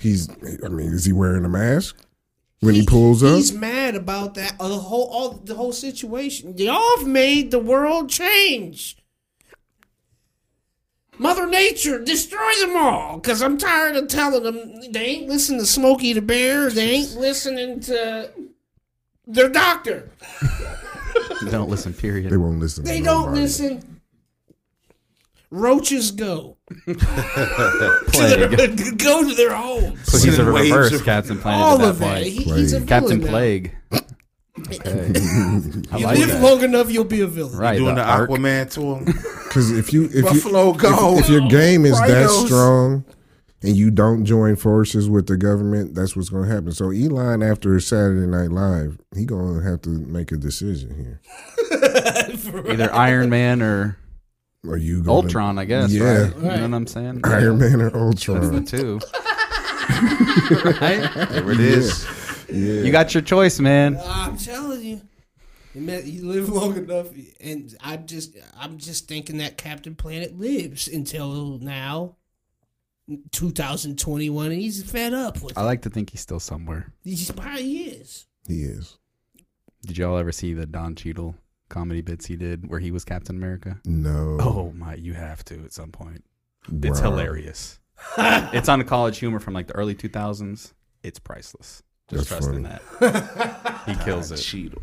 Speaker 1: He's. I mean, is he wearing a mask when he, pulls up?
Speaker 3: He's mad about that uh, the whole all the whole situation. Y'all have made the world change. Mother Nature, destroy them all. Cause I'm tired of telling them they ain't listening to Smokey the Bear. They ain't listening to their doctor.
Speaker 4: Don't listen.
Speaker 1: They
Speaker 4: Period.
Speaker 1: won't listen.
Speaker 3: They
Speaker 1: to
Speaker 3: don't
Speaker 1: nobody.
Speaker 3: listen. Roaches go.
Speaker 4: Plague.
Speaker 3: *laughs*
Speaker 4: *laughs*
Speaker 3: go to their homes.
Speaker 4: So he's a
Speaker 2: Waves
Speaker 4: reverse
Speaker 2: of-
Speaker 4: Captain Planet.
Speaker 3: All
Speaker 4: at
Speaker 3: of
Speaker 4: that
Speaker 3: that.
Speaker 4: point.
Speaker 3: He, he's a
Speaker 1: Plague.
Speaker 4: Captain
Speaker 3: villain now. *laughs*
Speaker 4: Plague. Okay. I
Speaker 3: You
Speaker 4: like
Speaker 3: live
Speaker 4: that.
Speaker 3: long enough, you'll be a villain. *laughs*
Speaker 4: Right.
Speaker 2: doing the,
Speaker 4: arc.
Speaker 2: Aquaman to him.
Speaker 1: Because if you if
Speaker 2: Buffalo
Speaker 1: you,
Speaker 2: go.
Speaker 1: If, if your game is that
Speaker 2: Rhinos.
Speaker 1: strong and you don't join forces with the government, that's what's going to happen. So Elon, after Saturday Night Live, he going to have to make a decision here.
Speaker 4: Either Iron Man or
Speaker 1: Are you gonna,
Speaker 4: Ultron, I guess.
Speaker 1: Yeah.
Speaker 4: Right? You know what I'm saying?
Speaker 1: Iron Man or
Speaker 4: That's the
Speaker 1: Ultron?
Speaker 4: two. *laughs* right?
Speaker 2: There it is.
Speaker 4: You got your choice, man.
Speaker 3: I'm telling you, you, met, you live long enough, and I just, I'm just thinking that Captain Planet lives until now, 2021, and he's fed up with.
Speaker 4: I
Speaker 3: It.
Speaker 4: like to think he's still somewhere.
Speaker 3: He's probably is.
Speaker 1: He is.
Speaker 4: Did y'all ever see the Don Cheadle comedy bits he did where he was Captain America?
Speaker 1: No.
Speaker 4: Oh my, you have to at some point. It's
Speaker 1: Wow.
Speaker 4: hilarious. it's on college humor from like the early 2000s. It's priceless. Just
Speaker 1: That's
Speaker 4: trust in that. he kills it.
Speaker 2: Cheeto.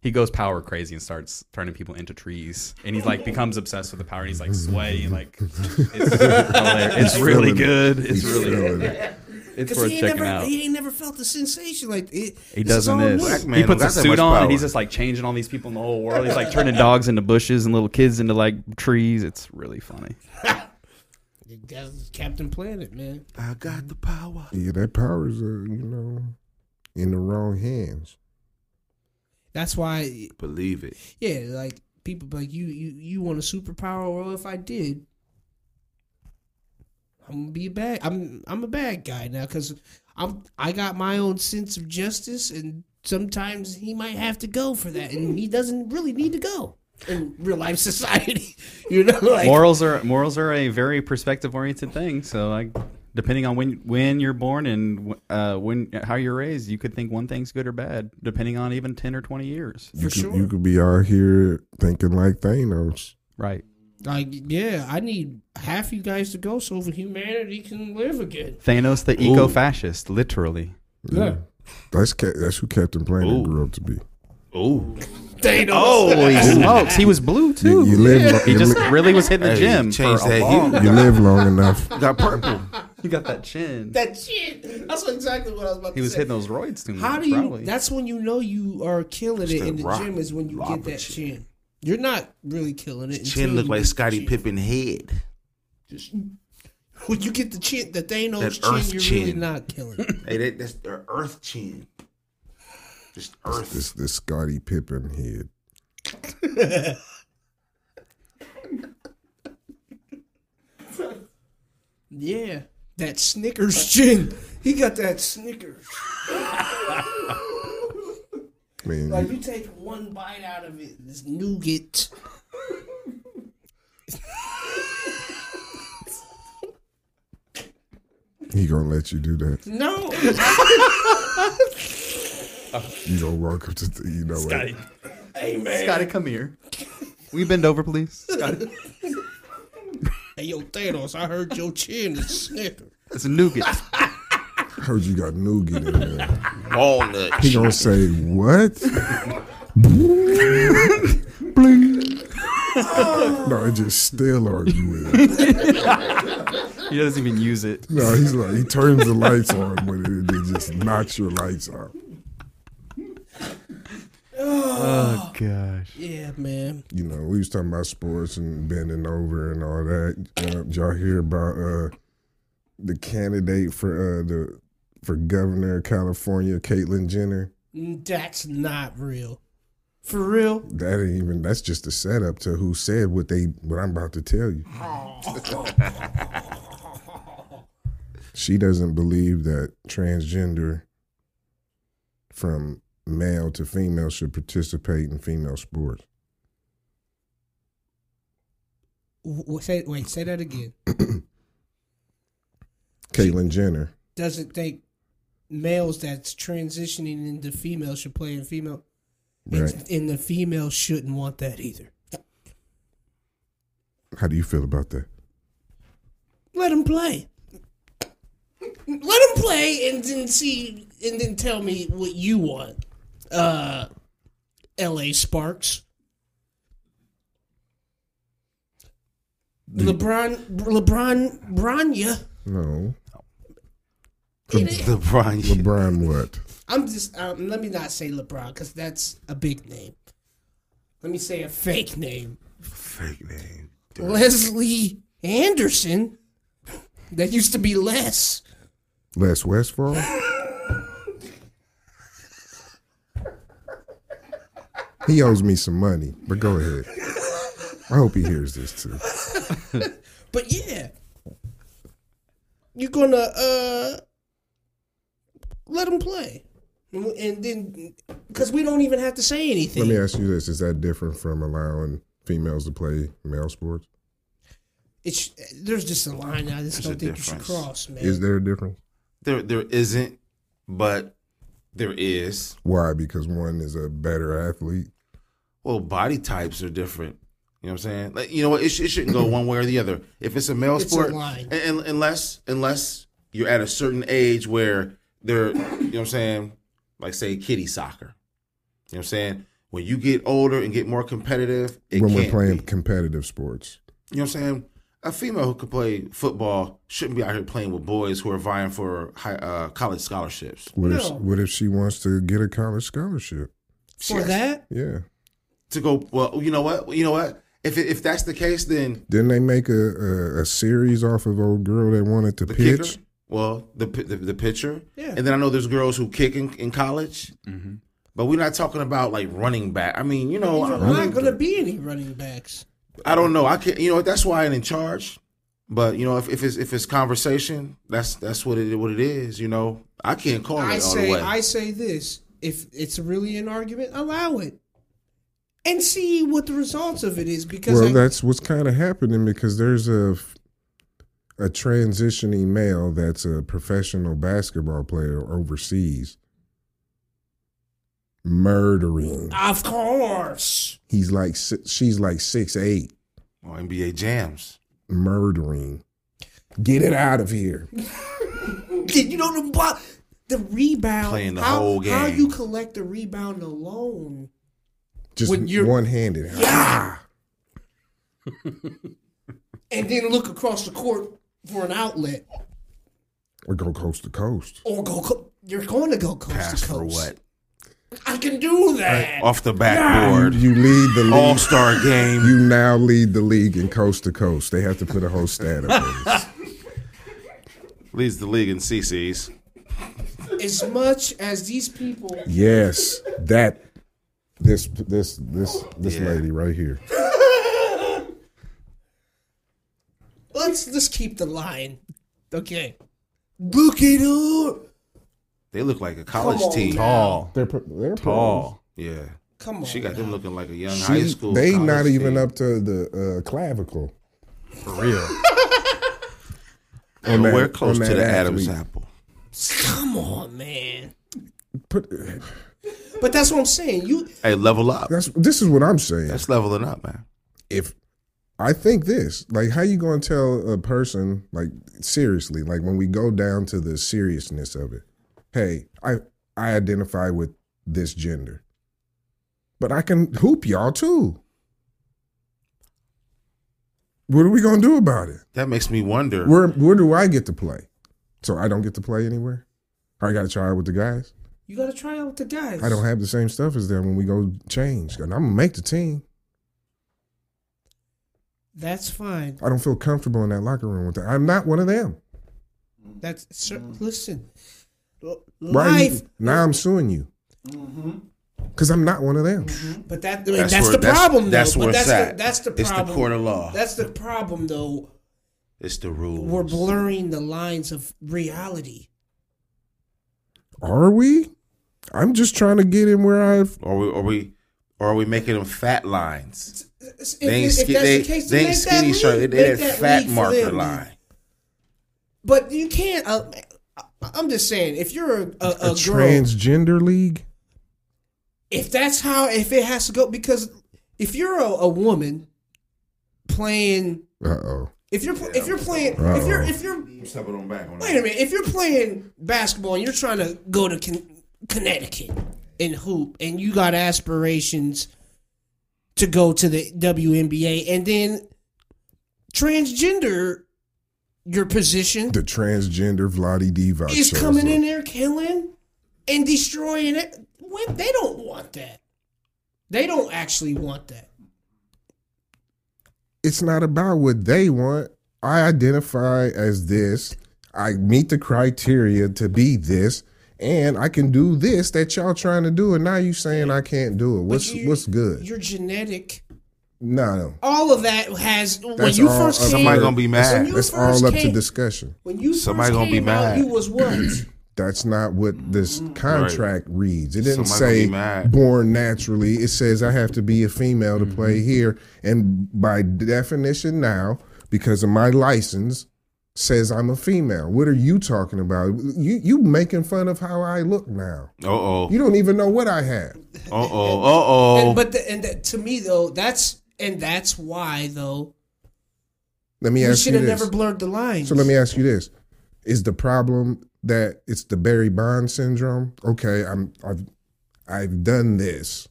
Speaker 4: He goes power crazy and starts turning people into trees. And he's like becomes obsessed with the power and he's like sweaty and like it's, *laughs* hilarious. it's
Speaker 1: He's
Speaker 4: really
Speaker 1: feeling it.
Speaker 4: good. It's
Speaker 1: He's
Speaker 4: really
Speaker 1: feeling it.
Speaker 4: it's
Speaker 3: Cause
Speaker 4: worth
Speaker 3: he ain't
Speaker 4: checking
Speaker 3: never,
Speaker 4: out.
Speaker 3: he ain't never felt the sensation like it.
Speaker 4: He
Speaker 3: this is
Speaker 4: doesn't
Speaker 3: all
Speaker 4: this.
Speaker 3: new.
Speaker 2: Black man
Speaker 4: he
Speaker 2: don't
Speaker 4: puts a
Speaker 2: got that
Speaker 4: suit
Speaker 2: much
Speaker 4: on
Speaker 2: power.
Speaker 4: and he's just like changing all these people in the whole world. He's like turning dogs into bushes and little kids into like trees. It's really funny.
Speaker 3: That's Captain Planet, man.
Speaker 2: I got the power.
Speaker 1: Yeah, that power's uh, you know in the wrong hands.
Speaker 3: That's why,
Speaker 2: Believe it.
Speaker 3: yeah, like people be like you, you, you want a superpower? Well, if I did. I'm gonna be a bad. I'm I'm a bad guy now because I'm I got my own sense of justice, and sometimes he might have to go for that, and he doesn't really need to go in real life *laughs* society. you know, like
Speaker 4: morals are morals are a very perspective oriented thing. So like depending on when when you're born and uh, when how you're raised, you could think one thing's good or bad depending on even ten or twenty years.
Speaker 3: For
Speaker 1: You could,
Speaker 3: sure.
Speaker 1: You could be out here thinking like Thanos.
Speaker 4: Right.
Speaker 3: like yeah, I need half you guys to go so humanity can live again. *laughs*
Speaker 4: Thanos the eco fascist, literally.
Speaker 1: Yeah. That's ca- that's who Captain Planet
Speaker 2: Ooh.
Speaker 1: grew up to be.
Speaker 2: Ooh.
Speaker 3: Thanos.
Speaker 1: Oh.
Speaker 4: Holy smokes, he was blue
Speaker 1: You,
Speaker 4: too.
Speaker 1: you live lo-
Speaker 4: he
Speaker 1: you,
Speaker 4: just
Speaker 1: li-
Speaker 4: really was hitting the
Speaker 2: Hey,
Speaker 4: gym.
Speaker 2: change
Speaker 4: for a
Speaker 2: that
Speaker 4: long-
Speaker 2: hue.
Speaker 1: you live long enough.
Speaker 2: Got purple.
Speaker 4: He got that chin.
Speaker 3: that shit. That's what- exactly what I was about to
Speaker 4: He was
Speaker 3: say.
Speaker 4: hitting those roids too much.
Speaker 3: How do you?
Speaker 4: probably.
Speaker 3: That's when you know you are killing it
Speaker 2: the
Speaker 3: in the
Speaker 2: rock
Speaker 3: gym is when you get
Speaker 2: lava
Speaker 3: that
Speaker 2: chin.
Speaker 3: chin. You're not really killing it.
Speaker 2: Chin
Speaker 3: until
Speaker 2: looked
Speaker 3: you
Speaker 2: like
Speaker 3: get the
Speaker 2: Scottie
Speaker 3: chin.
Speaker 2: Pippen head.
Speaker 3: When you get the chin, the Thanos
Speaker 2: That
Speaker 3: chin,
Speaker 2: earth
Speaker 3: you're really
Speaker 2: chin.
Speaker 3: not killing it. *laughs*
Speaker 2: Hey, that, that's the Earth chin. Just Earth.
Speaker 1: This this Scotty Pippen head.
Speaker 3: yeah, that Snickers *laughs* chin. He got that Snickers.
Speaker 1: Man,
Speaker 3: Like
Speaker 1: you-
Speaker 3: you take one bite out of it, this nougat.
Speaker 1: he gonna let you do that.
Speaker 3: No, *laughs*
Speaker 1: You gonna walk up to the, you know what?
Speaker 4: Scotty, come here. We bend over, please. Scotty.
Speaker 3: hey yo Thanos, I heard your chin is Snickers.
Speaker 4: It's a nougat.
Speaker 1: I heard you got nougat in there. *laughs*
Speaker 2: Walnut.
Speaker 1: He gonna say what? No, I just still argue with it.
Speaker 5: He doesn't even use it.
Speaker 1: No, he's like he turns the lights on with it and then just knocks your lights out.
Speaker 5: Oh gosh.
Speaker 3: Yeah, man.
Speaker 1: You know, we was talking about sports and bending over and all that. Uh, y'all hear about uh, the candidate for uh, the for governor of California, Caitlyn Jenner?
Speaker 3: Mm, That's not real. For real?
Speaker 1: That ain't even. That's just a setup to who said what they what I'm about to tell you. she doesn't believe that transgender from male to female should participate in female sports.
Speaker 3: W- w- say, wait, say that again.
Speaker 1: Caitlyn Jenner.
Speaker 3: Doesn't think males that's transitioning into female should play in female.
Speaker 1: Right.
Speaker 3: And, and the females shouldn't want that either.
Speaker 1: How do you feel about that?
Speaker 3: Let them play. Let them play and then see and then tell me what you want. Uh LA Sparks. LeBron LeBron Branya.
Speaker 1: No.
Speaker 2: LeBron. yeah.
Speaker 1: LeBron what?
Speaker 3: I'm just um, let me not say LeBron cuz that's a big name. Let me say a fake name.
Speaker 2: Fake name.
Speaker 3: Leslie Anderson. That used to be Les.
Speaker 1: Les Westfall? he owes me some money, but go ahead. I hope he hears this too.
Speaker 3: But yeah, you're gonna uh let them play, and then because we don't even have to say anything.
Speaker 1: Let me ask you this: Is that different from allowing females to play male sports?
Speaker 3: It's there's just a line I just
Speaker 2: There's a
Speaker 3: don't think you
Speaker 2: difference.
Speaker 3: should cross, man.
Speaker 1: Is there a difference?
Speaker 2: There, there isn't, but there is.
Speaker 1: Why? Because one is a better athlete.
Speaker 2: Well, body types are different. You know what I'm saying? Like, you know what? It, sh- it shouldn't go one way or the other. If it's a male
Speaker 3: It's a
Speaker 2: sport,
Speaker 3: line.
Speaker 2: un- un- unless unless you're at a certain age where they're, you know what I'm saying? Like say kiddie soccer. You know what I'm saying? When you get older and get more competitive, it
Speaker 1: when we're
Speaker 2: can't
Speaker 1: playing
Speaker 2: be.
Speaker 1: competitive sports,
Speaker 2: You know what I'm saying? A female who could play football shouldn't be out here playing with boys who are vying for high, uh, college scholarships.
Speaker 1: what if
Speaker 3: No.
Speaker 1: what if she wants to get a college scholarship?
Speaker 3: For that,
Speaker 1: Yeah.
Speaker 2: To go, well, you know what? You know what? If it, if that's the case, then
Speaker 1: Didn't they make a, a, a series off of old girl that wanted to
Speaker 2: the
Speaker 1: pitch?
Speaker 2: kicker. Well, the pi- the, the pitcher.
Speaker 3: Yeah.
Speaker 2: And then I know there's girls who kick in, in college, but we're not talking about like running back. I mean, you know,
Speaker 3: there's
Speaker 2: I,
Speaker 3: not gonna be any running backs.
Speaker 2: I don't know. I can't. You know, that's why I ain't in charge. But you know, if, if it's if it's conversation, that's that's what it what it is. You know, I can't call
Speaker 3: I
Speaker 2: it all the
Speaker 3: say
Speaker 2: way.
Speaker 3: I say this: if it's really an argument, allow it, and see what the results of it is. Because
Speaker 1: Well,
Speaker 3: I,
Speaker 1: that's what's kind of happening because there's a a transitioning male that's a professional basketball player overseas murdering.
Speaker 3: of course,
Speaker 1: He's like si- she's like six eight
Speaker 2: Well, NBA jams.
Speaker 1: murdering. Get it out of here.
Speaker 3: Did you know the bo- the rebound?
Speaker 2: Playing the
Speaker 3: how,
Speaker 2: whole
Speaker 3: How
Speaker 2: game.
Speaker 3: you collect the rebound
Speaker 2: *laughs*
Speaker 3: alone?
Speaker 1: Just
Speaker 3: When you're-
Speaker 1: one handed.
Speaker 3: Yeah. and then look across the court for an outlet
Speaker 1: Or go coast to coast.
Speaker 3: or go. Co- you're going to go coast
Speaker 2: pass
Speaker 3: to coast.
Speaker 2: for what?
Speaker 3: I can do that.
Speaker 2: Off the backboard.
Speaker 1: You lead the
Speaker 3: Oh.
Speaker 2: All
Speaker 1: league.
Speaker 2: star game.
Speaker 1: You now lead the league in coast to coast. They have to put a whole stat up. on this.
Speaker 2: Leads the league in CCs. Oh.
Speaker 3: As much as these people,
Speaker 1: Yes, that this this this this
Speaker 2: Yeah.
Speaker 1: lady right here.
Speaker 3: let's just keep the line. Okay. Look it up.
Speaker 2: They look like a college
Speaker 3: on
Speaker 2: team.
Speaker 3: now.
Speaker 5: Tall.
Speaker 1: They're pro- they're
Speaker 5: Tall.
Speaker 2: Yeah.
Speaker 3: Come on.
Speaker 2: She got them looking like a young
Speaker 1: pros.
Speaker 2: high
Speaker 1: She-
Speaker 2: school.
Speaker 1: They
Speaker 2: college
Speaker 1: not even
Speaker 2: team.
Speaker 1: up to the uh, clavicle.
Speaker 5: For real.
Speaker 1: on that-
Speaker 2: We're close
Speaker 1: on
Speaker 2: to the
Speaker 1: that
Speaker 2: Adam's
Speaker 1: athlete.
Speaker 2: apple.
Speaker 3: Come on, man.
Speaker 1: Put,
Speaker 3: But that's what I'm saying. You
Speaker 2: Hey, level up.
Speaker 1: that's this is what I'm saying.
Speaker 2: That's leveling up, man.
Speaker 1: if I think this, like, how you going to tell a person, like, seriously, like when we go down to the seriousness of it, hey, I I identify with this gender, but I can hoop y'all too. What are we gonna do about it?
Speaker 2: That makes me wonder.
Speaker 1: Where where do I get to play? So I don't get to play anywhere. I got to try out with the guys.
Speaker 3: You gotta try out with the guys.
Speaker 1: I don't have the same stuff as them when we go change. And I'm gonna make the team.
Speaker 3: That's fine.
Speaker 1: I don't feel comfortable in that locker room with them. I'm not one of them.
Speaker 3: That's sir, listen. L-
Speaker 1: Why are you-
Speaker 3: Life, Mm-hmm.
Speaker 1: now I'm suing you because I'm not one of them.
Speaker 3: but that I mean, that's,
Speaker 2: where-
Speaker 3: the problem. though.
Speaker 2: That's,
Speaker 3: But
Speaker 2: where
Speaker 3: that's
Speaker 2: it's at.
Speaker 3: The, that's the problem.
Speaker 2: It's the court of law.
Speaker 3: That's the problem, though.
Speaker 2: it's the rules.
Speaker 3: We're blurring the lines of reality.
Speaker 1: Are we? I'm just trying to get in where I've.
Speaker 2: Or we, or we, or are we making them fat lines?
Speaker 3: If,
Speaker 2: They ain't,
Speaker 3: if
Speaker 2: ski-
Speaker 3: that's
Speaker 2: they,
Speaker 3: the case,
Speaker 2: they
Speaker 3: then
Speaker 2: ain't
Speaker 3: make that
Speaker 2: skinny shirt. They,
Speaker 3: league.
Speaker 2: they
Speaker 3: Make
Speaker 2: that
Speaker 3: that league
Speaker 2: fat
Speaker 3: for
Speaker 2: marker
Speaker 3: them.
Speaker 2: line.
Speaker 3: But you can't. Uh, I- I'm just saying, if you're a, a,
Speaker 1: a
Speaker 3: a girl,
Speaker 1: transgender league.
Speaker 3: if that's how, if it has to go, because if you're a, a woman playing,
Speaker 1: Uh oh.
Speaker 3: if you're pl- if you're playing, if you're if you're wait a minute, if you're playing basketball and you're trying to go to con- Connecticut and hoop, and you got aspirations to go to the WNBA, and then transgender your position
Speaker 1: The transgender Vladi Divac
Speaker 3: is
Speaker 1: shows
Speaker 3: coming
Speaker 1: up.
Speaker 3: in there killing and destroying it. When they don't want that. They don't actually want that.
Speaker 1: It's not about what they want. I identify as this. I meet the criteria to be this, and I can do this that y'all trying to do, and now you saying I can't do it.
Speaker 3: But
Speaker 1: What's
Speaker 3: you-
Speaker 1: what's good?
Speaker 3: Your genetic,
Speaker 1: No, no.
Speaker 3: all of that has. when
Speaker 1: That's
Speaker 3: you
Speaker 1: all
Speaker 3: first
Speaker 1: up
Speaker 3: came,
Speaker 2: Somebody gonna be
Speaker 3: When
Speaker 2: mad.
Speaker 3: you
Speaker 1: That's
Speaker 3: first
Speaker 1: all up to
Speaker 3: came-
Speaker 1: discussion.
Speaker 3: When you
Speaker 2: Somebody
Speaker 3: first
Speaker 2: gonna be
Speaker 3: came out,
Speaker 2: mad.
Speaker 3: You was what?
Speaker 1: That's not what this contract reads. It didn't
Speaker 2: Mm-hmm. Somebody gonna be
Speaker 1: say
Speaker 2: mad.
Speaker 1: born naturally. It says I have to be a female to play
Speaker 2: Mm-hmm.
Speaker 1: here. And by definition now, because of my license, says I'm a female. What are you talking about? You you making fun of how I look now.
Speaker 2: Uh oh.
Speaker 1: You don't even know what I have.
Speaker 2: Uh oh. Uh
Speaker 3: And,
Speaker 2: oh.
Speaker 3: but the, and that to me though, that's and that's why though
Speaker 1: Let me
Speaker 3: we
Speaker 1: ask
Speaker 3: should
Speaker 1: you
Speaker 3: have
Speaker 1: this.
Speaker 3: never blurred the lines.
Speaker 1: So let me ask you this: Is the problem that it's the Barry Bond syndrome? Okay, I'm I've I've done this,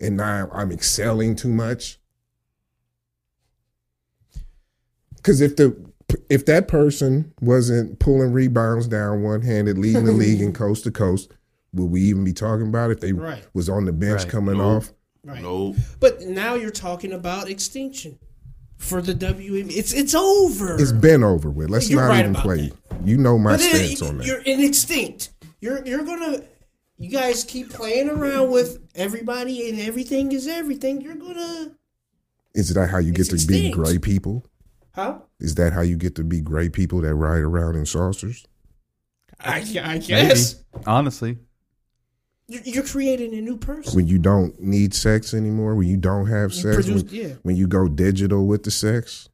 Speaker 1: and now I'm excelling too much. Because if the if that person wasn't pulling rebounds down one handed, leading the league
Speaker 3: *laughs*
Speaker 1: and coast to coast, would we even be talking about it? if they
Speaker 3: Right.
Speaker 1: was on the bench
Speaker 4: Right.
Speaker 1: coming
Speaker 2: Nope.
Speaker 1: off?
Speaker 3: Right.
Speaker 2: Nope. *laughs*
Speaker 3: But now you're talking about extinction for the WM. It's it's over.
Speaker 1: It's been over with. Let's
Speaker 3: You're
Speaker 1: not
Speaker 3: right
Speaker 1: even
Speaker 3: about
Speaker 1: play.
Speaker 3: that.
Speaker 1: You know my
Speaker 3: But it-
Speaker 1: stance on that.
Speaker 3: You're in extinct. You're you're gonna. You guys keep playing around with everybody, and everything is everything. You're gonna.
Speaker 1: Is that how you get
Speaker 3: It's
Speaker 1: to be
Speaker 3: extinct.
Speaker 1: gray people?
Speaker 3: Huh?
Speaker 1: Is that how you get to be great people that ride around in saucers?
Speaker 3: I, I
Speaker 4: Maybe.
Speaker 3: guess
Speaker 4: Honestly,
Speaker 3: you're, you're creating a new person.
Speaker 1: When you don't need sex anymore, when you don't have
Speaker 3: You
Speaker 1: sex,
Speaker 3: produce-
Speaker 1: when,
Speaker 3: yeah.
Speaker 1: when you go digital with the sex.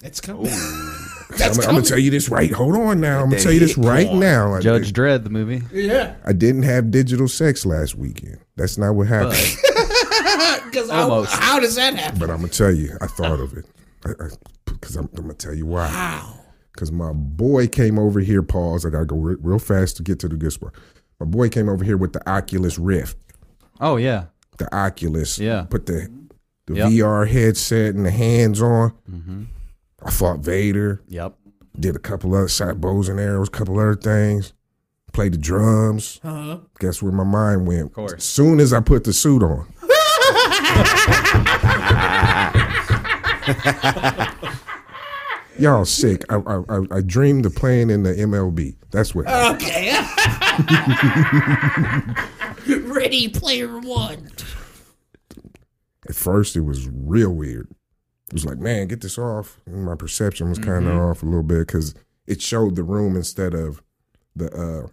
Speaker 3: That's coming.
Speaker 1: I'm,
Speaker 3: That's
Speaker 1: I'm
Speaker 3: coming.
Speaker 1: gonna tell you this right. Hold on now. I'm gonna
Speaker 2: They
Speaker 1: tell you this
Speaker 2: hit
Speaker 1: right
Speaker 2: porn.
Speaker 1: now. I,
Speaker 4: Judge Dredd, the movie.
Speaker 3: *laughs* Yeah, *laughs*
Speaker 1: I didn't have digital sex last weekend. That's not what happened.
Speaker 3: because how,
Speaker 4: Almost.
Speaker 3: how does that happen?
Speaker 1: *laughs* But I'm gonna tell you, I thought of it. Because I'm, I'm gonna tell you why.
Speaker 3: Wow.
Speaker 1: Because my boy came over here. Pause. I gotta go re- real fast to get to the good spot. My boy came over here with the Oculus Rift.
Speaker 4: Oh yeah,
Speaker 1: the Oculus.
Speaker 4: Yeah.
Speaker 1: Put the the
Speaker 4: Yep. Mm-hmm.
Speaker 1: VR headset and the hands on. I fought Vader.
Speaker 4: yep.
Speaker 1: Did a couple other shot bows and arrows, couple other things. Played the drums.
Speaker 3: Uh huh.
Speaker 1: Guess where my mind went? Of
Speaker 4: course.
Speaker 1: Soon as I put the suit on, y'all sick. I I, I, I dreamed of playing in the MLB. That's what. happened.
Speaker 3: Okay. *laughs* Ready Player One.
Speaker 1: At first, it was real weird. It was like, man, get this off. And my perception was kind of off a little bit because it showed the room instead of the uh,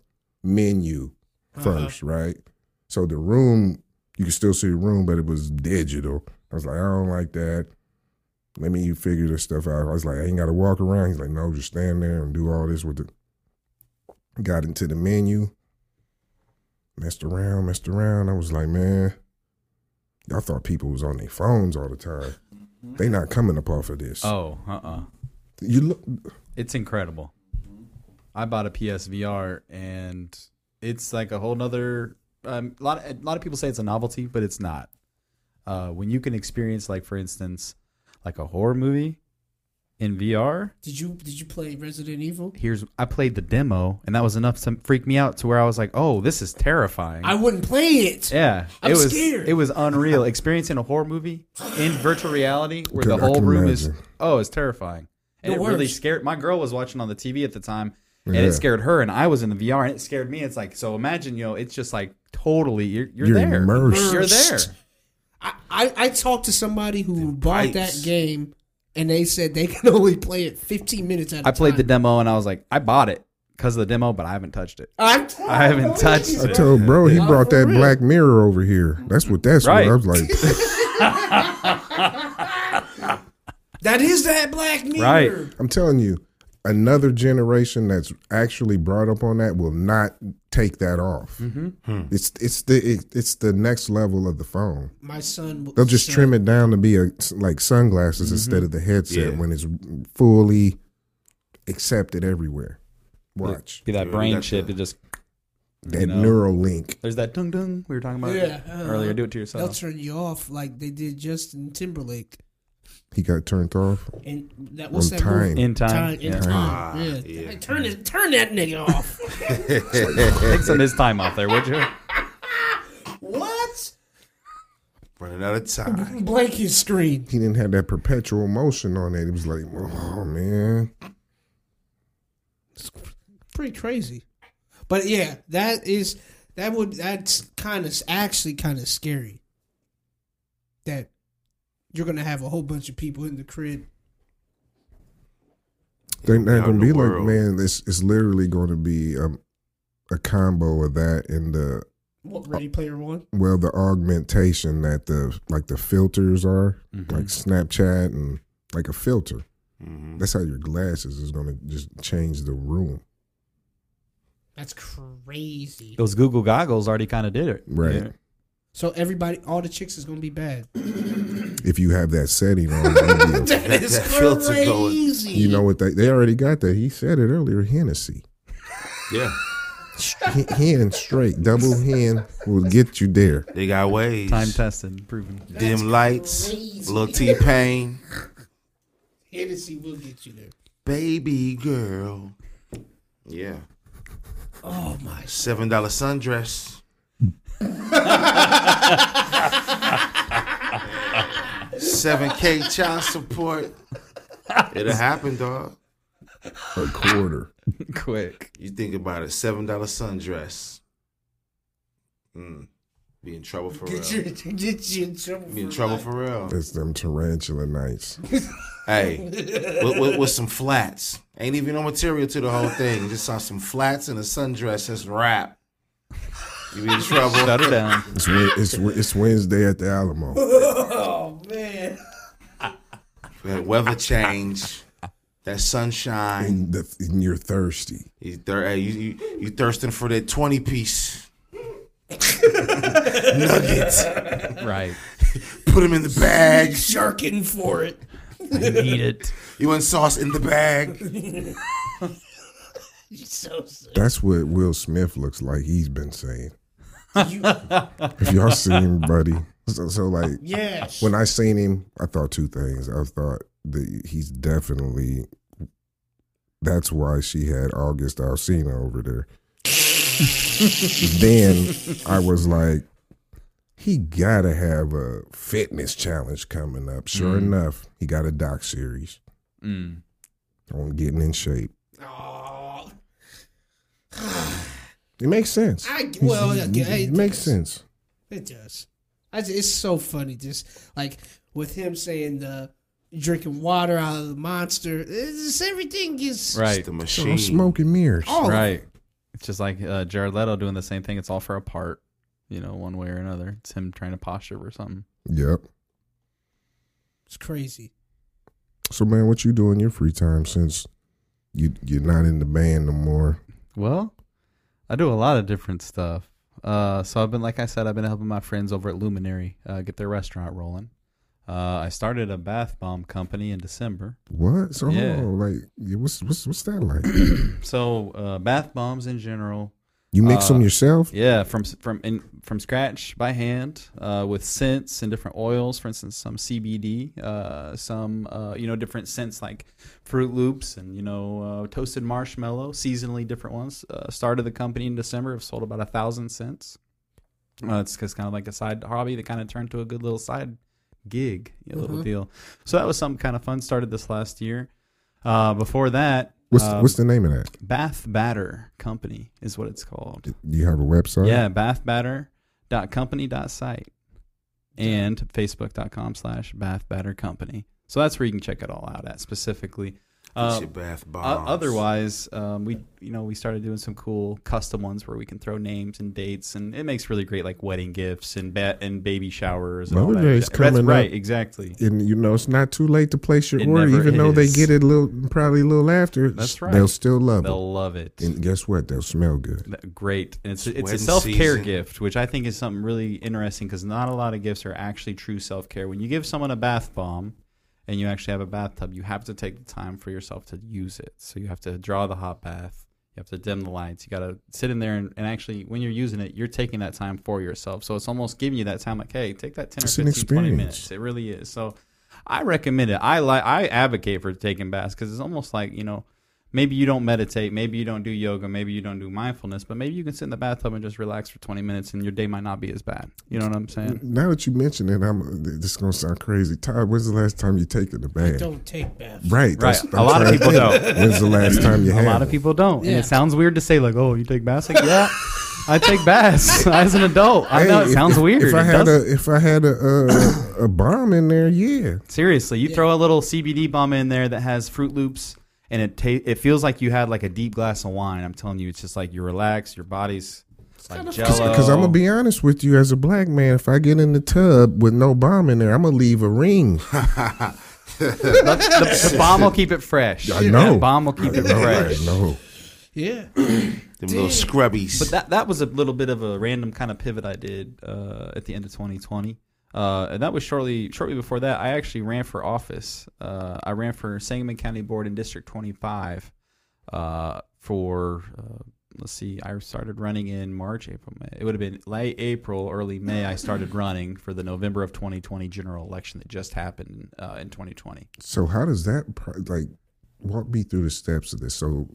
Speaker 1: menu 1st right? So the room, you could still see the room, but it was digital. I was like, I don't like that. Let me figure this stuff out. I was like, I ain't got to walk around. He's like, no, just stand there and do all this with it. Got into the menu, messed around, messed around. I was like, man, y'all thought people was on their phones all the time. They not coming up off of this.
Speaker 4: Oh, uh, uh
Speaker 1: You look,
Speaker 4: it's incredible. I bought a PSVR, and it's like a whole nother. Um, a lot, a lot of people say it's a novelty, but it's not. Uh, when you can experience, like for instance, like a horror movie, in VR.
Speaker 3: Did you did you play Resident Evil?
Speaker 4: Here's I played the demo, and that was enough to freak me out to where I was like, "Oh, this is terrifying."
Speaker 3: I wouldn't play it.
Speaker 4: yeah,
Speaker 3: I'm
Speaker 4: it was
Speaker 3: scared.
Speaker 4: it was unreal. Experiencing a horror movie in virtual reality where the
Speaker 1: Dude, I
Speaker 4: whole
Speaker 1: can
Speaker 4: room is
Speaker 1: imagine.
Speaker 4: oh, it's terrifying. And
Speaker 3: The
Speaker 4: it really
Speaker 3: worst.
Speaker 4: scared my girl was watching on the TV at the time, and
Speaker 1: Yeah.
Speaker 4: it scared her, and I was in the VR, and it scared me. It's like so imagine you know it's just like totally you're you're,
Speaker 1: You're
Speaker 4: there,
Speaker 1: immersed.
Speaker 4: you're there.
Speaker 3: I, I, I talked to somebody who bought that
Speaker 2: bites.
Speaker 3: game and they said they *laughs* can only play it 15 minutes at a
Speaker 4: I played the
Speaker 3: time.
Speaker 4: demo, and I was like, I bought it because of the demo, but I haven't touched it.
Speaker 3: I,
Speaker 4: *laughs* I haven't touched
Speaker 1: I
Speaker 4: it.
Speaker 1: told bro he brought
Speaker 3: for
Speaker 1: that
Speaker 3: real.
Speaker 1: Black Mirror over here. That's what that's
Speaker 4: Right.
Speaker 1: what I was like.
Speaker 3: That is that Black Mirror.
Speaker 4: Right.
Speaker 1: I'm telling you, another generation that's actually brought up on that will not take that off. It's it's the it, it's the next level of the phone.
Speaker 3: My son.
Speaker 1: They'll just trim it down to be a, like sunglasses instead of the headset
Speaker 2: Yeah.
Speaker 1: when it's fully accepted everywhere. Watch
Speaker 4: Be that
Speaker 2: Dude,
Speaker 4: brain
Speaker 2: that's
Speaker 4: chip.
Speaker 2: a-
Speaker 4: It just
Speaker 1: that
Speaker 4: you know.
Speaker 1: Neuralink.
Speaker 4: there's that dung dung we were talking about
Speaker 3: Yeah. uh, uh-huh.
Speaker 4: earlier. Do it to
Speaker 3: They'll
Speaker 4: yourself.
Speaker 3: turn you off like they did Justin Timberlake.
Speaker 1: He got turned off.
Speaker 3: And that what's
Speaker 1: On
Speaker 3: that movie?
Speaker 1: time.
Speaker 4: in time.
Speaker 3: Time, in
Speaker 4: yeah.
Speaker 3: time.
Speaker 2: Ah,
Speaker 3: yeah.
Speaker 2: yeah.
Speaker 3: Hey, turn it, turn that nigga off.
Speaker 2: *laughs*
Speaker 4: Take some of his time off there,
Speaker 3: *laughs*
Speaker 4: would you?
Speaker 3: what?
Speaker 2: Running out of time.
Speaker 3: Blanket screen.
Speaker 1: He didn't have that perpetual motion on it. It was like, oh man,
Speaker 3: Pretty crazy. But yeah, that is that would that's kind of actually kind of scary. That you're gonna have a whole bunch of people in the crib.
Speaker 1: they're not
Speaker 2: Out in
Speaker 1: gonna be
Speaker 2: the
Speaker 1: like,
Speaker 2: world.
Speaker 1: man. It's it's literally going to be um, a combo of that and the
Speaker 3: What Ready Player One?
Speaker 1: well the augmentation that the like the filters are
Speaker 2: Mm-hmm.
Speaker 1: like Snapchat and like a filter.
Speaker 2: Mm-hmm.
Speaker 1: That's how your glasses is going to just change the room,
Speaker 3: That's crazy.
Speaker 4: Those Google goggles already kind of did it.
Speaker 1: right?
Speaker 3: So everybody, all the chicks is gonna be bad.
Speaker 1: If you have that setting on, it'll
Speaker 3: *laughs*
Speaker 1: be a- *laughs*
Speaker 3: That is
Speaker 2: *laughs* That filter going.
Speaker 3: crazy.
Speaker 1: you know what they they already got that. He said it earlier, Hennessy.
Speaker 2: Yeah.
Speaker 1: H- hand straight, double hand will get you there.
Speaker 2: They got ways.
Speaker 4: Time tested, proven.
Speaker 2: Dim lights.
Speaker 3: crazy.
Speaker 2: Little T Pain.
Speaker 3: Hennessy will get you there.
Speaker 2: Baby girl. Yeah.
Speaker 3: Oh my!
Speaker 2: Seven dollar sundress. Seven K child support. It'll happen, dog.
Speaker 1: A quarter.
Speaker 4: *laughs* Quick.
Speaker 2: You think about it. Seven dollar sundress. Mm. Be in trouble for
Speaker 3: Get
Speaker 2: real.
Speaker 3: you, get you in trouble.
Speaker 2: Be in trouble for real.
Speaker 1: It's them tarantula nights.
Speaker 2: Hey, with, with, with some flats. Ain't even no material to the whole thing. Just on some flats and a sundress. That's rap. You be in trouble.
Speaker 4: Shut her down.
Speaker 1: It's Wed- it's Wed- it's Wednesday at the Alamo.
Speaker 3: Oh man!
Speaker 2: That weather change. That sunshine.
Speaker 1: And, the, and you're thirsty.
Speaker 2: You, thir- hey, you, you, you thirsting for that 20 piece. Nuggets.
Speaker 4: *laughs* Right.
Speaker 2: Put them in the bag.
Speaker 3: Jerking for it.
Speaker 4: Need it.
Speaker 2: You want sauce in the bag.
Speaker 3: You so sick.
Speaker 1: That's what Will Smith looks like. He's been saying.
Speaker 3: You-
Speaker 1: If y'all seen him, buddy. So, so like
Speaker 3: Yes.
Speaker 1: when I seen him, I thought two things. I thought that he's definitely. That's why she had August Alsina over there. then I was like, he gotta have a fitness challenge coming up. Sure enough, he got a doc series
Speaker 4: Mm.
Speaker 1: on getting in shape.
Speaker 3: Aw.
Speaker 1: It makes sense.
Speaker 3: I- well,
Speaker 1: He's-
Speaker 3: yeah,
Speaker 1: it
Speaker 3: it
Speaker 1: makes
Speaker 3: does.
Speaker 1: sense.
Speaker 3: It does. I ju- it's so funny, just like with him saying the drinking water out of the monster. It's just everything is
Speaker 4: Right.
Speaker 2: It's the
Speaker 1: So
Speaker 2: machine.
Speaker 1: I'm smoking mirrors.
Speaker 3: all
Speaker 4: Right. It's just like uh, Jared Leto doing the same thing. It's all for a part, you know, one way or another. It's him trying to posture or something.
Speaker 1: Yep.
Speaker 3: It's crazy.
Speaker 1: So man, what you do in your free time since you you're not in the band no more?
Speaker 4: Well, I do a lot of different stuff. Uh, so I've been, like I said, I've been helping my friends over at Luminary uh, get their restaurant rolling. Uh, I started a bath bomb company in December.
Speaker 1: What? So
Speaker 4: Yeah.
Speaker 1: hold on, like yeah, what's what's what's that like?
Speaker 4: So uh, bath bombs in general
Speaker 1: You mix them yourself?
Speaker 4: Yeah, from from in, from scratch by hand uh, with scents and different oils. For instance, some CBD, uh, some uh, you know different scents like Fruit Loops and you know uh, toasted marshmallow. Seasonally different ones. Uh, started the company in December. Have sold about a thousand scents. Uh, it's just kind of like a side hobby that kind of turned to a good little side gig, a little deal. So that was something kind of fun. Started this last year. Uh, before that,
Speaker 1: What's
Speaker 4: um,
Speaker 1: what's the name of that?
Speaker 4: Bath Batter Company is what it's called.
Speaker 1: Do you have a website?
Speaker 4: Yeah, bathbatter.company.site and facebook.com slash bathbattercompany. So that's where you can check it all out at specifically. Uh,
Speaker 2: your bath
Speaker 4: o-
Speaker 2: bombs.
Speaker 4: otherwise, um, we you know we started doing some cool custom ones where we can throw names and dates, and it makes really great like wedding gifts and ba- and baby showers. And all that.
Speaker 1: Mother's
Speaker 4: shit.
Speaker 1: coming
Speaker 4: That's
Speaker 1: up.
Speaker 4: right, exactly.
Speaker 1: And you know, it's not too late to place your
Speaker 4: It
Speaker 1: order,
Speaker 4: never
Speaker 1: even though they
Speaker 4: is.
Speaker 1: get it a little probably a little after.
Speaker 4: That's
Speaker 1: s-
Speaker 4: right.
Speaker 1: They'll still love it.
Speaker 4: They'll love it.
Speaker 1: And guess what? They'll smell good.
Speaker 4: Th- great and it's,
Speaker 2: It's
Speaker 4: it's a
Speaker 2: wedding
Speaker 4: self-care
Speaker 2: season.
Speaker 4: gift which i think is something really interesting because not a lot of gifts are actually true self-care when you give someone a bath bomb and you actually have a bathtub you have to take the time for yourself to use it so you have to draw the hot bath you have to dim the lights you got to sit in there and, and actually when you're using it you're taking that time for yourself so it's almost giving you that time like hey take that 10 or
Speaker 1: It's an
Speaker 4: 15 20
Speaker 1: experience.
Speaker 4: minutes it really is so i recommend it i like i advocate for taking baths because it's almost like you know maybe you don't meditate, maybe you don't do yoga, maybe you don't do mindfulness, but maybe you can sit in the bathtub and just relax for 20 minutes and your day might not be as bad. You know what I'm saying?
Speaker 1: Now that you mention it, I'm this is gonna sound crazy. Todd, when's the last time you taken the bath?
Speaker 3: Don't take baths.
Speaker 1: Right. that's-
Speaker 4: Right.
Speaker 1: I'm
Speaker 4: A lot of
Speaker 1: trying to
Speaker 4: people
Speaker 1: think, When's the
Speaker 4: *laughs*
Speaker 1: last time you
Speaker 4: A
Speaker 1: had
Speaker 4: lot of
Speaker 1: it?
Speaker 4: people don't. And
Speaker 7: Yeah.
Speaker 4: it sounds weird to say like, "Oh, you take baths?" Like, yeah. I take baths *laughs* as an adult. I
Speaker 1: Hey,
Speaker 4: know it
Speaker 1: if-
Speaker 4: sounds
Speaker 1: if-
Speaker 4: weird.
Speaker 1: If I
Speaker 4: It
Speaker 1: had
Speaker 4: does-
Speaker 1: a if I had a uh, a bomb in there, yeah.
Speaker 4: Seriously, you throw a little CBD bomb in there that has Fruit Loops, and it ta- it feels like you had like a deep glass of wine. I'm telling you, it's just like you're relaxed, your body's like jello.
Speaker 1: Because I'm gonna be honest with you, as a black man, if I get in the tub with no bomb in there, I'm gonna leave a ring.
Speaker 4: *laughs* the, the bomb will keep it fresh.
Speaker 1: I know.
Speaker 4: The bomb will keep it fresh.
Speaker 1: No,
Speaker 3: Yeah.
Speaker 2: Them little scrubbies.
Speaker 4: But that that was a little bit of a random kind of pivot I did uh, at the end of 2020, uh, and that was shortly shortly before that. I actually ran for office. Uh, I ran for Sangamon County Board in District 25 uh, for. Uh, Let's see. I started running in March, April, May. It would have been late April, early May. I started running for the November of 2020 general election that just happened uh, in 2020.
Speaker 1: So how does that pro- like walk me through the steps of this? So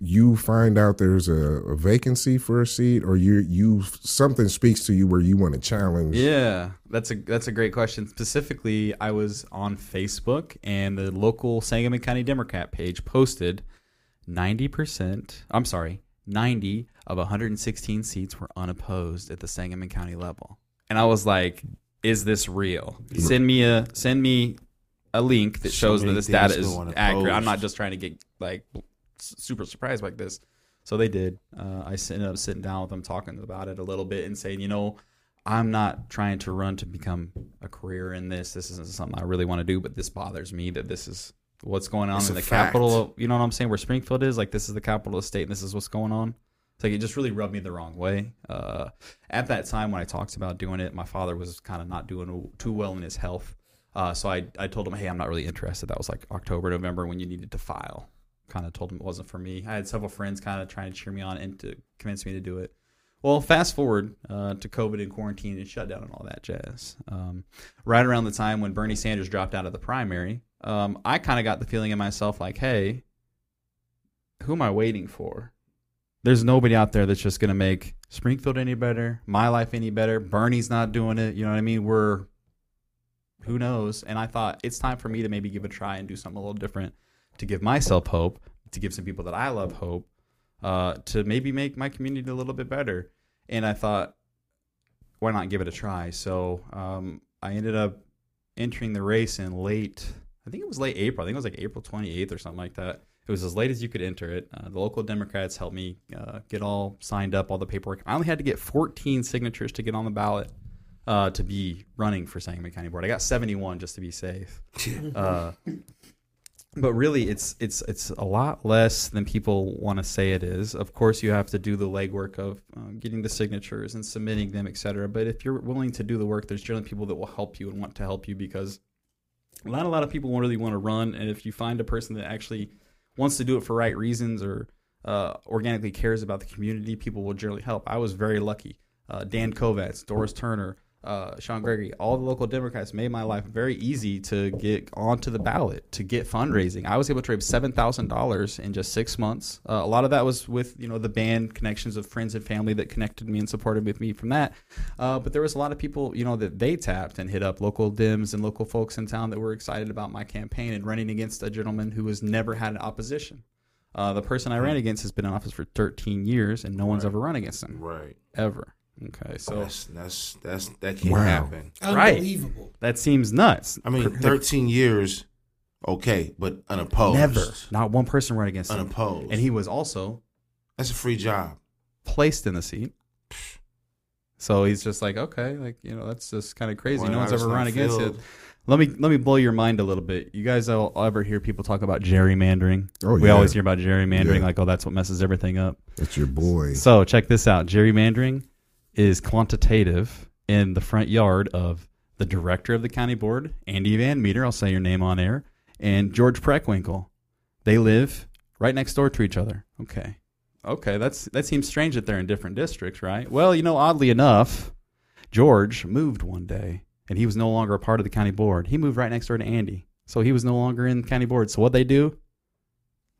Speaker 1: you find out there's a, a vacancy for a seat, or you you something speaks to you where you want to challenge.
Speaker 4: Yeah, that's a that's a great question. Specifically, I was on Facebook and the local Sangamon County Democrat page posted 90%, I'm sorry, 90 of 116 seats were unopposed at the Sangamon County level. And I was like, is this real? Send me a send me a link that
Speaker 2: So
Speaker 4: shows that
Speaker 2: many
Speaker 4: this
Speaker 2: things
Speaker 4: data
Speaker 2: go
Speaker 4: is
Speaker 2: unopposed.
Speaker 4: accurate. I'm not just trying to get like s- super surprised like this. So they did. Uh, I s- ended up sitting down with them, talking about it a little bit, and saying, you know, I'm not trying to run to become a career in this. This isn't something I really want to do, but this bothers me that this is what's going on
Speaker 2: It's
Speaker 4: in
Speaker 2: a
Speaker 4: the
Speaker 2: fact.
Speaker 4: capital. Of, you know what I'm saying? Where Springfield is, like this is the capital of the state, and this is what's going on. It's like it just really rubbed me the wrong way. Uh, at that time, when I talked about doing it, my father was kind of not doing too well in his health. Uh, so I, I told him, hey, I'm not really interested. That was like October, November when you needed to file. Kind of told him it wasn't for me. I had several friends kind of trying to cheer me on and to convince me to do it. Well, fast forward uh, to COVID and quarantine and shutdown and all that jazz. Um, right around the time when Bernie Sanders dropped out of the primary, um, I kind of got the feeling in myself like, hey, who am I waiting for? There's nobody out there that's just going to make Springfield any better, my life any better. Bernie's not doing it. You know what I mean? We're who knows? And I thought it's time for me to maybe give it a try and do something a little different to give myself hope, to give some people that I love hope, uh, to maybe make my community a little bit better. And I thought, why not give it a try? So um, I ended up entering the race in late, I think it was late April. I think it was like April 28th or something like that. It was as late as you could enter it. Uh, the local Democrats helped me uh, get all signed up, all the paperwork. I only had to get 14 signatures to get on the ballot uh, to be running for Sangamon County Board. I got 71 just to be safe. uh, but really, it's it's it's a lot less than people want to say it is. Of course, you have to do the legwork of uh, getting the signatures and submitting them, et cetera. But if you're willing to do the work, there's generally people that will help you and want to help you because not a lot of people really want to run. And if you find a person that actually wants to do it for right reasons or uh, organically cares about the community, people will generally help. I was very lucky. Uh, Dan Kovacs, Doris Turner, uh, Sean Gregory, all the local Democrats made my life very easy to get onto the ballot to get fundraising. I was able to raise seven thousand dollars in just six months. Uh, a lot of that was with you know the band connections of friends and family that connected me and supported with me from that. Uh, but there was a lot of people you know that they tapped and hit up local Dems and local folks in town that were excited about my campaign and running against a gentleman who has never had an opposition. Uh, the person I
Speaker 2: Hmm.
Speaker 4: ran against has been in office for 13 years and no one's ever run against him
Speaker 2: Right.
Speaker 4: ever. Okay, so
Speaker 2: That's that's that's that can't
Speaker 1: Wow.
Speaker 2: happen.
Speaker 4: Right.
Speaker 3: Unbelievable.
Speaker 4: that seems nuts.
Speaker 2: I mean, thirteen years, okay, but unopposed.
Speaker 4: Never. Not one person ran against him.
Speaker 2: Unopposed.
Speaker 4: And he was also
Speaker 2: That's a free job.
Speaker 4: placed in the seat. So he's just like, okay, like, you know, that's just kind of crazy.
Speaker 2: Well,
Speaker 4: no one's
Speaker 2: I was
Speaker 4: ever run
Speaker 2: not
Speaker 4: against it.
Speaker 2: filled.
Speaker 4: Let me let me blow your mind a little bit. You guys all ever hear people talk about gerrymandering?
Speaker 1: Oh,
Speaker 4: we
Speaker 1: yeah.
Speaker 4: always hear about gerrymandering,
Speaker 1: Yeah.
Speaker 4: like, oh, that's what messes everything up.
Speaker 1: That's your boy.
Speaker 4: So check this out. Gerrymandering is quantitative in the front yard of the director of the county board, Andy Van Meter, I'll say your name on air, and George Preckwinkle. They live right next door to each other. Okay. Okay, that's that seems strange that they're in different districts, right? Well, you know, oddly enough, George moved one day and he was no longer a part of the county board. He moved right next door to Andy. So he was no longer in the county board. So what they do?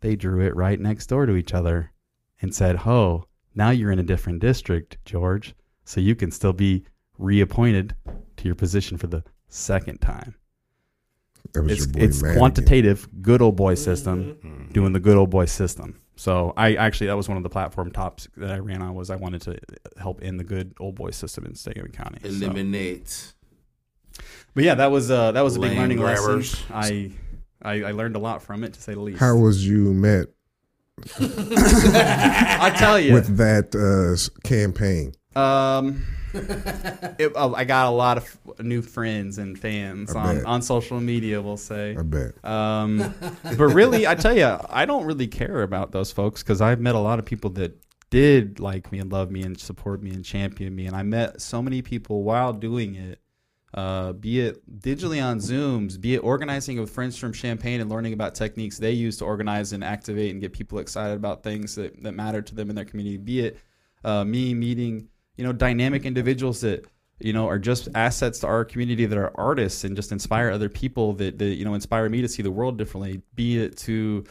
Speaker 4: They drew it right next door to each other and said, "Ho, now you're in a different district, George, so you can still be reappointed to your position for the second time."
Speaker 1: That was
Speaker 4: It's
Speaker 1: your boy.
Speaker 4: it's
Speaker 1: Madigan.
Speaker 4: quantitative good old
Speaker 2: Mm-hmm.
Speaker 4: boy system doing the good old boy system. So I actually that was one of the platform tops that I ran on was I wanted to help end the good old boy system in Sangamon County. So-
Speaker 2: Eliminate.
Speaker 4: But yeah, that was uh, that was a big
Speaker 2: Land
Speaker 4: learning
Speaker 2: grabbers.
Speaker 4: lesson. I, I I learned a lot from it to say the least.
Speaker 1: How was you met
Speaker 4: I tell you,
Speaker 1: with that uh, s- campaign?
Speaker 4: Um, it, oh, I got a lot of f- new friends and fans
Speaker 1: I
Speaker 4: on,
Speaker 1: bet.
Speaker 4: on social media, we'll say.
Speaker 1: I bet. *laughs*
Speaker 4: Um, but really, I tell you, I don't really care about those folks because I've met a lot of people that did like me and love me and support me and champion me. And I met so many people while doing it, uh, be it digitally on Zooms, be it organizing with friends from Champagne and learning about techniques they use to organize and activate and get people excited about things that, that matter to them in their community, be it uh, me meeting you know dynamic individuals that you know are just assets to our community that are artists and just inspire other people that, that you know inspire me to see the world differently be it to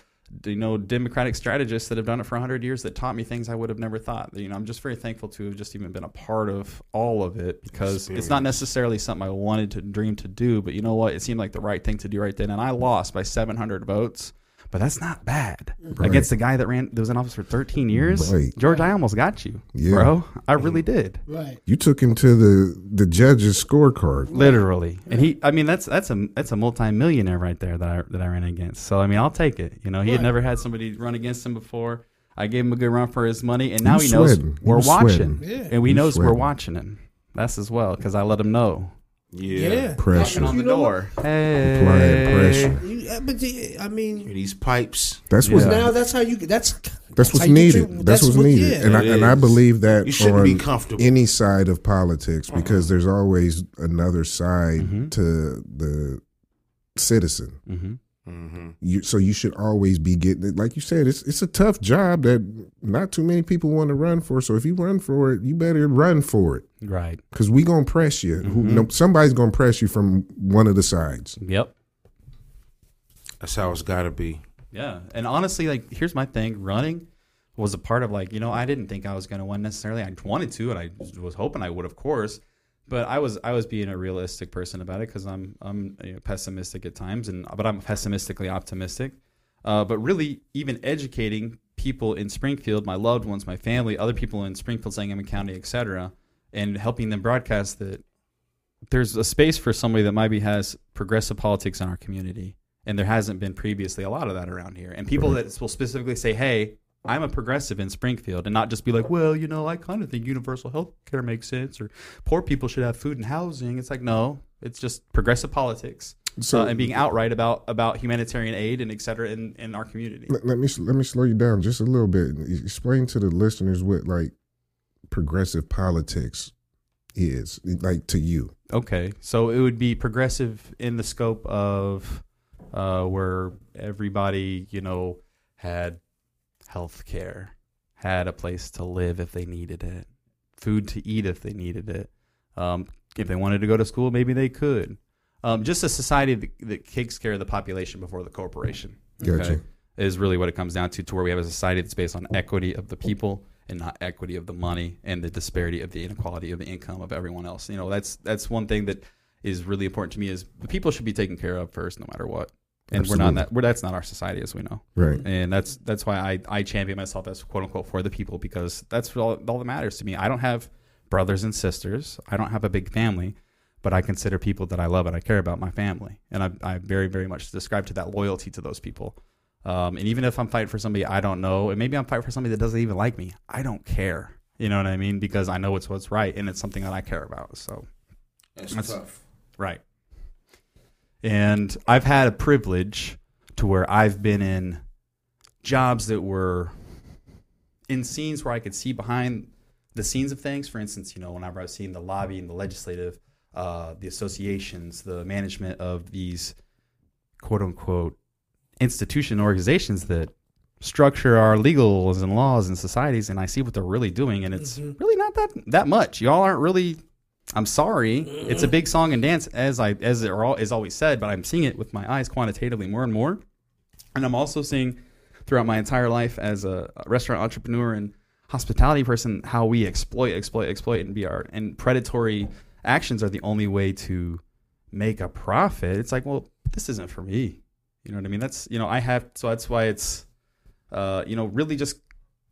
Speaker 4: you know democratic strategists that have done it for 100 years that taught me things i would have never thought you know i'm just very thankful to have just even been a part of all of it because it's not necessarily something i wanted to dream to do but you know what it seemed like the right thing to do right then and i lost by 700 votes but that's not bad against the guy that ran that was in office for 13 years
Speaker 1: Right.
Speaker 4: George, I almost got you,
Speaker 1: Yeah.
Speaker 4: bro. I really did,
Speaker 3: Right.
Speaker 1: You took him to the the judge's scorecard.
Speaker 4: literally. And he, I mean, that's that's a that's a multimillionaire right there that I that I ran against. So I mean, I'll take it. You know, he had never had somebody run against him before. I gave him a good run for his money, and now
Speaker 1: was
Speaker 4: he knows
Speaker 1: sweating. He
Speaker 4: we're
Speaker 1: was
Speaker 4: watching,
Speaker 1: sweating.
Speaker 3: Yeah.
Speaker 4: and we
Speaker 1: He was
Speaker 4: knows we're
Speaker 1: sweating.
Speaker 4: watching him. That's as well because I let him know.
Speaker 2: Yeah.
Speaker 3: Yeah.
Speaker 1: Pressure.
Speaker 3: You know what?
Speaker 4: Hey,
Speaker 1: Applying pressure.
Speaker 3: You- uh, but the- I mean,
Speaker 2: These pipes.
Speaker 1: That's what.
Speaker 4: Yeah.
Speaker 3: now that's how you. That's
Speaker 1: That's what's
Speaker 3: how you get
Speaker 1: needed.
Speaker 3: your-
Speaker 1: that's, what's
Speaker 3: what-
Speaker 1: needed,
Speaker 3: yeah.
Speaker 1: and I,
Speaker 2: It
Speaker 1: and I
Speaker 2: is.
Speaker 1: believe that
Speaker 2: You shouldn't
Speaker 1: on
Speaker 2: be comfortable.
Speaker 1: any side of politics
Speaker 4: Uh-huh.
Speaker 1: because there's always another side
Speaker 4: Mm-hmm.
Speaker 1: to the citizen.
Speaker 4: hmm
Speaker 1: You, so you should always be getting it. Like you said, it's it's a tough job that not too many people want to run for. So if you run for it, you better run for it
Speaker 4: Right.
Speaker 1: because we gonna press you. Who-
Speaker 4: Mm-hmm.
Speaker 1: no- somebody's gonna press you from one of the sides.
Speaker 4: Yep.
Speaker 2: That's how it's got to be.
Speaker 4: Yeah. And honestly, like, here's my thing running was a part of, like, you know, I didn't think I was going to win necessarily. I wanted to, and I was hoping I would, of course. But I was I was being a realistic person about it because I'm I'm you know, pessimistic at times, and but I'm pessimistically optimistic. Uh, but really, even educating people in Springfield, my loved ones, my family, other people in Springfield, Sangamon County, et cetera, and helping them broadcast that there's a space for somebody that maybe has progressive politics in our community and there hasn't been previously a lot of that around here and people that will specifically say hey i'm a progressive in springfield and not just be like well you know i kind of think universal health care makes sense or poor people should have food and housing it's like no it's just progressive politics
Speaker 1: So-
Speaker 4: uh, and being outright about about humanitarian aid and et cetera in, in our community
Speaker 1: Let, let me s- let me slow you down just a little bit. and e, Explain to the listeners what like progressive politics is like to you.
Speaker 4: Okay, so it would be progressive in the scope of uh, where everybody, you know, had healthcare, had a place to live if they needed it, food to eat if they needed it. Um, if they wanted to go to school, maybe they could. Um, just a society that, that takes care of the population before the corporation.
Speaker 1: Gotcha.
Speaker 4: Is really what it comes down to, to where we have a society that's based on equity of the people and not equity of the money and the disparity of the inequality of the income of everyone else. You know, that's that's one thing that is really important to me is the people should be taken care of first, no matter what. And we're not
Speaker 1: Absolutely.
Speaker 4: that. We're, that's not our society as we know
Speaker 1: Right.
Speaker 4: and that's that's why I, I champion myself as quote unquote for the people because that's all, all that matters to me. I don't have brothers and sisters. I don't have a big family, but I consider people that I love and I care about my family, and I, I very very much subscribe to that loyalty to those people. Um, and even if I'm fighting for somebody I don't know, and maybe I'm fighting for somebody that doesn't even like me, I don't care. You know what I mean? Because I know it's what's right, and it's something that I care about. So
Speaker 2: That's,
Speaker 4: That's-
Speaker 2: tough.
Speaker 4: Right. And I've had a privilege to where I've been in jobs that were in scenes where I could see behind the scenes of things. For instance, you know, whenever I've seen the lobby and the legislative, uh, the associations, the management of these quote unquote institution organizations that structure our legals and laws and societies and I see what they're really doing and it's really not that that much. Y'all aren't really I'm sorry. It's a big song and dance, as I as it all is always said, but I'm seeing it with my eyes quantitatively more and more, and I'm also seeing throughout my entire life as a restaurant entrepreneur and hospitality person how we exploit, exploit, exploit, and be our and predatory actions are the only way to make a profit. It's like, well, this isn't for me. You know what I mean? That's you know I have so that's why it's uh, you know really just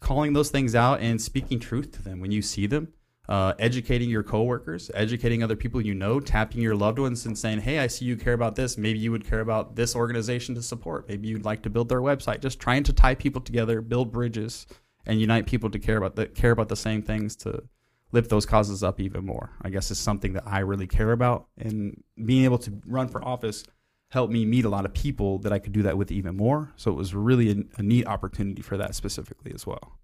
Speaker 4: calling those things out and speaking truth to them when you see them uh, educating your coworkers, educating other people you know, tapping your loved ones and saying, "Hey, I see you care about this. Maybe you would care about this organization to support. Maybe you'd like to build their website." Just trying to tie people together, build bridges, and unite people to care about the care about the same things to lift those causes up even more. I guess is something that I really care about, and being able to run for office helped me meet a lot of people that I could do that with even more. So it was really a, a neat opportunity for that specifically as well.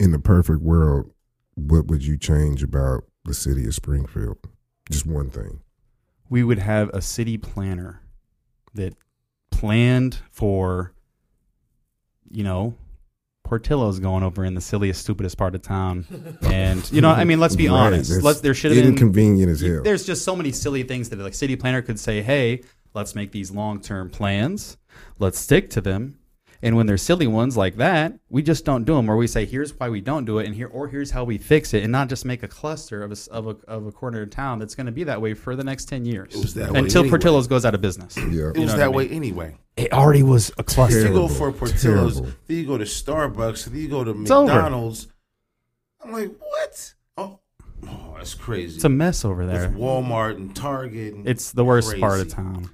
Speaker 1: In the perfect world, what would you change about the city of Springfield? Just one thing.
Speaker 4: we would have a city planner that planned for, you know, Portillo's going over in the silliest, stupidest part of town, and you know, I mean, let's be
Speaker 1: Right,
Speaker 4: honest.
Speaker 1: that's
Speaker 4: Let's there should have been
Speaker 1: inconvenient as hell.
Speaker 4: there's just so many silly things that like city planner could say, "Hey, let's make these long-term plans. Let's stick to them." And when there's silly ones like that, we just don't do them, or we say, "Here's why we don't do it," and here or here's how we fix it, and not just make a cluster of a, s- of a, of a corner of town that's going to be that way for the next ten years
Speaker 2: It was that way
Speaker 4: until
Speaker 2: anyway.
Speaker 4: Portillo's goes out of business.
Speaker 1: yeah.
Speaker 2: It was that way anyway.
Speaker 4: It already was a cluster.
Speaker 2: If you
Speaker 1: Terrible,
Speaker 2: go for Portillo's,
Speaker 1: terrible.
Speaker 2: then you go to Starbucks, then you go to
Speaker 4: over.
Speaker 2: McDonald's. I'm like, what? Oh, oh that's crazy.
Speaker 4: It's a mess over
Speaker 2: With
Speaker 4: there.
Speaker 2: Walmart and Target. and-
Speaker 4: It's the worst part of
Speaker 2: Crazy.
Speaker 4: town.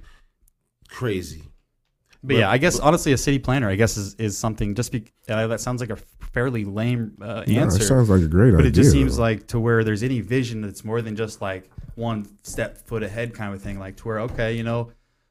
Speaker 2: Crazy.
Speaker 4: But yeah, I guess honestly, a city planner, I guess, is, is something. Just be uh, that sounds like a fairly lame uh,
Speaker 1: No, it
Speaker 4: answer.
Speaker 1: sounds like a great
Speaker 4: but
Speaker 1: idea.
Speaker 4: it just seems
Speaker 1: though.
Speaker 4: like to where there's any vision that's more than just like one step foot ahead kind of thing like to where okay you know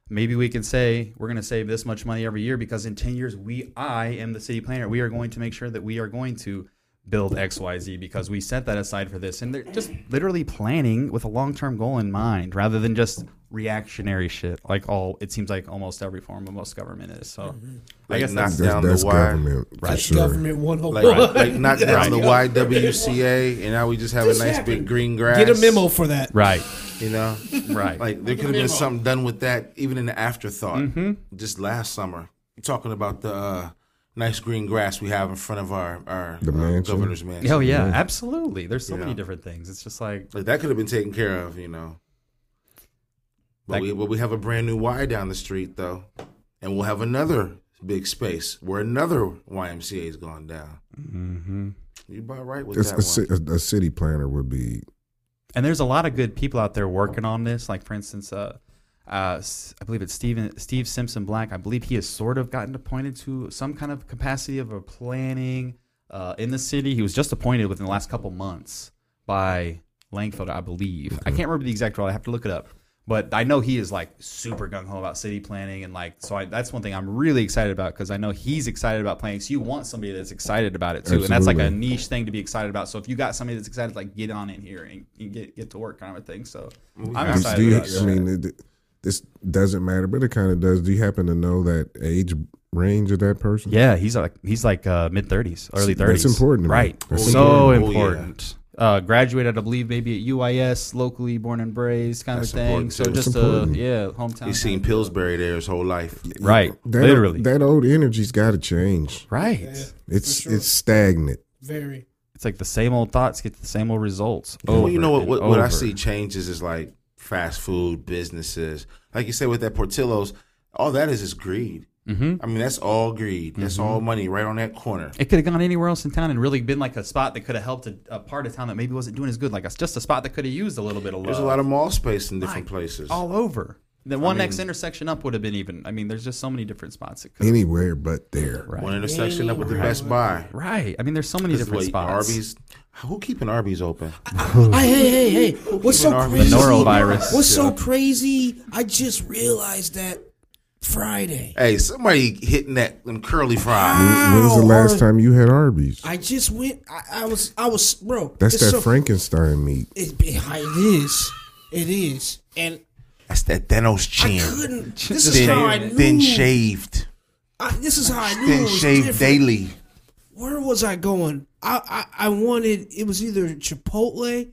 Speaker 4: maybe we can say we're going to save this much money every year because in 10 years we i am the city planner we are going to make sure that we are going to build xyz because we set that aside for this and they're just literally planning with a long-term goal in mind rather than just reactionary shit like all it seems like almost every form of most government is so
Speaker 2: Like
Speaker 4: guess
Speaker 2: knock
Speaker 4: that's-
Speaker 1: that's,
Speaker 2: down
Speaker 1: that's
Speaker 2: the Y.
Speaker 1: government for
Speaker 3: That's
Speaker 1: sure.
Speaker 3: government one hundred
Speaker 2: Like,
Speaker 3: one. *laughs*
Speaker 2: like knock down the
Speaker 3: Right.
Speaker 2: YWCA, and now we just have
Speaker 3: This
Speaker 2: a nice big
Speaker 3: happened.
Speaker 2: green grass.
Speaker 3: Get a memo for that.
Speaker 4: right
Speaker 2: You know, *laughs*
Speaker 4: right
Speaker 2: like there could have been something done with that, even in the afterthought.
Speaker 3: Mm-hmm.
Speaker 2: Just last summer, you're talking about the uh, nice green grass we have in front of our our
Speaker 1: The
Speaker 2: uh,
Speaker 1: mansion.
Speaker 2: governor's mansion.
Speaker 4: oh yeah absolutely there's so
Speaker 2: Yeah.
Speaker 4: many different things it's just like
Speaker 2: Like that could have been taken care of, you know. But
Speaker 4: Like-
Speaker 2: we but we have a brand new Y down the street though, and we'll have another big space where another YMCA is going down. Mm-hmm. You about right with
Speaker 1: It's
Speaker 2: that
Speaker 1: a,
Speaker 2: one.
Speaker 1: ci- a, a city planner would be
Speaker 4: and there's a lot of good people out there working on this. Like for instance, uh, uh, S- I believe it's Steven, Steve Simpson Black. I believe he has sort of gotten appointed to some kind of capacity of a planning uh, in the city. He was just appointed within the last couple months by Langfelder, I believe. I
Speaker 1: Mm-hmm.
Speaker 4: can't remember the exact role. I have to look it up. But I know he is like super gung ho about city planning and like so. I, that's one thing I'm really excited about because I know he's excited about planning. So you want somebody that's excited about it too, and that's like a
Speaker 1: Absolutely.
Speaker 4: niche thing to be excited about. So if you got somebody that's excited, like get on in here and, and get get to work kind of a thing. So I'm
Speaker 1: Do
Speaker 4: excited
Speaker 1: you-
Speaker 4: about
Speaker 1: I
Speaker 4: that.
Speaker 1: mean, it- this doesn't matter, but it kind of does. Do you happen to know that age range of that person?
Speaker 4: Yeah, he's like he's like uh, mid thirties, early
Speaker 1: That's
Speaker 4: thirties.
Speaker 1: important to me.
Speaker 4: right?
Speaker 1: That's
Speaker 4: so
Speaker 2: important. Oh, yeah.
Speaker 4: important. Uh, graduated, I believe, maybe at UIS, locally born and raised, kind
Speaker 2: That's
Speaker 4: of thing.
Speaker 2: important,
Speaker 4: So
Speaker 2: too.
Speaker 4: just
Speaker 1: That's
Speaker 4: a
Speaker 1: important.
Speaker 4: yeah, hometown.
Speaker 2: He's seen Pillsbury there his whole life.
Speaker 4: right?
Speaker 1: That,
Speaker 4: literally,
Speaker 1: that old energy's got to change.
Speaker 4: right?
Speaker 3: Yeah.
Speaker 1: It's
Speaker 3: sure.
Speaker 1: it's stagnant.
Speaker 3: Very.
Speaker 4: It's like the same old thoughts get the same old results.
Speaker 2: Oh,
Speaker 4: Oh,
Speaker 2: you know what? What, what I see changes is like fast food businesses, like you said with that Portillo's. All that is is greed.
Speaker 4: Mm-hmm.
Speaker 2: I mean, that's all greed. That's all money right on that corner.
Speaker 4: It could have gone anywhere else in town and really been like a spot that could have helped a, a part of town that maybe wasn't doing as good. Like it's just a spot that could have used a little bit of love.
Speaker 2: There's a lot of mall space in different places.
Speaker 3: oh
Speaker 4: all over. The one next intersection up would have been even. I mean, there's just so many different spots. It could
Speaker 1: Anywhere but there.
Speaker 4: right.
Speaker 2: One intersection up with the Best Buy.
Speaker 4: Right. I mean, there's so many
Speaker 2: This
Speaker 4: different
Speaker 2: way,
Speaker 4: spots. *laughs*
Speaker 2: Arby's. Who keeping Arby's open?
Speaker 3: Hey, hey, hey, hey. What's so
Speaker 2: Keeping our-
Speaker 3: crazy?
Speaker 4: The norovirus.
Speaker 3: What's so crazy? I just realized that Friday.
Speaker 2: Hey, somebody hitting that them curly fries.
Speaker 3: *gasps*
Speaker 1: When was the
Speaker 3: Ow,
Speaker 1: last
Speaker 3: Ar-
Speaker 1: time you had Arby's?
Speaker 3: I just went. I, I was. I was, bro.
Speaker 1: That's
Speaker 3: it's
Speaker 1: that
Speaker 3: so-
Speaker 1: Frankenstein meat.
Speaker 3: It, it is. It is. And
Speaker 2: That's that Thanos chin.
Speaker 3: couldn't. This is
Speaker 2: thin,
Speaker 3: how I knew.
Speaker 2: thin shaved.
Speaker 3: I, this is how I knew. it
Speaker 2: Thin
Speaker 3: was
Speaker 2: shaved
Speaker 3: different.
Speaker 2: daily.
Speaker 3: Where was I going? I, I I wanted. It was either Chipotle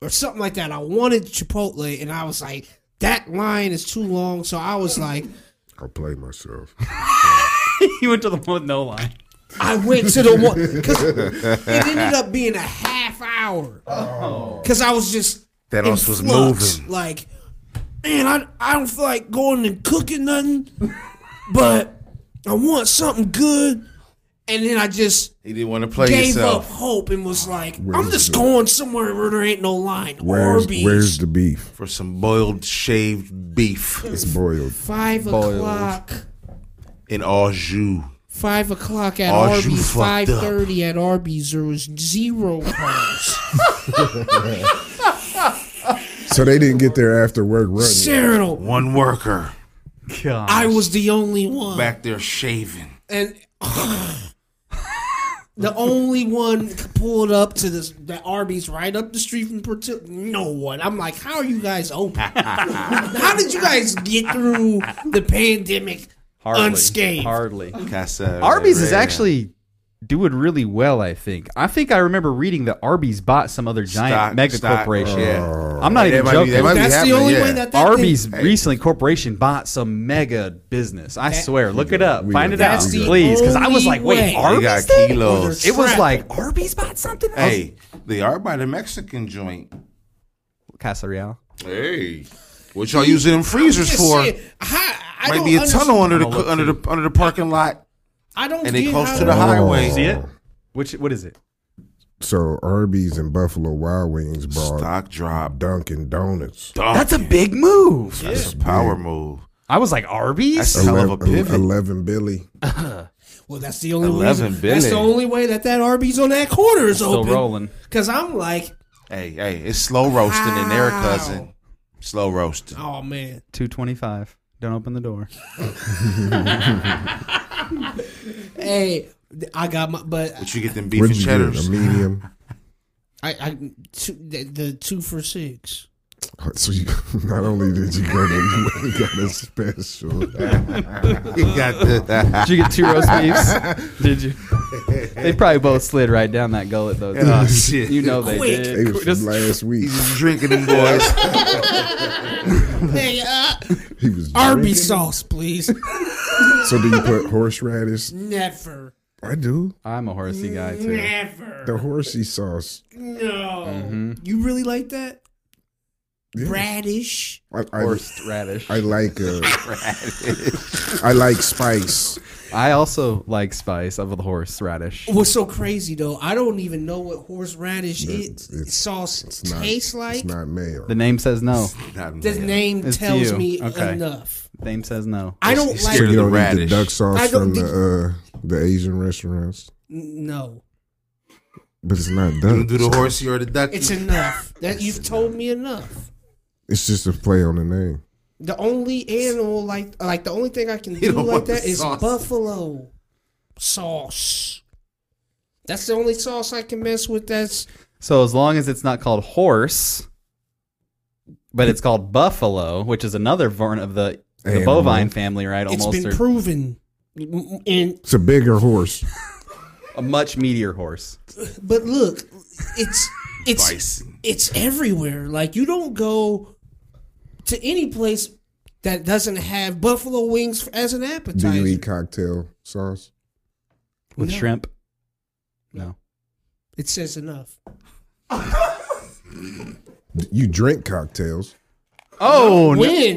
Speaker 3: or something like that. I wanted Chipotle, and I was like, that line is too long. So I was like,
Speaker 1: I'll play myself.
Speaker 4: you went to the one with no line.
Speaker 3: I went to the one because it ended up being a half hour. Because I was just
Speaker 2: That
Speaker 3: in
Speaker 2: us Oh. was
Speaker 3: flux,
Speaker 2: moving.
Speaker 3: Like, man, I I don't feel like going and cooking nothing, but I want something good. And then I just
Speaker 2: He didn't want to play
Speaker 3: gave up
Speaker 2: yourself.
Speaker 3: hope and was like, I'm
Speaker 1: Where's
Speaker 3: just
Speaker 1: the-
Speaker 3: going somewhere where there ain't no line.
Speaker 1: Where's
Speaker 3: Arby's.
Speaker 1: where's the beef?
Speaker 2: for some boiled shaved beef
Speaker 1: It's boiled.
Speaker 3: five o'clock?
Speaker 2: in au jus.
Speaker 3: Five o'clock at
Speaker 2: Oh, you
Speaker 3: Arby's. Five
Speaker 2: fucked up.
Speaker 3: thirty at Arby's. There was zero
Speaker 1: *laughs*
Speaker 3: cars.
Speaker 1: So they didn't get there after work running.
Speaker 3: Zero.
Speaker 2: One worker
Speaker 4: God.
Speaker 3: I was the only one,
Speaker 2: back there shaving.
Speaker 3: and *sighs* the only one pulled up to this the Arby's right up the street from Portillo. No one. I'm like, how are you guys
Speaker 2: *laughs*
Speaker 3: open? how did you guys get through the pandemic unscathed?
Speaker 4: Hardly.
Speaker 2: Casa
Speaker 4: Arby's is
Speaker 2: Herrera.
Speaker 4: actually doing really well, I think. I think I remember reading that Arby's bought some other giant
Speaker 2: Stock-
Speaker 4: mega
Speaker 2: stock,
Speaker 1: Oh.
Speaker 4: corporation.
Speaker 2: yeah.
Speaker 4: I'm not
Speaker 2: That
Speaker 4: even
Speaker 2: might be- that
Speaker 4: joking.
Speaker 2: might be
Speaker 3: That's the
Speaker 2: happening,
Speaker 3: only
Speaker 2: yeah.
Speaker 3: way that that
Speaker 4: Arby's
Speaker 3: Thing,
Speaker 4: recently corporation bought some mega business. I swear, look it up,
Speaker 1: we
Speaker 4: find
Speaker 1: got-
Speaker 4: it out,
Speaker 1: that's the
Speaker 4: please. Because I was
Speaker 3: only
Speaker 4: like, wait,
Speaker 3: way.
Speaker 2: They got
Speaker 4: Arby's did?
Speaker 2: kilos.
Speaker 4: It was
Speaker 3: Traffic.
Speaker 4: like Arby's bought something. I was-
Speaker 2: Hey, they are by the Mexican joint.
Speaker 4: Casa Real.
Speaker 2: Hey, what y'all using them freezers
Speaker 3: Just
Speaker 2: for?
Speaker 3: saying, how- I
Speaker 2: Might
Speaker 3: don't
Speaker 2: be a
Speaker 3: understand-
Speaker 2: tunnel under the under the under the parking lot,
Speaker 3: I don't
Speaker 2: and they
Speaker 3: get
Speaker 2: close
Speaker 3: how-
Speaker 2: to the highway.
Speaker 4: See it? Which what is it?
Speaker 1: Oh. So Arby's and Buffalo Wild Wings bought
Speaker 2: Stock drop.
Speaker 1: Dunkin' Donuts.
Speaker 2: Oh,
Speaker 4: That's a big move.
Speaker 2: That's a power move.
Speaker 4: I was like Arby's.
Speaker 2: That's a hell of a
Speaker 1: 11
Speaker 2: pivot.
Speaker 1: 11 Billy.
Speaker 3: Well, that's the only
Speaker 2: 11
Speaker 3: reason, That's the
Speaker 2: billion.
Speaker 3: only way that that Arby's on that corner is
Speaker 4: Still
Speaker 3: open.
Speaker 4: rolling.
Speaker 3: Cause I'm like,
Speaker 2: Hey, hey, it's slow roasting in there,
Speaker 3: Wow.
Speaker 2: cousin. Slow roasting.
Speaker 3: oh man,
Speaker 4: Two twenty five. Don't open the door.
Speaker 3: hey, th- I got my, but
Speaker 2: But you get them beef
Speaker 1: What'd
Speaker 2: and
Speaker 1: you get?
Speaker 2: cheddars.
Speaker 1: A medium. *laughs*
Speaker 3: I, I two, the, the two for
Speaker 1: *laughs*
Speaker 3: six.
Speaker 1: So you, not only did you go there, you went and got a
Speaker 2: *laughs*
Speaker 1: special.
Speaker 2: You got the-
Speaker 4: Did you get two roast
Speaker 3: *laughs*
Speaker 4: beefs? Did you? They probably both slid right down that gullet though.
Speaker 2: *laughs* Oh, *laughs* shit.
Speaker 4: You know they
Speaker 3: Quick.
Speaker 1: It
Speaker 4: did.
Speaker 1: was from last week.
Speaker 2: He's drinking them boys. *laughs*
Speaker 3: Hey,
Speaker 1: *laughs*
Speaker 3: uh,
Speaker 1: He was drinking.
Speaker 3: Arby's sauce, please.
Speaker 1: So do you put horseradish?
Speaker 3: Never,
Speaker 1: I do.
Speaker 4: I'm a horsey guy too.
Speaker 3: never.
Speaker 1: The horsey sauce.
Speaker 3: No, you really like that
Speaker 1: Yeah.
Speaker 3: radish?
Speaker 1: I, I,
Speaker 4: Horse radish.
Speaker 1: I like
Speaker 2: *laughs*
Speaker 1: uh, I like spice.
Speaker 4: I also like spice of the horse radish.
Speaker 3: What's so crazy though? I don't even know what horseradish
Speaker 1: It's-
Speaker 3: is,
Speaker 1: it's-
Speaker 3: sauce
Speaker 1: It's not,
Speaker 3: tastes like.
Speaker 1: It's not mayo.
Speaker 4: The name says no.
Speaker 2: Not
Speaker 3: the
Speaker 2: man.
Speaker 3: name
Speaker 4: It's to
Speaker 3: tells
Speaker 4: you.
Speaker 3: me
Speaker 4: Okay.
Speaker 3: enough.
Speaker 4: The name says no.
Speaker 3: I don't
Speaker 2: it's
Speaker 3: like
Speaker 1: you
Speaker 2: scared of
Speaker 1: don't eat the
Speaker 2: radish.
Speaker 1: duck
Speaker 3: I
Speaker 1: sauce
Speaker 3: don't-
Speaker 1: from
Speaker 3: did
Speaker 1: the uh, the Asian restaurants,
Speaker 3: N- no.
Speaker 1: but it's not
Speaker 2: You don't do the
Speaker 1: duck.
Speaker 2: horsey or the ducky.
Speaker 3: It's enough. That you've told me enough.
Speaker 1: It's just a play on the name.
Speaker 3: The only animal like like the only thing I can
Speaker 2: You
Speaker 3: do
Speaker 2: don't
Speaker 3: like
Speaker 2: want
Speaker 3: that
Speaker 2: the
Speaker 3: is
Speaker 2: sauce.
Speaker 3: buffalo sauce. That's the only sauce I can mess with. That's
Speaker 4: So as long as it's not called horse, but it's called buffalo, which is another vern of the, the
Speaker 1: Animal.
Speaker 4: bovine family, right?
Speaker 3: It's
Speaker 4: Almost
Speaker 3: been
Speaker 4: or
Speaker 3: proven. And
Speaker 1: It's a bigger horse.
Speaker 4: a much meatier horse.
Speaker 3: but look,
Speaker 2: *laughs*
Speaker 3: it's it's it's everywhere. Like you don't go to any place that doesn't have buffalo wings as an
Speaker 1: Do
Speaker 3: appetizer.
Speaker 1: you eat cocktail sauce?
Speaker 4: with
Speaker 3: No.
Speaker 4: shrimp. No.
Speaker 3: It says enough.
Speaker 1: D- You drink cocktails.
Speaker 2: *laughs*
Speaker 4: Oh,
Speaker 3: When?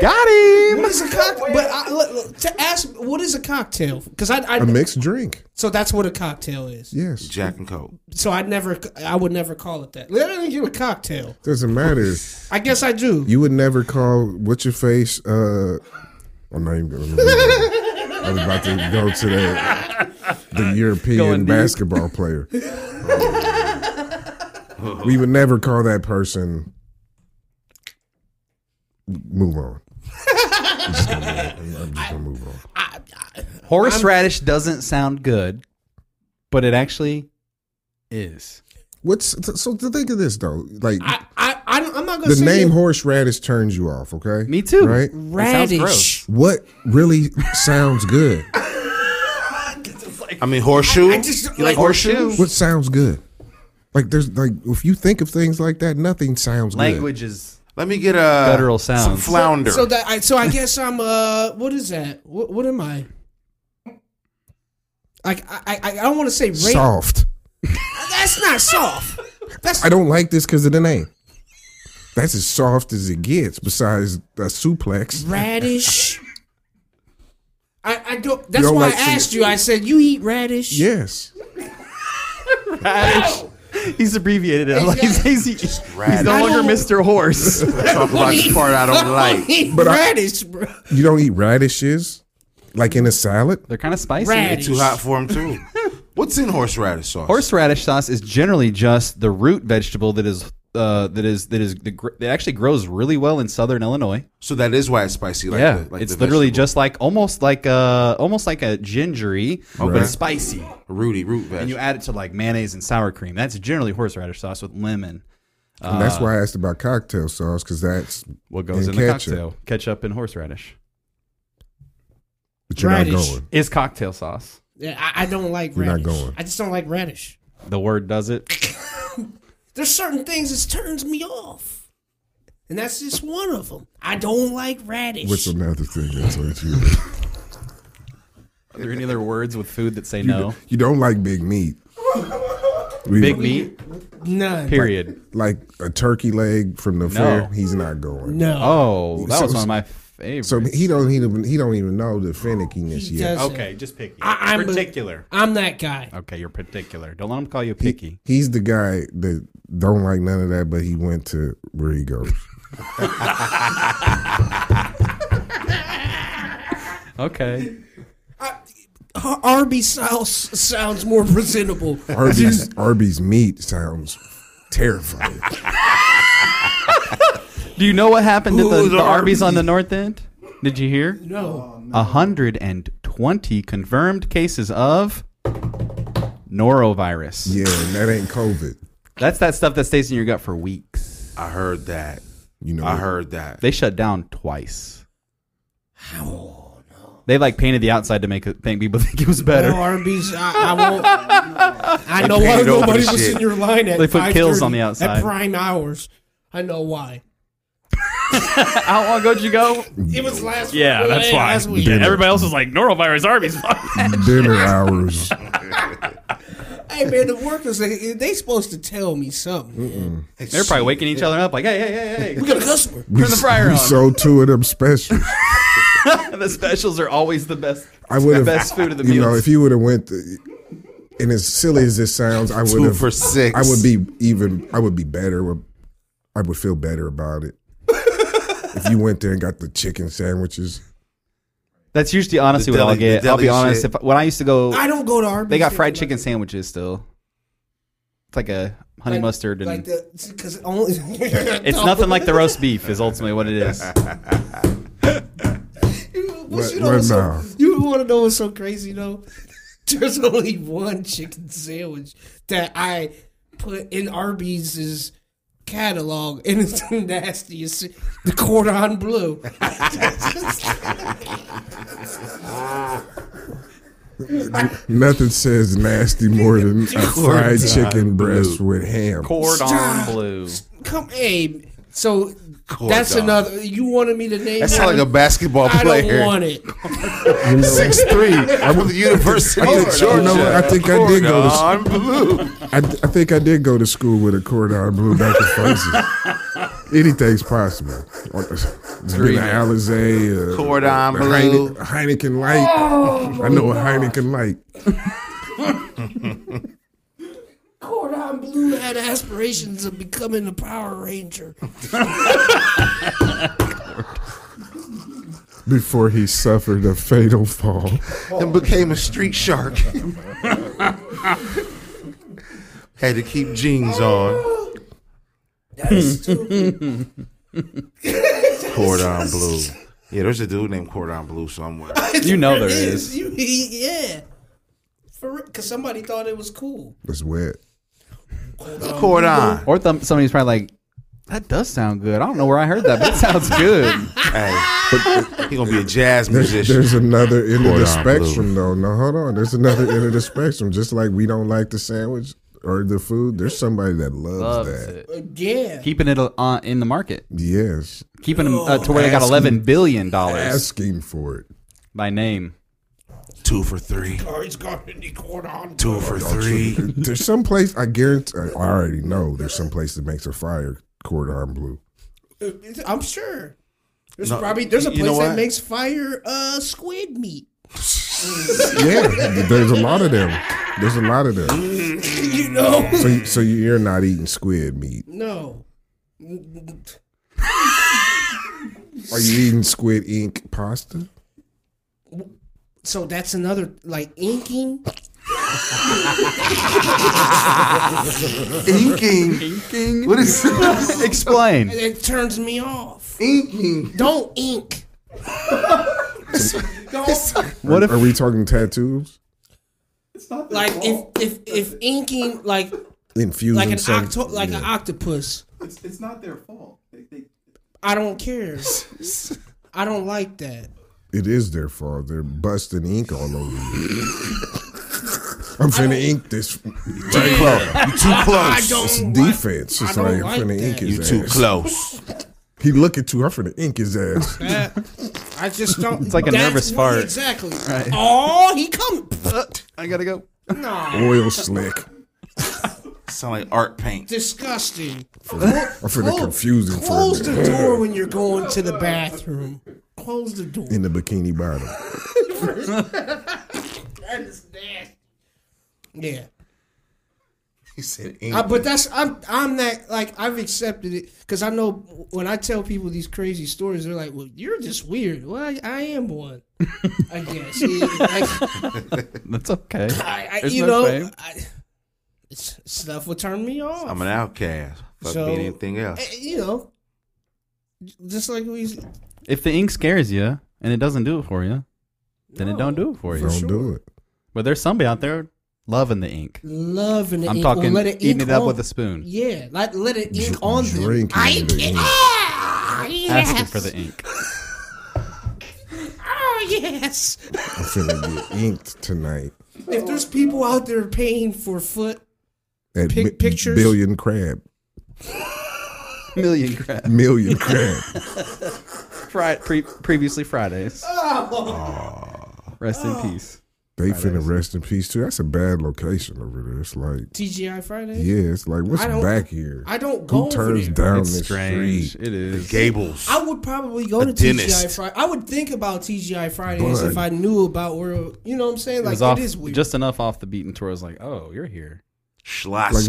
Speaker 4: got him.
Speaker 3: What is a cocktail? But I, look, look, to ask, what is a cocktail? Because I, I
Speaker 1: A mixed drink.
Speaker 3: so that's what a cocktail is.
Speaker 1: Yes.
Speaker 2: Jack and Coke.
Speaker 3: So I never, I would never call it that. Let me give a cocktail.
Speaker 1: Doesn't matter.
Speaker 3: I guess I do.
Speaker 1: You would never call what's your face. Uh, I'm not even going to. I was about to go to the the
Speaker 4: Going
Speaker 1: European
Speaker 4: deep.
Speaker 1: basketball player. we would never call that person. Move on. I'm just gonna move on. I'm just gonna move on.
Speaker 4: Horseradish doesn't sound good, but it actually is.
Speaker 1: What's so? To think of this though, like
Speaker 3: I, I, I don't- I'm not gonna
Speaker 1: the
Speaker 3: say
Speaker 1: name
Speaker 3: that-
Speaker 1: horseradish turns you off. Okay,
Speaker 4: Me too.
Speaker 1: Right?
Speaker 4: sounds
Speaker 3: radish.
Speaker 4: gross.
Speaker 1: What really sounds good?
Speaker 2: I mean, horseshoe.
Speaker 3: I just don't
Speaker 2: you
Speaker 3: like
Speaker 2: like horseshoes?
Speaker 1: What sounds good? Like there's like if you think of things like that, nothing sounds
Speaker 4: Language is
Speaker 2: Let me get a
Speaker 4: guttural
Speaker 2: some
Speaker 4: sounds.
Speaker 2: flounder.
Speaker 3: *laughs* So that I, so I guess I'm uh what is that? What, what am I? Like I I, I don't want to say
Speaker 1: good.
Speaker 3: rape.
Speaker 1: Soft.
Speaker 3: That's not soft. That's
Speaker 1: I don't like this because of the name. That's as soft as it gets. Besides a suplex,
Speaker 3: radish. I, I don't. That's
Speaker 1: don't
Speaker 3: why
Speaker 1: like
Speaker 3: I
Speaker 1: to-
Speaker 3: asked you. I said you eat radish.
Speaker 1: yes.
Speaker 4: *laughs* He's abbreviated it. Like, he's, he's, he's
Speaker 2: radish.
Speaker 4: no
Speaker 3: I
Speaker 4: longer
Speaker 3: don't-
Speaker 4: Mr. Horse. *laughs*
Speaker 2: Talk about the part
Speaker 3: *laughs*
Speaker 2: I don't like.
Speaker 3: Eat
Speaker 1: But I-
Speaker 3: radish, bro.
Speaker 1: You don't eat radishes, like in a salad.
Speaker 4: They're kind of spicy.
Speaker 3: Radish.
Speaker 2: Too hot for him too. What's in horseradish sauce?
Speaker 4: Horseradish sauce is generally just the root vegetable that is uh, that is that is the, gr- that actually grows really well in southern Illinois.
Speaker 2: so that is why it's spicy. Like
Speaker 4: yeah,
Speaker 2: the, like
Speaker 4: it's
Speaker 2: the
Speaker 4: literally
Speaker 2: vegetable.
Speaker 4: just like almost like a almost like a gingery, but it's spicy.
Speaker 2: Rudy root
Speaker 4: And you
Speaker 2: veg.
Speaker 4: add it to like mayonnaise and sour cream. That's generally horseradish sauce with lemon.
Speaker 1: And that's
Speaker 4: Ah.
Speaker 1: why I asked about cocktail sauce because that's
Speaker 4: What goes
Speaker 1: And
Speaker 4: in the
Speaker 1: ketchup.
Speaker 4: cocktail? Ketchup and horseradish
Speaker 1: but you're
Speaker 3: Radish.
Speaker 1: not going.
Speaker 4: is cocktail sauce.
Speaker 3: Yeah, I, I don't like
Speaker 1: You're not
Speaker 3: radish.
Speaker 1: going.
Speaker 3: I just don't like radish. *laughs*
Speaker 4: The word does it.
Speaker 3: There's certain things that turns me off, and that's just one of them. I don't like radish.
Speaker 1: What's another thing that's with
Speaker 4: *laughs*
Speaker 1: you?
Speaker 4: Are there any other words with food that say no?
Speaker 1: You don't like big meat. We-
Speaker 4: Big meat.
Speaker 3: None.
Speaker 4: Period.
Speaker 1: like a turkey leg from the fair. He's not going.
Speaker 3: No.
Speaker 4: Oh, that
Speaker 1: So-
Speaker 4: was one of my favorites.
Speaker 1: So he don't he don't, he don't even know the finickiness
Speaker 3: He
Speaker 1: yet.
Speaker 3: doesn't.
Speaker 4: okay, just picky.
Speaker 3: I- I'm-
Speaker 4: particular.
Speaker 3: I'm that guy.
Speaker 4: okay, you're particular. Don't let them call you picky.
Speaker 1: He's the guy that don't like none of that, but he went to where he goes.
Speaker 4: Okay.
Speaker 3: Ar- Arby's sauce sounds more presentable.
Speaker 1: Arby's
Speaker 4: *laughs*
Speaker 1: Arby's meat sounds terrifying.
Speaker 4: Do you know what happened at the,
Speaker 2: Ooh, the
Speaker 4: the Arby's on
Speaker 2: Arby's.
Speaker 4: the north end? Did you hear?
Speaker 2: Oh,
Speaker 3: No.
Speaker 4: 120 confirmed cases of norovirus.
Speaker 1: Yeah, and that ain't COVID.
Speaker 4: That's that stuff that stays in your gut for weeks.
Speaker 2: I heard that.
Speaker 1: You know,
Speaker 2: I heard that.
Speaker 4: They shut down twice. They like painted the outside to make it, make people *laughs* think it was better.
Speaker 3: No Arby's. I, I won't. I know why
Speaker 2: painted over
Speaker 3: nobody
Speaker 2: the
Speaker 3: was
Speaker 2: shit.
Speaker 3: in your line at
Speaker 4: They put kills
Speaker 3: 5:30
Speaker 4: on the outside.
Speaker 3: at prime hours. I know why.
Speaker 4: How long ago did you go?
Speaker 3: It was last.
Speaker 8: Yeah, that's
Speaker 3: way
Speaker 8: why.
Speaker 3: last
Speaker 4: *laughs*
Speaker 3: week.
Speaker 8: Yeah, everybody else is like, norovirus Arby's. Fuck.
Speaker 1: dinner
Speaker 4: *laughs*
Speaker 1: hours.
Speaker 3: Hey man, the workers they, they supposed to tell me something.
Speaker 4: They're probably waking each other up like, hey, hey, hey, hey.
Speaker 3: We got a customer.
Speaker 1: We,
Speaker 4: Turn the fryer
Speaker 1: we
Speaker 4: on.
Speaker 1: sold two of them
Speaker 4: *laughs*
Speaker 1: specials.
Speaker 4: the specials are always the best.
Speaker 1: I would have
Speaker 4: best food of the
Speaker 1: You know,
Speaker 4: meals.
Speaker 1: if you would have went, to, and as silly as this sounds, I would
Speaker 2: Two
Speaker 1: have
Speaker 2: for six.
Speaker 1: I would be even. I would be better. with- I would feel better about
Speaker 4: *laughs*
Speaker 1: it if you went there and got the chicken sandwiches.
Speaker 4: That's usually honestly
Speaker 2: The
Speaker 4: what I'll
Speaker 2: deli- the
Speaker 4: get. I'll
Speaker 2: deli
Speaker 4: be honest.
Speaker 2: shit.
Speaker 4: If, when I used to go,
Speaker 3: I don't go to Arby's.
Speaker 4: they got fried chicken sandwiches still. It's like a honey
Speaker 3: Like-
Speaker 4: mustard and
Speaker 3: Like the because only
Speaker 4: *laughs*
Speaker 3: *laughs*
Speaker 4: it's nothing like the roast beef is ultimately what it is.
Speaker 1: What-
Speaker 3: you, know
Speaker 1: what
Speaker 3: what's so-
Speaker 1: now?
Speaker 3: you want to know what's so crazy though? *laughs* There's only one chicken sandwich that I put in Arby's catalog and it's the nastiest the cordon bleu
Speaker 1: Nothing says nasty more
Speaker 5: *laughs*
Speaker 1: than a fried chicken breast with ham.
Speaker 5: Cordon
Speaker 3: *laughs*
Speaker 5: blue.
Speaker 3: come hey so that's
Speaker 2: Cordon.
Speaker 3: another you wanted me to name one?
Speaker 2: That sounds like a basketball
Speaker 3: I
Speaker 2: player.
Speaker 3: don't want it
Speaker 2: Six three. I'm from the University
Speaker 1: I
Speaker 2: of
Speaker 1: think-
Speaker 2: Georgia.
Speaker 1: you know what? I think I did go to-
Speaker 2: Cordon bleu.
Speaker 1: I, I think I did go to school with a cordon bleu back in Fraser. Anything's possible. It's been an Alizé, uh,
Speaker 2: Cordon
Speaker 1: a
Speaker 2: bleu.
Speaker 1: Heine- a Heineken Light.
Speaker 5: Oh.
Speaker 1: I know a Heineken Light.
Speaker 3: cordon bleu had aspirations of becoming a power ranger
Speaker 1: before he suffered a fatal fall.
Speaker 3: Oh.
Speaker 2: and became a street shark. *laughs* Had to keep jeans on. *laughs* Cordon Bleu. Yeah, there's a dude named Cordon Blue somewhere.
Speaker 5: You know there
Speaker 3: It
Speaker 5: is.
Speaker 3: *laughs* You- yeah for because somebody thought it was cool
Speaker 1: It's wet.
Speaker 2: Cordon.
Speaker 5: Or th- somebody's probably like, that does sound good. I don't know where I heard that, but it
Speaker 3: *laughs*
Speaker 5: sounds good.
Speaker 2: Hey, he gonna be a jazz
Speaker 1: There's,
Speaker 2: musician.
Speaker 1: there's another end of
Speaker 2: Cordon
Speaker 1: the spectrum, though. No, hold on. There's another end of the spectrum. Just like we don't like the sandwich or the food, there's somebody that loves,
Speaker 5: Loves
Speaker 1: that.
Speaker 5: it.
Speaker 3: Uh, yeah
Speaker 5: Keeping it uh, in the market.
Speaker 1: Yes,
Speaker 5: Keeping them uh, to where they got
Speaker 1: Asking-
Speaker 5: $11 billion dollars
Speaker 1: asking
Speaker 3: *laughs*
Speaker 1: for it.
Speaker 5: by name.
Speaker 2: Two for three.
Speaker 3: or Oh, he's got any cordon
Speaker 2: Two for three.
Speaker 1: There's some place I guarantee. I already know. There's some place that makes a fire cordon bleu.
Speaker 3: bleu. I'm sure. There's
Speaker 2: No,
Speaker 3: probably there's a
Speaker 2: you
Speaker 3: place
Speaker 2: know
Speaker 3: that
Speaker 2: what?
Speaker 3: makes fire uh squid meat. *laughs*
Speaker 1: Yeah, *laughs* there's a lot of them. There's a lot of them.
Speaker 3: You know?
Speaker 2: Mm.
Speaker 1: So, you- so you're not eating squid meat.
Speaker 3: No.
Speaker 1: Are you eating squid ink pasta?
Speaker 3: So that's another like inking.
Speaker 2: Inking. What is this?
Speaker 5: Explain.
Speaker 3: It turns me off.
Speaker 2: Inking.
Speaker 3: Don't ink. Don't
Speaker 1: What are we talking tattoos?
Speaker 3: like if if if inking like
Speaker 1: Infusing
Speaker 3: like an
Speaker 1: some-
Speaker 3: octo- like an octopus.
Speaker 9: It's not their fault. They, they,
Speaker 3: I
Speaker 5: *laughs*
Speaker 3: don't care. I don't like that.
Speaker 1: It is their fault. They're busting ink all over you.
Speaker 3: *laughs*
Speaker 1: I'm finna ink this
Speaker 2: Too close. You too
Speaker 3: I
Speaker 2: close.
Speaker 1: this
Speaker 3: don't. Like,
Speaker 1: defense.
Speaker 3: I
Speaker 1: It's
Speaker 3: don't
Speaker 1: like,
Speaker 3: like
Speaker 1: I'm finna
Speaker 3: that.
Speaker 1: ink his
Speaker 2: You too
Speaker 1: ass.
Speaker 2: close.
Speaker 1: He look at you. I'm finna ink his
Speaker 3: *laughs*
Speaker 1: ass.
Speaker 5: *laughs*
Speaker 3: I just don't. It's
Speaker 5: like a nervous fart.
Speaker 3: Exactly. Oh, he coming.
Speaker 5: I gotta go.
Speaker 1: Oil slick.
Speaker 2: Sound like art paint.
Speaker 3: Disgusting.
Speaker 1: I'm finna confuse him
Speaker 3: Close
Speaker 1: for a
Speaker 3: the
Speaker 1: minute.
Speaker 3: door when you're going to the bathroom. Close the door.
Speaker 1: In the bikini bottom.
Speaker 3: Yeah,
Speaker 2: He said
Speaker 3: I,
Speaker 2: ink.
Speaker 3: Uh, but that's I'm I'm that like I've accepted it because I know when I tell people these crazy stories, they're like, "Well, you're just weird." Well, I, I am one. I guess. Yeah, like,
Speaker 5: That's okay.
Speaker 3: I, I,
Speaker 5: There's
Speaker 3: you
Speaker 5: no
Speaker 3: know,
Speaker 5: shame.
Speaker 3: I, it's, stuff will turn me off.
Speaker 2: I'm an outcast. Fuck
Speaker 3: So-
Speaker 2: being anything else.
Speaker 3: Eh, you know, just like we.
Speaker 5: If the ink scares you and it doesn't do it for you, then it don't do it for you.
Speaker 1: Don't do it.
Speaker 5: But there's somebody out there loving the ink.
Speaker 3: Love and the
Speaker 5: I'm
Speaker 3: ink
Speaker 5: talking
Speaker 3: will let it
Speaker 5: eating
Speaker 3: ink
Speaker 5: it up
Speaker 3: on-
Speaker 5: with a spoon.
Speaker 3: Yeah, like let it ink
Speaker 1: Dr-
Speaker 3: on them.
Speaker 1: drinking
Speaker 3: I ink
Speaker 1: the
Speaker 3: it.
Speaker 1: ink.
Speaker 3: Ah, yes.
Speaker 5: Asking for the
Speaker 3: *laughs*
Speaker 5: ink.
Speaker 3: Oh yes.
Speaker 1: I'm finna get inked tonight.
Speaker 3: If there's people out there paying for foot,
Speaker 1: At
Speaker 3: Pic-
Speaker 1: mi-
Speaker 3: pictures?
Speaker 1: Billion crab.
Speaker 5: Million crab.
Speaker 3: *laughs*
Speaker 1: Million crab.
Speaker 5: Fri- pre- previously Fridays.
Speaker 3: Ah,
Speaker 5: Rest in peace.
Speaker 1: They finna rest in peace too. That's a bad location over there. It's like,
Speaker 3: TGI Friday.
Speaker 1: yeah, it's like what's
Speaker 3: I don't-
Speaker 1: back here?
Speaker 3: I don't go
Speaker 1: Who
Speaker 3: over
Speaker 1: turns
Speaker 3: there.
Speaker 1: down
Speaker 5: It's
Speaker 1: this
Speaker 5: strange.
Speaker 1: street?
Speaker 5: It is.
Speaker 2: Gables.
Speaker 3: I would probably go
Speaker 2: A
Speaker 3: to TGI
Speaker 2: dentist.
Speaker 3: Friday. I would think about TGI Fridays
Speaker 1: Bud.
Speaker 3: if I knew about where you know what I'm saying.
Speaker 5: It
Speaker 3: Like
Speaker 5: was off,
Speaker 3: it is weird.
Speaker 5: just enough off the beaten tour. I was like, oh, you're here.
Speaker 2: Schlossky's.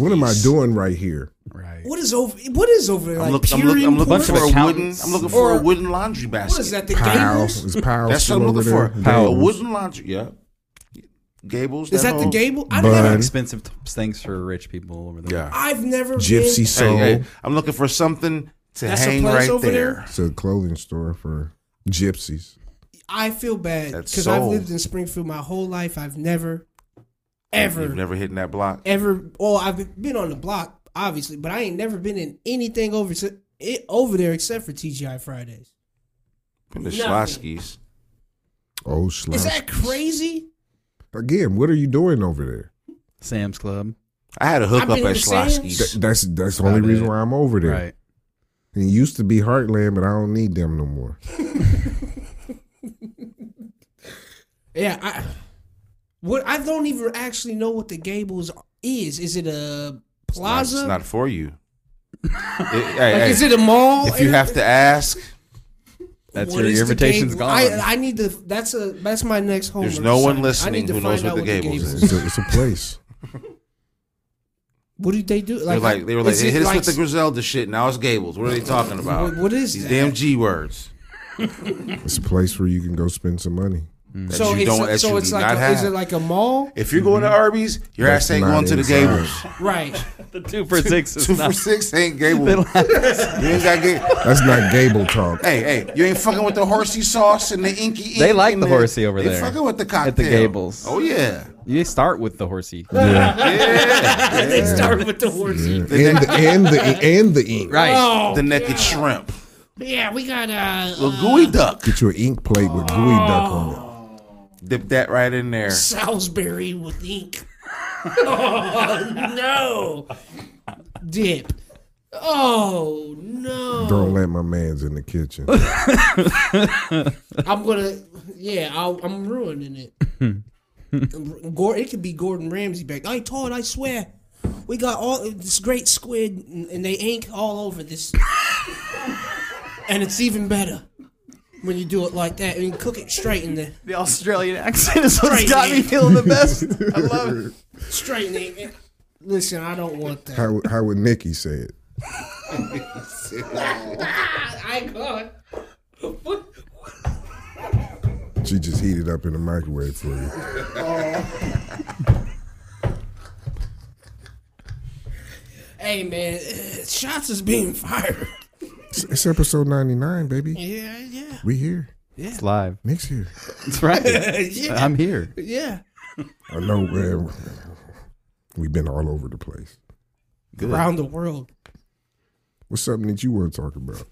Speaker 1: Like, what am I doing right here?
Speaker 5: Right.
Speaker 3: what is over? What is over there? Like
Speaker 2: I'm, look, I'm, look,
Speaker 3: Puritan
Speaker 2: I'm looking
Speaker 5: bunch
Speaker 2: for
Speaker 5: of
Speaker 2: a wooden.
Speaker 5: accountants.
Speaker 2: I'm looking for
Speaker 3: Or-
Speaker 2: a wooden laundry
Speaker 3: Port?
Speaker 2: basket.
Speaker 3: What is that? The
Speaker 1: Powell
Speaker 3: Gables?
Speaker 1: is Powell
Speaker 2: That's what
Speaker 1: still
Speaker 2: I'm
Speaker 1: over
Speaker 2: looking
Speaker 1: there?
Speaker 2: for.
Speaker 5: Powell.
Speaker 2: A wooden laundry. Yeah. Gables.
Speaker 3: Is that
Speaker 2: whole-
Speaker 3: the Gable? I
Speaker 1: Bud.
Speaker 3: never,
Speaker 5: Expensive t- things for rich people over there.
Speaker 2: Yeah.
Speaker 3: I've never
Speaker 1: Gypsy
Speaker 3: been-
Speaker 2: Hey,
Speaker 1: Soul.
Speaker 2: hey, I'm looking for something to
Speaker 3: That's a
Speaker 2: hang
Speaker 3: place
Speaker 2: right
Speaker 3: over
Speaker 2: there.
Speaker 3: there?
Speaker 1: It's a clothing store for gypsies.
Speaker 3: I feel bad
Speaker 2: That's
Speaker 3: because I've
Speaker 2: soul.
Speaker 3: lived in Springfield my whole life. I've never, ever,
Speaker 2: You've never hitting that block.
Speaker 3: ever. Oh, I've been on the block. obviously, but I ain't never been in anything over se- it, over there except for TGI Fridays.
Speaker 2: From the
Speaker 3: Nothing.
Speaker 2: Schlotsky's.
Speaker 1: Oh, Schloss.
Speaker 3: Is that crazy?
Speaker 1: Again, what are you doing over there?
Speaker 4: Sam's Club.
Speaker 2: I had a
Speaker 3: I've
Speaker 2: hookup
Speaker 3: been
Speaker 2: at
Speaker 3: to Sam's.
Speaker 1: Th-
Speaker 2: Schlotsky's.
Speaker 1: that's that's the only
Speaker 4: about
Speaker 1: reason
Speaker 4: it.
Speaker 1: why I'm over there.
Speaker 4: Right.
Speaker 1: It used to be Heartland, but I don't need them no more.
Speaker 3: Yeah, I what I don't even actually know what the Gables is. Is it a plaza?
Speaker 2: It's not
Speaker 3: *laughs*
Speaker 2: for you. It-
Speaker 3: like,
Speaker 2: hey, hey,
Speaker 3: is it a mall?
Speaker 2: if you have to ask,
Speaker 4: That's
Speaker 3: What
Speaker 4: your
Speaker 3: is the
Speaker 4: invitation's
Speaker 3: Gables?
Speaker 5: *laughs*
Speaker 4: gone.
Speaker 3: I, I need to. That's a. That's my next homework.
Speaker 2: There's no one
Speaker 3: assignment. I need to
Speaker 2: listening who knows
Speaker 3: find
Speaker 2: what
Speaker 3: out
Speaker 2: the Gables is.
Speaker 1: It's a, it's a place.
Speaker 3: What did they do?
Speaker 2: they're like they were like
Speaker 3: is
Speaker 2: they
Speaker 3: it
Speaker 2: hit us
Speaker 3: like-
Speaker 2: with the Griselda shit. Now it's Gables. What are they talking about?
Speaker 3: What- what is
Speaker 2: these
Speaker 3: that?
Speaker 2: damn G words?
Speaker 1: It's a place where you can go spend some money.
Speaker 2: That
Speaker 3: So
Speaker 2: you
Speaker 3: it's
Speaker 2: don't.
Speaker 3: a,
Speaker 2: that
Speaker 3: so
Speaker 2: you
Speaker 3: it's
Speaker 2: do
Speaker 3: like
Speaker 2: not
Speaker 3: a,
Speaker 2: have.
Speaker 3: is it like a
Speaker 2: *laughs*
Speaker 3: mall?
Speaker 2: if you're going to Arby's, your
Speaker 1: That's
Speaker 2: ass ain't
Speaker 1: not
Speaker 2: going to the
Speaker 1: inside.
Speaker 2: Gables.
Speaker 3: Right.
Speaker 4: the two for six is
Speaker 2: Two for
Speaker 4: not.
Speaker 2: six
Speaker 4: *laughs*
Speaker 2: ain't Gables. you ain't got Gables.
Speaker 1: That's not Gable talk.
Speaker 2: *laughs* Hey, hey, you ain't fucking with the horsey sauce and the inky ink.
Speaker 4: They like
Speaker 2: and
Speaker 4: the horsey over
Speaker 2: they
Speaker 4: there
Speaker 2: fucking with the cocktail.
Speaker 4: Gables.
Speaker 2: Oh,
Speaker 4: *laughs*
Speaker 2: yeah.
Speaker 4: You start with the horsey.
Speaker 3: they start with the horse.
Speaker 1: And the, and the and the ink.
Speaker 4: Right.
Speaker 2: The naked shrimp.
Speaker 3: Yeah, we got
Speaker 2: The
Speaker 3: uh,
Speaker 2: gooey duck.
Speaker 1: Get you an ink plate with gooey duck on
Speaker 2: Dip that right in there.
Speaker 3: Salisbury with ink. *laughs* oh no, dip. Oh
Speaker 1: it.
Speaker 3: no,
Speaker 1: Don't let my man's in the kitchen.
Speaker 3: I'm gonna. Yeah, I'll, I'm ruining it. Gor- it could be Gordon Ramsay back. I Todd, I swear, we got all this great squid, and, and they ink all over this, *laughs* and it's even better when you do it like that and you cook it straight in the
Speaker 4: *laughs* The Australian accent is what's
Speaker 3: Crazy.
Speaker 4: got me feeling the best. I love it.
Speaker 3: straight in the. Listen, I don't want that.
Speaker 1: How how would Nikki say it?
Speaker 3: I God.
Speaker 1: She just heat it up in the microwave for you.
Speaker 3: Hey man, uh, shots is being fired.
Speaker 1: It's, it's episode ninety nine, baby.
Speaker 3: Yeah, yeah,
Speaker 1: We here.
Speaker 4: *laughs* It's live.
Speaker 1: Nick's here.
Speaker 4: That's right. *laughs*
Speaker 3: yeah,
Speaker 4: I'm here.
Speaker 3: yeah.
Speaker 1: I know man, we've been all over the place.
Speaker 3: Around the world.
Speaker 1: What's something that you want to talk about?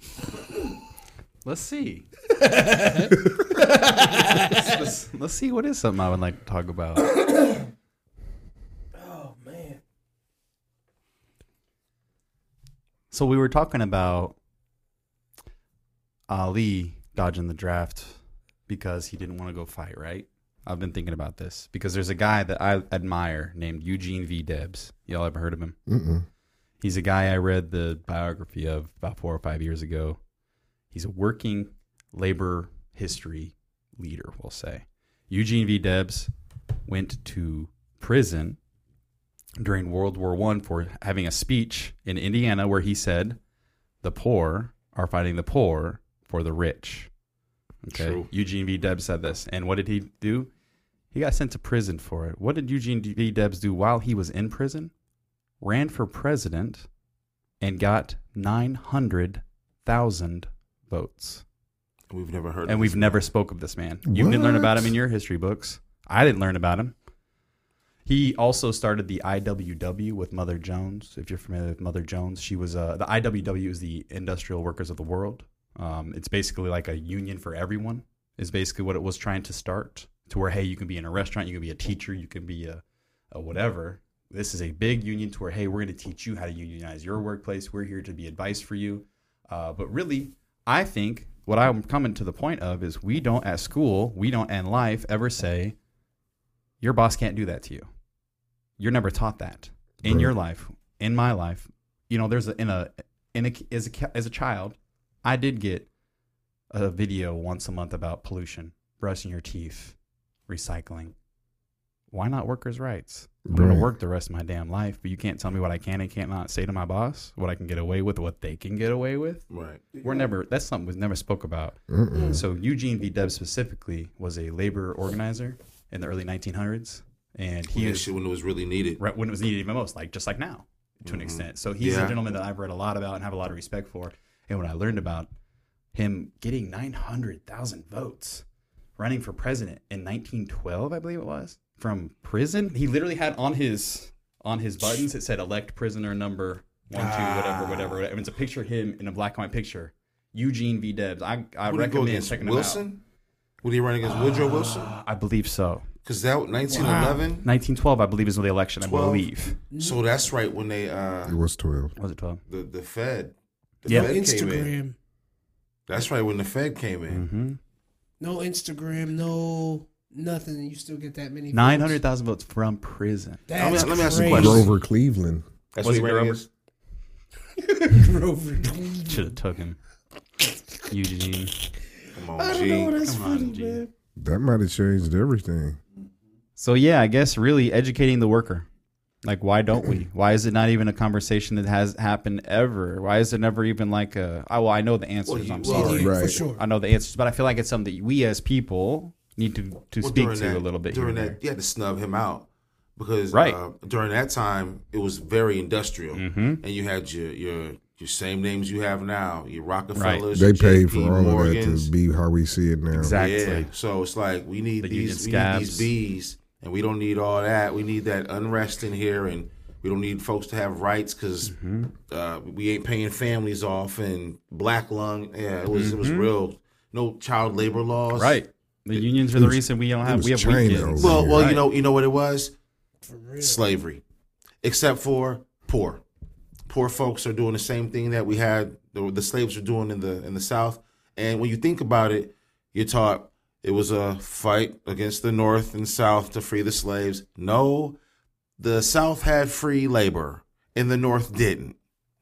Speaker 4: Let's *laughs* see. let's, let's see what is something I would like to talk about.
Speaker 3: Oh man.
Speaker 4: So we were talking about Ali dodging the draft because he didn't want to go fight, right? I've been thinking about this because there's a guy that I admire named Eugene V. Debs. Y'all ever heard of him?
Speaker 1: Mm-mm.
Speaker 4: He's a guy I read the biography of about four or five years ago. He's a working labor history leader, we'll say. Eugene V. Debs went to prison during World War One for having a speech in Indiana where he said, "The poor are fighting the poor for the rich." Okay,
Speaker 10: True.
Speaker 4: Eugene V. Debs said this, and what did he do? He got sent to prison for it. What did Eugene V. Debs do while he was in prison? Ran for president and got nine hundred thousand votes
Speaker 2: We've never heard
Speaker 4: and
Speaker 2: of
Speaker 4: we've never spoke of this man. You didn't learn about him in your history books. I didn't learn about him. He also started the IWW with Mother Jones. If you're familiar with Mother Jones, she was uh, the IWW is the Industrial Workers of the World. Um, it's basically like a union for everyone. Is basically what it was trying to start to where hey, you can be in a restaurant, you can be a teacher, you can be a, a whatever. This is a big union to where hey, we're going to teach you how to unionize your workplace. We're here to be advice for you. Uh, but really, I think what I'm coming to the point of is we don't at school, we don't in life ever say, your boss can't do that to you. You're never taught that in your life, in my life. You know, there's a, in a in a as a ca- as a child, I did get a video once a month about pollution, brushing your teeth, recycling. Why not workers' rights? I'm gonna
Speaker 1: Right.
Speaker 4: work the rest of my damn life, but you can't tell me what I can and can't not say to my boss, what I can get away with, what they can get away with.
Speaker 2: Right.
Speaker 4: We're never that's something we never spoke about.
Speaker 1: Mm-mm.
Speaker 4: So Eugene V. Debs specifically was a labor organizer in the early 1900s, and he
Speaker 2: When, that
Speaker 4: is
Speaker 2: shit- when it was really needed.
Speaker 4: right when it was needed even most, like just like now, to an extent. So he's
Speaker 2: Mm-hmm. Yeah.
Speaker 4: a gentleman that I've read a lot about and have a lot of respect for. And when I learned about him getting 900,000 votes, running for president in 1912, I believe it was, from prison, he literally had on his on his buttons it said elect prisoner number
Speaker 5: one, two, whatever, whatever, whatever. And it's a picture of him in a black and white picture. Eugene V. Debs. I, I
Speaker 2: Would he go
Speaker 5: recommend
Speaker 2: against
Speaker 5: checking him
Speaker 2: Wilson? Would he run against Woodrow Wilson?
Speaker 5: out. I believe so.
Speaker 2: Because that 1911.
Speaker 5: 1912, I believe, is the election. I
Speaker 2: 12.
Speaker 5: believe.
Speaker 2: So that's right when they uh
Speaker 1: It was twelve.
Speaker 5: Was it 12?
Speaker 2: the the Fed. The
Speaker 5: Yeah.
Speaker 2: Fed came in.
Speaker 3: Instagram.
Speaker 2: That's right when the Fed came
Speaker 4: Mm.
Speaker 2: in.
Speaker 5: Mm-hmm.
Speaker 3: No Instagram, no nothing, and you still get that many. votes.
Speaker 5: 900,000 votes from prison.
Speaker 2: Let me-
Speaker 3: That's
Speaker 2: let me ask you
Speaker 3: crazy.
Speaker 2: a question.
Speaker 1: Grover Cleveland.
Speaker 5: Was
Speaker 2: That's what he
Speaker 5: it
Speaker 2: ran
Speaker 5: Grover?
Speaker 2: against.
Speaker 3: *laughs* Grover Cleveland.
Speaker 5: Should have took him. Eugene.
Speaker 2: Come on,
Speaker 3: I don't
Speaker 2: G.
Speaker 3: know. That's
Speaker 5: Come on,
Speaker 3: funny,
Speaker 5: G.
Speaker 3: man.
Speaker 1: That might have changed everything.
Speaker 5: So yeah, I guess really educating the worker. Like why don't *clears throat* we? Why is it not even a conversation that has happened ever? Why is it never even like a I well, I know the answers,
Speaker 2: you-
Speaker 5: I'm
Speaker 2: well,
Speaker 5: sorry.
Speaker 3: Yeah, For
Speaker 1: Right.
Speaker 3: sure.
Speaker 5: I know the answers, but I feel like it's something that we as people need to to
Speaker 2: Well,
Speaker 5: speak
Speaker 2: during
Speaker 5: to
Speaker 2: that-
Speaker 5: a little bit
Speaker 2: during
Speaker 5: here and
Speaker 2: that. You had to snub him out because
Speaker 5: Right. Mm-hmm.
Speaker 2: uh, during that time it was very industrial, and you had your your your same names you have now, your Rockefellers.
Speaker 1: They
Speaker 2: your
Speaker 1: paid for
Speaker 2: JP
Speaker 1: all of that
Speaker 2: Morgans.
Speaker 1: to be how we see it now.
Speaker 5: there. Exactly.
Speaker 2: Yeah, so it's like we need
Speaker 5: The
Speaker 2: these we
Speaker 5: union
Speaker 2: need these
Speaker 5: scabs.
Speaker 2: bees, and we don't need all that. We need that unrest in here, and we don't need folks to have rights because
Speaker 5: Mm-hmm.
Speaker 2: uh, we ain't paying families off and black lung. Yeah, it was it was real. No child labor laws.
Speaker 5: Mm-hmm. Right. The unions are the reason we don't have
Speaker 1: was
Speaker 5: we have
Speaker 1: China
Speaker 5: weekends.
Speaker 1: over
Speaker 2: Well,
Speaker 1: here.
Speaker 2: well, you know, you know what it was.
Speaker 3: For real.
Speaker 2: slavery, except for poor. Poor folks are doing the same thing that we had the, the slaves were doing in the in the South. And when you think about it, you're taught it was a fight against the North and South to free the slaves. No, the South had free labor and the North didn't,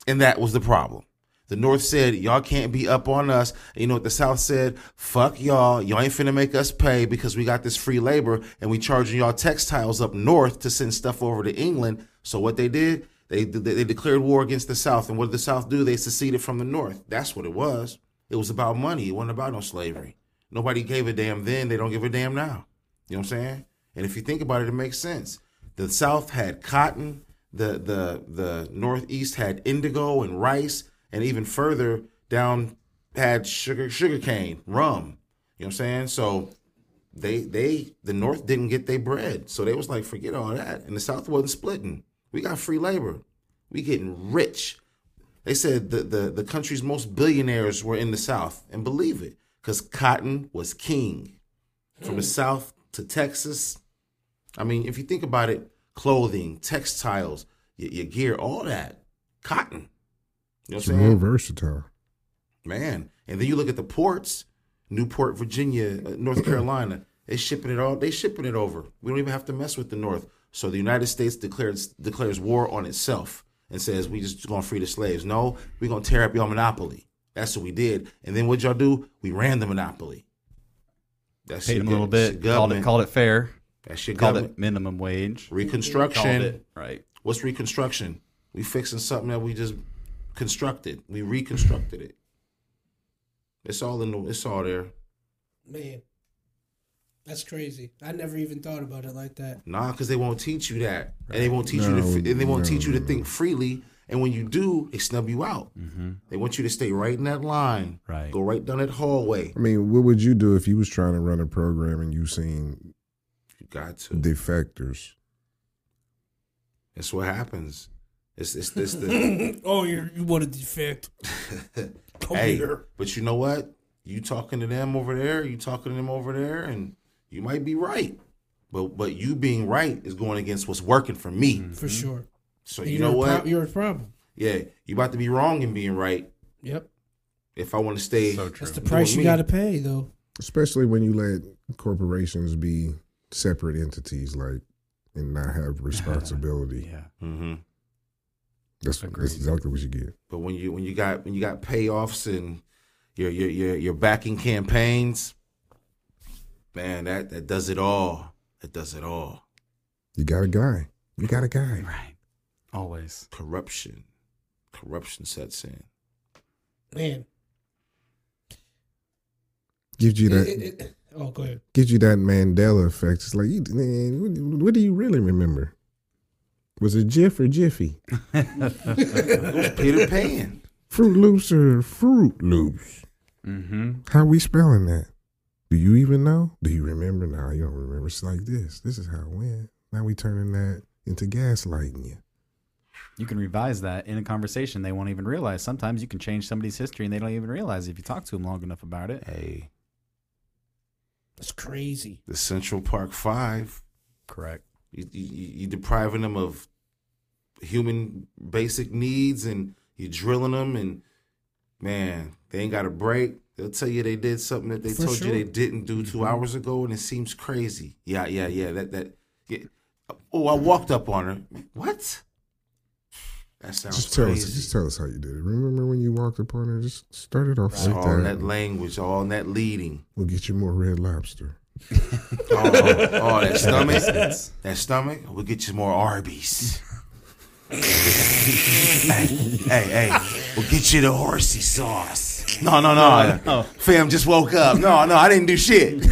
Speaker 2: and that was the problem. The North said, Y'all can't be up on us. And you know what the South said? Fuck y'all. Y'all ain't finna make us pay because we got this free labor and we charging y'all textiles up north to send stuff over to England. So what they did, they, they, they declared war against the South. And what did the South do? They seceded from the North. That's what it was. It was about money. It wasn't about no slavery. Nobody gave a damn then. They don't give a damn now. You know what I'm saying? And if you think about it, it makes sense. The South had cotton, the the the Northeast had indigo and rice, and even further down had sugar sugarcane, rum. You know what I'm saying? So they they the North didn't get their bread. So they was like, forget all that. And the South wasn't splitting. We got free labor. We getting rich. They said the, the, the country's most billionaires were in the South. And believe it, because cotton was king from the South to Texas. I mean, if you think about it, clothing, textiles, your, your gear, all that, cotton. You know what
Speaker 1: It's
Speaker 2: I'm
Speaker 1: real
Speaker 2: saying?
Speaker 1: versatile.
Speaker 2: Man. And then you look at the ports, Newport, Virginia, uh, North Carolina, they shipping it all, they shipping it over. We don't even have to mess with the North. So the United States declares declares war on itself and says we just gonna free the slaves. No, we gonna tear up your monopoly. That's what we did. And then what y'all do? We ran the monopoly. That's
Speaker 5: Paid them a little bit, called it called it fair,
Speaker 2: That shit
Speaker 5: called
Speaker 2: government.
Speaker 5: it minimum wage. Called
Speaker 2: Reconstruction.
Speaker 5: it right.
Speaker 2: What's reconstruction? We fixing something that we just constructed. We reconstructed it. It's all in the. It's all there.
Speaker 3: Man, that's crazy. I never even thought about it like that. *clears throat*
Speaker 2: Nah, because they won't teach you that, and they won't teach you to,
Speaker 1: No,
Speaker 2: f- and they won't
Speaker 1: no,
Speaker 2: teach you to
Speaker 1: no.
Speaker 2: think freely. And when you do, they snub you out.
Speaker 1: Mm-hmm.
Speaker 2: They want you to stay right in that line.
Speaker 5: Right.
Speaker 2: Go right down that hallway.
Speaker 1: I mean, what would you do if you was trying to run a program and you seen
Speaker 2: You got to.
Speaker 1: defectors?
Speaker 2: That's what happens. It's it's this the.
Speaker 3: oh, you you want to
Speaker 2: *laughs*
Speaker 3: defect? Come
Speaker 2: hey,
Speaker 3: here.
Speaker 2: but you know what? You talking to them over there, you talking to them over there, and you might be right. But but you being right is going against what's working for me.
Speaker 3: For sure.
Speaker 2: So
Speaker 3: And Mm.
Speaker 2: Mm-hmm. you
Speaker 3: you're
Speaker 2: know
Speaker 3: a pro-
Speaker 2: what?
Speaker 3: you're a problem.
Speaker 2: yeah, you about to be wrong in being right.
Speaker 3: Yep.
Speaker 2: If I want to stay,
Speaker 5: So
Speaker 3: That's
Speaker 5: true.
Speaker 3: the price you
Speaker 2: me.
Speaker 3: got to pay, though.
Speaker 1: Especially when you let corporations be separate entities, like and
Speaker 5: *laughs*
Speaker 1: not have responsibility.
Speaker 5: Yeah.
Speaker 2: hmm
Speaker 1: that's, that's exactly what you get.
Speaker 2: but when you when you got when you got payoffs and your your your, your backing campaigns, man, that that does it all. That does it all.
Speaker 1: You got a guy. You got a guy.
Speaker 5: Right. Always.
Speaker 2: Corruption, corruption sets in.
Speaker 3: Man.
Speaker 1: Gives you
Speaker 3: It-
Speaker 1: that.
Speaker 3: it- it- oh, go ahead.
Speaker 1: gives you that Mandela effect. It's like, you, man, what, what do you really remember? Was it Jiff or Jiffy?
Speaker 2: It was Peter Pan.
Speaker 1: Fruit Loops or Fruit Loops?
Speaker 5: Mm-hmm.
Speaker 1: How we spelling that? Do you even know? Do you remember? No, you don't remember. It's like this. This is how it went. Now we turning that into gaslighting you.
Speaker 4: You can revise that in a conversation. They won't even realize. Sometimes you can change somebody's history and they don't even realize if you talk to them long enough about it.
Speaker 2: Hey,
Speaker 3: That's crazy.
Speaker 2: the Central Park Five.
Speaker 4: Correct.
Speaker 2: You, you, you depriving them of human basic needs, and you drilling them, and man, they ain't got a break. They'll tell you they did something that they
Speaker 3: For
Speaker 2: told you
Speaker 3: sure.
Speaker 2: they didn't do
Speaker 1: Mm-hmm.
Speaker 2: 2 hours ago, and it seems crazy. Yeah, yeah, yeah. That that. Yeah. Oh, I walked up on her. What? That sounds
Speaker 1: Just tell us.
Speaker 2: crazy.
Speaker 1: Just tell us how you did it. Remember when you walked upon her? Just start it off like
Speaker 2: all
Speaker 1: that.
Speaker 2: that language, all that leading,
Speaker 1: we'll get you more red lobster.
Speaker 2: all, all Oh, that stomach, that stomach. We'll get you more *laughs* Arby's. hey, hey, hey, we'll get you the horsey sauce. No, no, no, fam, just woke up. No, no, I didn't do shit. *laughs*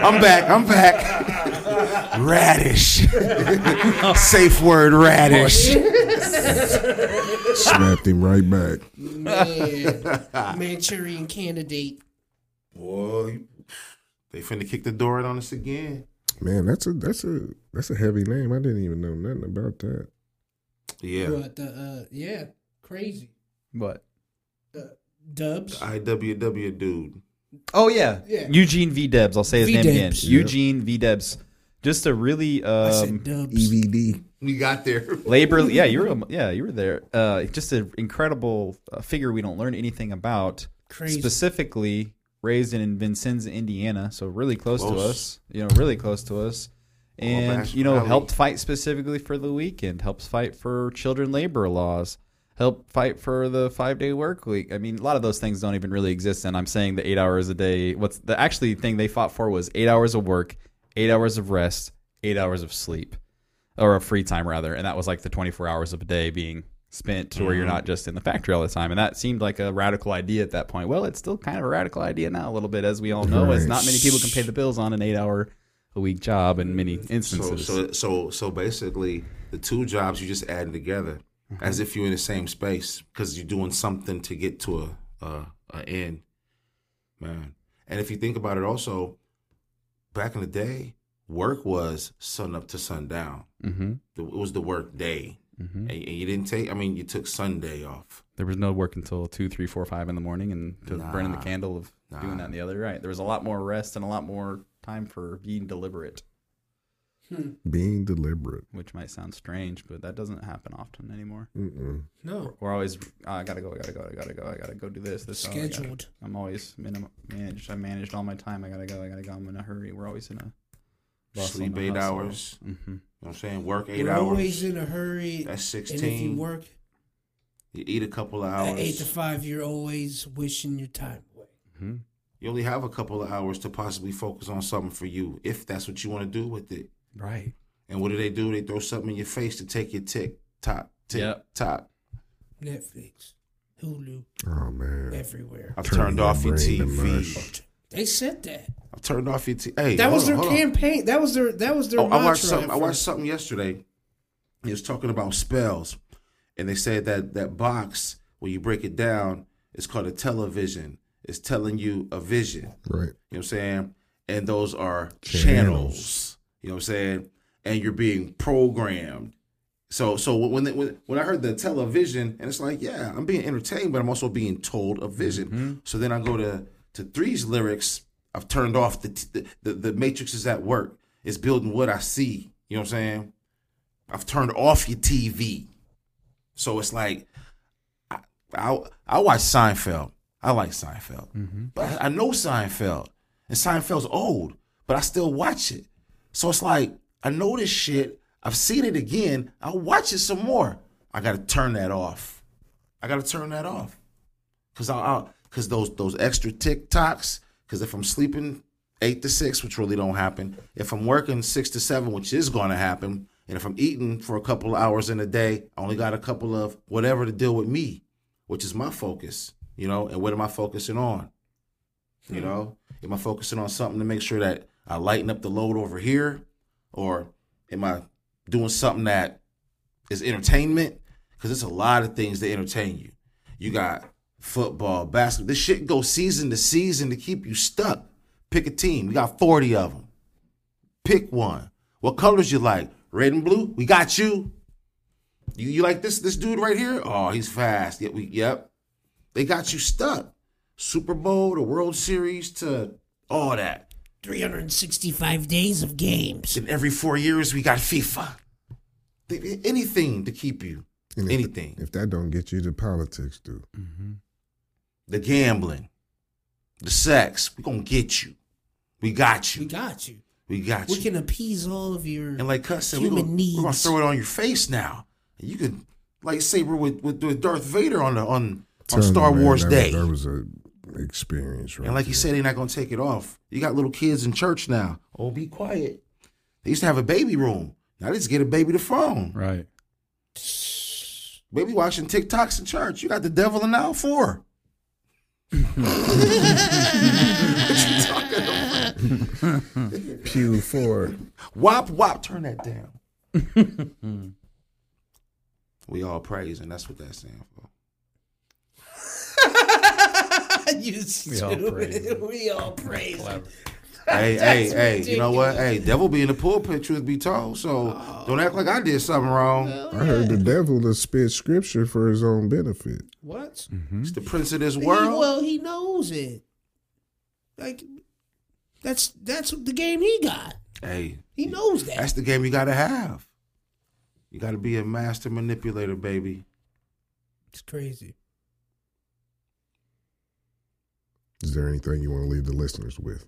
Speaker 2: I'm back. I'm back. *laughs* Radish. Safe word, radish.
Speaker 1: Snapped him right back.
Speaker 3: Man, *laughs* Manchurian candidate.
Speaker 2: Boy, they finna kick the door in on us again.
Speaker 1: Man, that's a that's a that's a heavy name. I didn't even know nothing about that.
Speaker 2: Yeah,
Speaker 3: But uh, yeah, crazy.
Speaker 4: But
Speaker 3: Dubs.
Speaker 2: IWW dude.
Speaker 4: oh yeah.
Speaker 3: Yeah.
Speaker 4: Eugene V Debs. I'll say his name again.
Speaker 3: V-Debs.
Speaker 4: Eugene V Debs. Just a really
Speaker 3: I
Speaker 4: um,
Speaker 3: said
Speaker 2: E
Speaker 3: dubs.
Speaker 1: EVD.
Speaker 2: We got there.
Speaker 4: labor yeah you were yeah you were there uh just an incredible uh, figure we don't learn anything about
Speaker 3: Crazy.
Speaker 4: specifically raised in Vincennes Indiana so really close, to
Speaker 2: Close.
Speaker 4: us you know really close to us and
Speaker 2: Wabash
Speaker 4: you know
Speaker 2: Valley.
Speaker 4: helped fight specifically for the weekend helps fight for children labor laws help fight for the five day work week i mean a lot of those things don't even really exist and i'm saying the eight hours a day what's the actually thing they fought for was eight hours of work eight hours of rest eight hours of sleep or a free time rather, and that was like the 24 hours of a day being spent to where
Speaker 2: Mm-hmm.
Speaker 4: you're not just in the factory all the time. And that seemed like a radical idea at that point. Well, it's still kind of a radical idea now, a little bit, as we all know, as
Speaker 1: Right.
Speaker 4: not many people can pay the bills on an eight hour a week job in many
Speaker 2: So,
Speaker 4: instances.
Speaker 2: so, so, so basically, the two jobs you just adding together, as if you're in the same space, because you're doing something to get to a, a a end, man. And if you think about it, also, back in the day, work was sun up to sundown.
Speaker 4: hmm
Speaker 2: It was the work day,
Speaker 4: hmm
Speaker 2: and, and you didn't take. I mean, you took Sunday off.
Speaker 4: There was no work until two, three, four, five in the morning, and to
Speaker 2: Nah.
Speaker 4: burning the candle of
Speaker 2: Nah.
Speaker 4: doing that and the other. Right, there was a lot more rest and a lot more time for being deliberate,
Speaker 1: Being deliberate.
Speaker 4: which might sound strange, but that doesn't happen often anymore.
Speaker 1: Mm-mm.
Speaker 3: no.
Speaker 4: We're always "Ah, I gotta go, I gotta go, I gotta go, I gotta go do this. This oh, I gotta-
Speaker 3: Scheduled.
Speaker 4: I'm always minim- managed. I managed all my time. I gotta go. I gotta go. I'm in a hurry. We're always in a
Speaker 2: Sleep eight hours.
Speaker 4: Mm-hmm.
Speaker 2: You know what I'm saying? Work 8
Speaker 3: We're
Speaker 2: hours.
Speaker 3: always in a hurry.
Speaker 2: That's
Speaker 3: And if you
Speaker 2: sixteen. You,
Speaker 3: work
Speaker 2: eat a couple of
Speaker 3: at
Speaker 2: hours.
Speaker 3: eight to five, you're always wishing your time away.
Speaker 4: Mm-hmm.
Speaker 2: You only have a couple of hours to possibly focus on something for you, if that's what you want to do with it.
Speaker 4: Right.
Speaker 2: And what do they do? They throw something in your face to take your tick, top, tick,
Speaker 4: Yep.
Speaker 2: top.
Speaker 3: Netflix, Hulu,
Speaker 1: Oh man.
Speaker 3: everywhere.
Speaker 2: I've
Speaker 1: Turn
Speaker 2: turned
Speaker 1: your
Speaker 2: off your
Speaker 1: brain to
Speaker 2: TV.
Speaker 1: mush.
Speaker 3: They said that.
Speaker 2: I've turned off your TV. Hey,
Speaker 3: That
Speaker 2: hold
Speaker 3: was
Speaker 2: on,
Speaker 3: their
Speaker 2: hold on.
Speaker 3: campaign. That was their that was their
Speaker 2: Oh,
Speaker 3: mantra.
Speaker 2: I watched something.
Speaker 3: at
Speaker 2: I watched
Speaker 3: first.
Speaker 2: something yesterday. It was talking about spells, and they said that that box when you break it down, it's called a television. It's telling you a vision.
Speaker 1: Right.
Speaker 2: You know what I'm saying? And those are channels.
Speaker 1: Channels.
Speaker 2: You know what I'm saying? And you're being programmed. So so when they, when when I heard the television, and it's like, yeah, I'm being entertained, but I'm also being told a vision. So then I go to to three's lyrics. I've turned off the the, the the matrix is at work. It's building what I see. You know what I'm saying? I've turned off your TV. So it's like I I watch Seinfeld. I like Seinfeld, but I, I know Seinfeld, and Seinfeld's old, but I still watch it. So it's like I know this shit. I've seen it again. I'll watch it some more. I gotta turn that off. I gotta turn that off, cause I'll, I'll cause those those extra TikToks. Cause if I'm sleeping eight to six, which really don't happen, if I'm working six to seven, which is gonna happen, and if I'm eating for a couple of hours in a day, I only got a couple of whatever to deal with me which is my focus, you know, and what am I focusing on? You know, am I focusing on something to make sure that I lighten up the load over here, or am I doing something that is entertainment? Because it's a lot of things that entertain you. You got football, basketball. This shit goes season to season to keep you stuck. Pick a team. We got forty of them. Pick one. What colors you like? Red and blue. We got you. You, you like this this dude right here? Oh, he's fast. Yep, we yep. They got you stuck. Super Bowl to World Series to all that.
Speaker 3: 365 days of games.
Speaker 2: And every four years we got FIFA. They- anything to keep you.
Speaker 1: And if-
Speaker 2: Anything.
Speaker 1: If that don't get you to politics, dude.
Speaker 2: The gambling. The sex. we gonna get you. We got
Speaker 3: We
Speaker 2: you.
Speaker 3: got you.
Speaker 2: We got you.
Speaker 3: We can appease all of your.
Speaker 2: And like Cuss said, we're
Speaker 3: Human
Speaker 2: gonna, we're gonna
Speaker 3: needs.
Speaker 2: throw it on your face now. And you could like Saber with with, with Darth Vader on the on, on
Speaker 1: Tell you,
Speaker 2: Star
Speaker 1: man,
Speaker 2: Wars
Speaker 1: that
Speaker 2: Day.
Speaker 1: Was, that was a experience, right?
Speaker 2: and like you
Speaker 1: there.
Speaker 2: said, they're not gonna take it off. You got little kids in church now. Oh, be quiet. They used to have a baby room. Now they just get a baby the phone.
Speaker 5: Right.
Speaker 2: Baby watching TikToks in church. You got the devil in now four.
Speaker 1: Pew Ford.
Speaker 2: Wop wop, turn that down.
Speaker 3: *laughs*
Speaker 2: we all praise, and that's what that's saying for.
Speaker 3: *laughs* you
Speaker 5: We all
Speaker 3: stupid. We all praise. him.
Speaker 2: hey, hey,
Speaker 3: *laughs* That's
Speaker 2: hey, you know what? Hey, devil be in the pulpit, truth be told. So don't act like I did something wrong.
Speaker 3: Oh.
Speaker 1: I heard the devil to spit scripture for his own benefit.
Speaker 3: What?
Speaker 2: It's the prince of this
Speaker 3: He-
Speaker 2: world.
Speaker 3: well, he knows it. Like that's that's the game he got.
Speaker 2: Hey,
Speaker 3: He knows that.
Speaker 2: that's the game you gotta have. You gotta be a master manipulator, baby.
Speaker 3: it's crazy.
Speaker 1: Is there anything you want to leave the listeners with?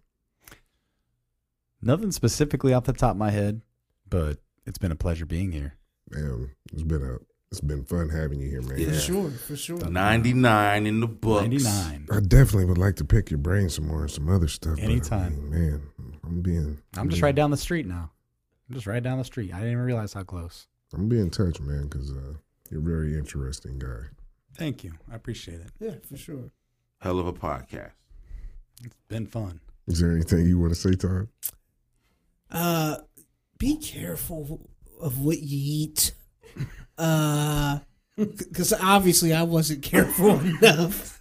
Speaker 4: Nothing specifically off the top of my head, but it's been a pleasure being here.
Speaker 1: Damn, it's been a it's been fun having you here, man.
Speaker 2: Yeah.
Speaker 3: For sure, for sure.
Speaker 2: 99 in the books.
Speaker 4: 99.
Speaker 1: I definitely would like to pick your brain some more and some other stuff. but I mean,
Speaker 4: Anytime.
Speaker 1: man. I'm being
Speaker 4: I'm just right down the street now. I'm just right down the street. I didn't even realize how close.
Speaker 1: I'm being in touch, man, because uh, you're a very interesting guy.
Speaker 4: Thank you. I appreciate it.
Speaker 3: Yeah, for sure.
Speaker 2: Hell of a podcast.
Speaker 4: Been fun.
Speaker 1: Is there anything you want to say, Todd?
Speaker 3: Uh, be careful of what you eat. Uh, *laughs* because obviously I wasn't careful *laughs* enough.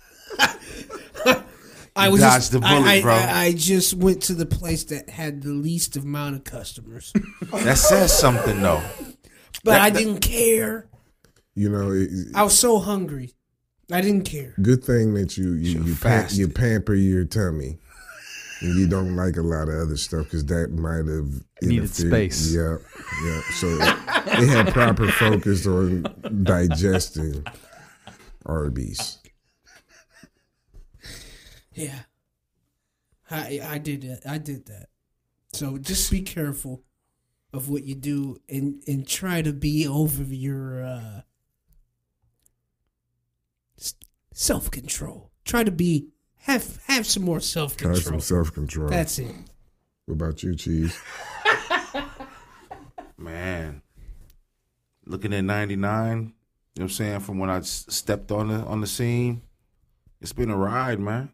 Speaker 3: I
Speaker 2: You
Speaker 3: was
Speaker 2: dodged
Speaker 3: just,
Speaker 2: the bullet,
Speaker 3: I, I,
Speaker 2: bro.
Speaker 3: I, I just went to the place that had the least amount of
Speaker 2: *laughs*
Speaker 3: customers,
Speaker 2: That says something, though.
Speaker 3: but
Speaker 2: That-
Speaker 3: I
Speaker 2: that-
Speaker 3: didn't care.
Speaker 1: You know, it, it-
Speaker 3: I was so hungry, I didn't care.
Speaker 1: good thing that you you
Speaker 2: Should've
Speaker 1: you, pam-
Speaker 2: fasted.
Speaker 1: you pamper your tummy. And you don't like a lot of other stuff because that might have
Speaker 5: Needed
Speaker 1: interfered.
Speaker 5: space.
Speaker 1: Yeah, yeah. So they had proper focus on digesting Arby's.
Speaker 3: Yeah, I I did that. I did that. So just be careful of what you do, and and try to be over your uh, self control. Try to be have have some more self
Speaker 1: Have some
Speaker 3: control.
Speaker 1: self control. What
Speaker 3: That's it.
Speaker 1: about you, Cheese?
Speaker 2: Man, looking at 99, you know what I'm saying? From when I s- stepped on the, on the scene, it's been a ride, man.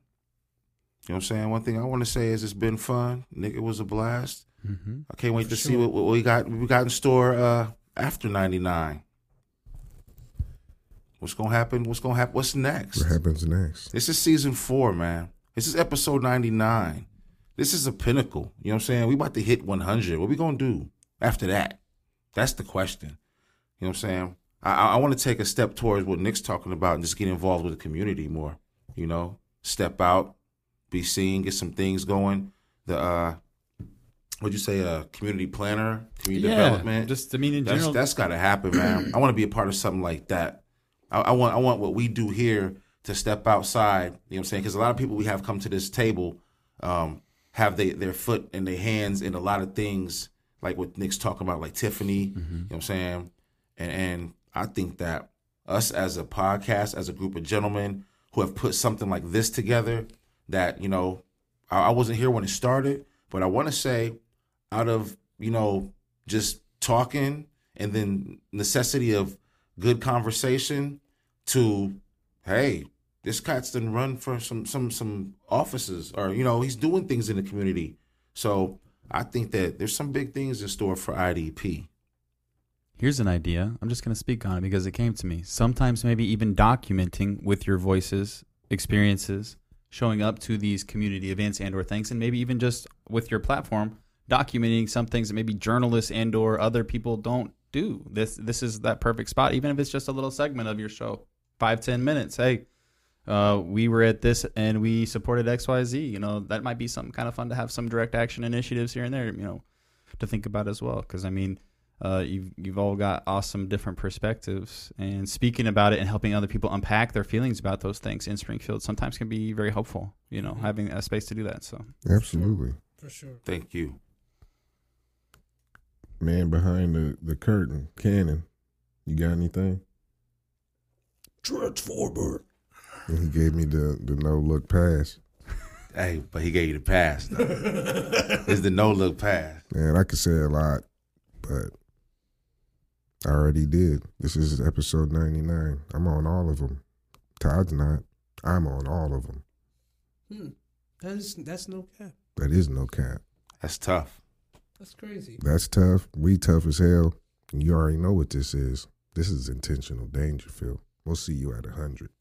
Speaker 2: You know what I'm saying? One thing I want to say is it's been fun. Nick, it was a blast. I can't wait to see what, what we got what we got in store uh, after 99. What's going to happen? What's going to happen? What's next?
Speaker 1: What happens next?
Speaker 2: This is season four, man. This is episode 99. This is a pinnacle. You know what I'm saying? We about to hit 100. What we going to do after that? That's the question. You know what I'm saying? I, I want to take a step towards what Nick's talking about and just get involved with the community more. You know, step out, be seen, get some things going. The, uh, what'd you say, uh, community planner, community development?
Speaker 5: Just I mean in
Speaker 2: That's,
Speaker 5: general.
Speaker 2: that's got to happen, man. I want to be a part of something like that. I, I want I want what we do here to step outside. You know what I'm saying? Because a lot of people we have come to this table um, have they, their foot and their hands in a lot of things, like what Nick's talking about, like Tiffany.
Speaker 5: Mm-hmm.
Speaker 2: You know what I'm saying? And, and I think that us as a podcast, as a group of gentlemen who have put something like this together, that you know, I, I wasn't here when it started, but I want to say out of you know just talking and then necessity of good conversation to hey this cat's done run for some some some offices or you know he's doing things in the community so i think that there's some big things in store for idp
Speaker 5: Here's an idea. I'm just going to speak on it because it came to me. Sometimes, maybe even documenting with your voices, experiences, showing up to these community events and/or things, and maybe even just with your platform, documenting some things that maybe journalists and/or other people don't
Speaker 4: do this. This is that perfect spot, even if it's just a little segment of your show, five ten minutes. Hey, uh, we were at this and we supported X Y Z. You know that might be something kind of fun to have some direct action initiatives here and there. You know to think about as well, because I mean. Uh, you've you've all got awesome different perspectives, and speaking about it and helping other people unpack their feelings about those things in Springfield sometimes can be very helpful. You know, having a space to do that. So
Speaker 1: Absolutely.
Speaker 3: for *laughs* sure.
Speaker 2: Thank you.
Speaker 1: Man behind the, the curtain, Cannon. You got anything?
Speaker 3: Transformer.
Speaker 1: And he gave me the, the no look pass.
Speaker 2: Hey, but he gave you the pass. Though.
Speaker 3: Hmm.
Speaker 2: it's the no look pass.
Speaker 1: Man, I could say a lot, but I already did. This is episode 99. I'm on all of them. Todd's not. I'm on all of them.
Speaker 3: Hmm. That is that's no cap.
Speaker 1: That is no cap.
Speaker 2: That's tough.
Speaker 3: That's crazy.
Speaker 1: That's tough. We tough as hell. And you already know what this is. This is intentional danger, Phil. We'll see you at 100.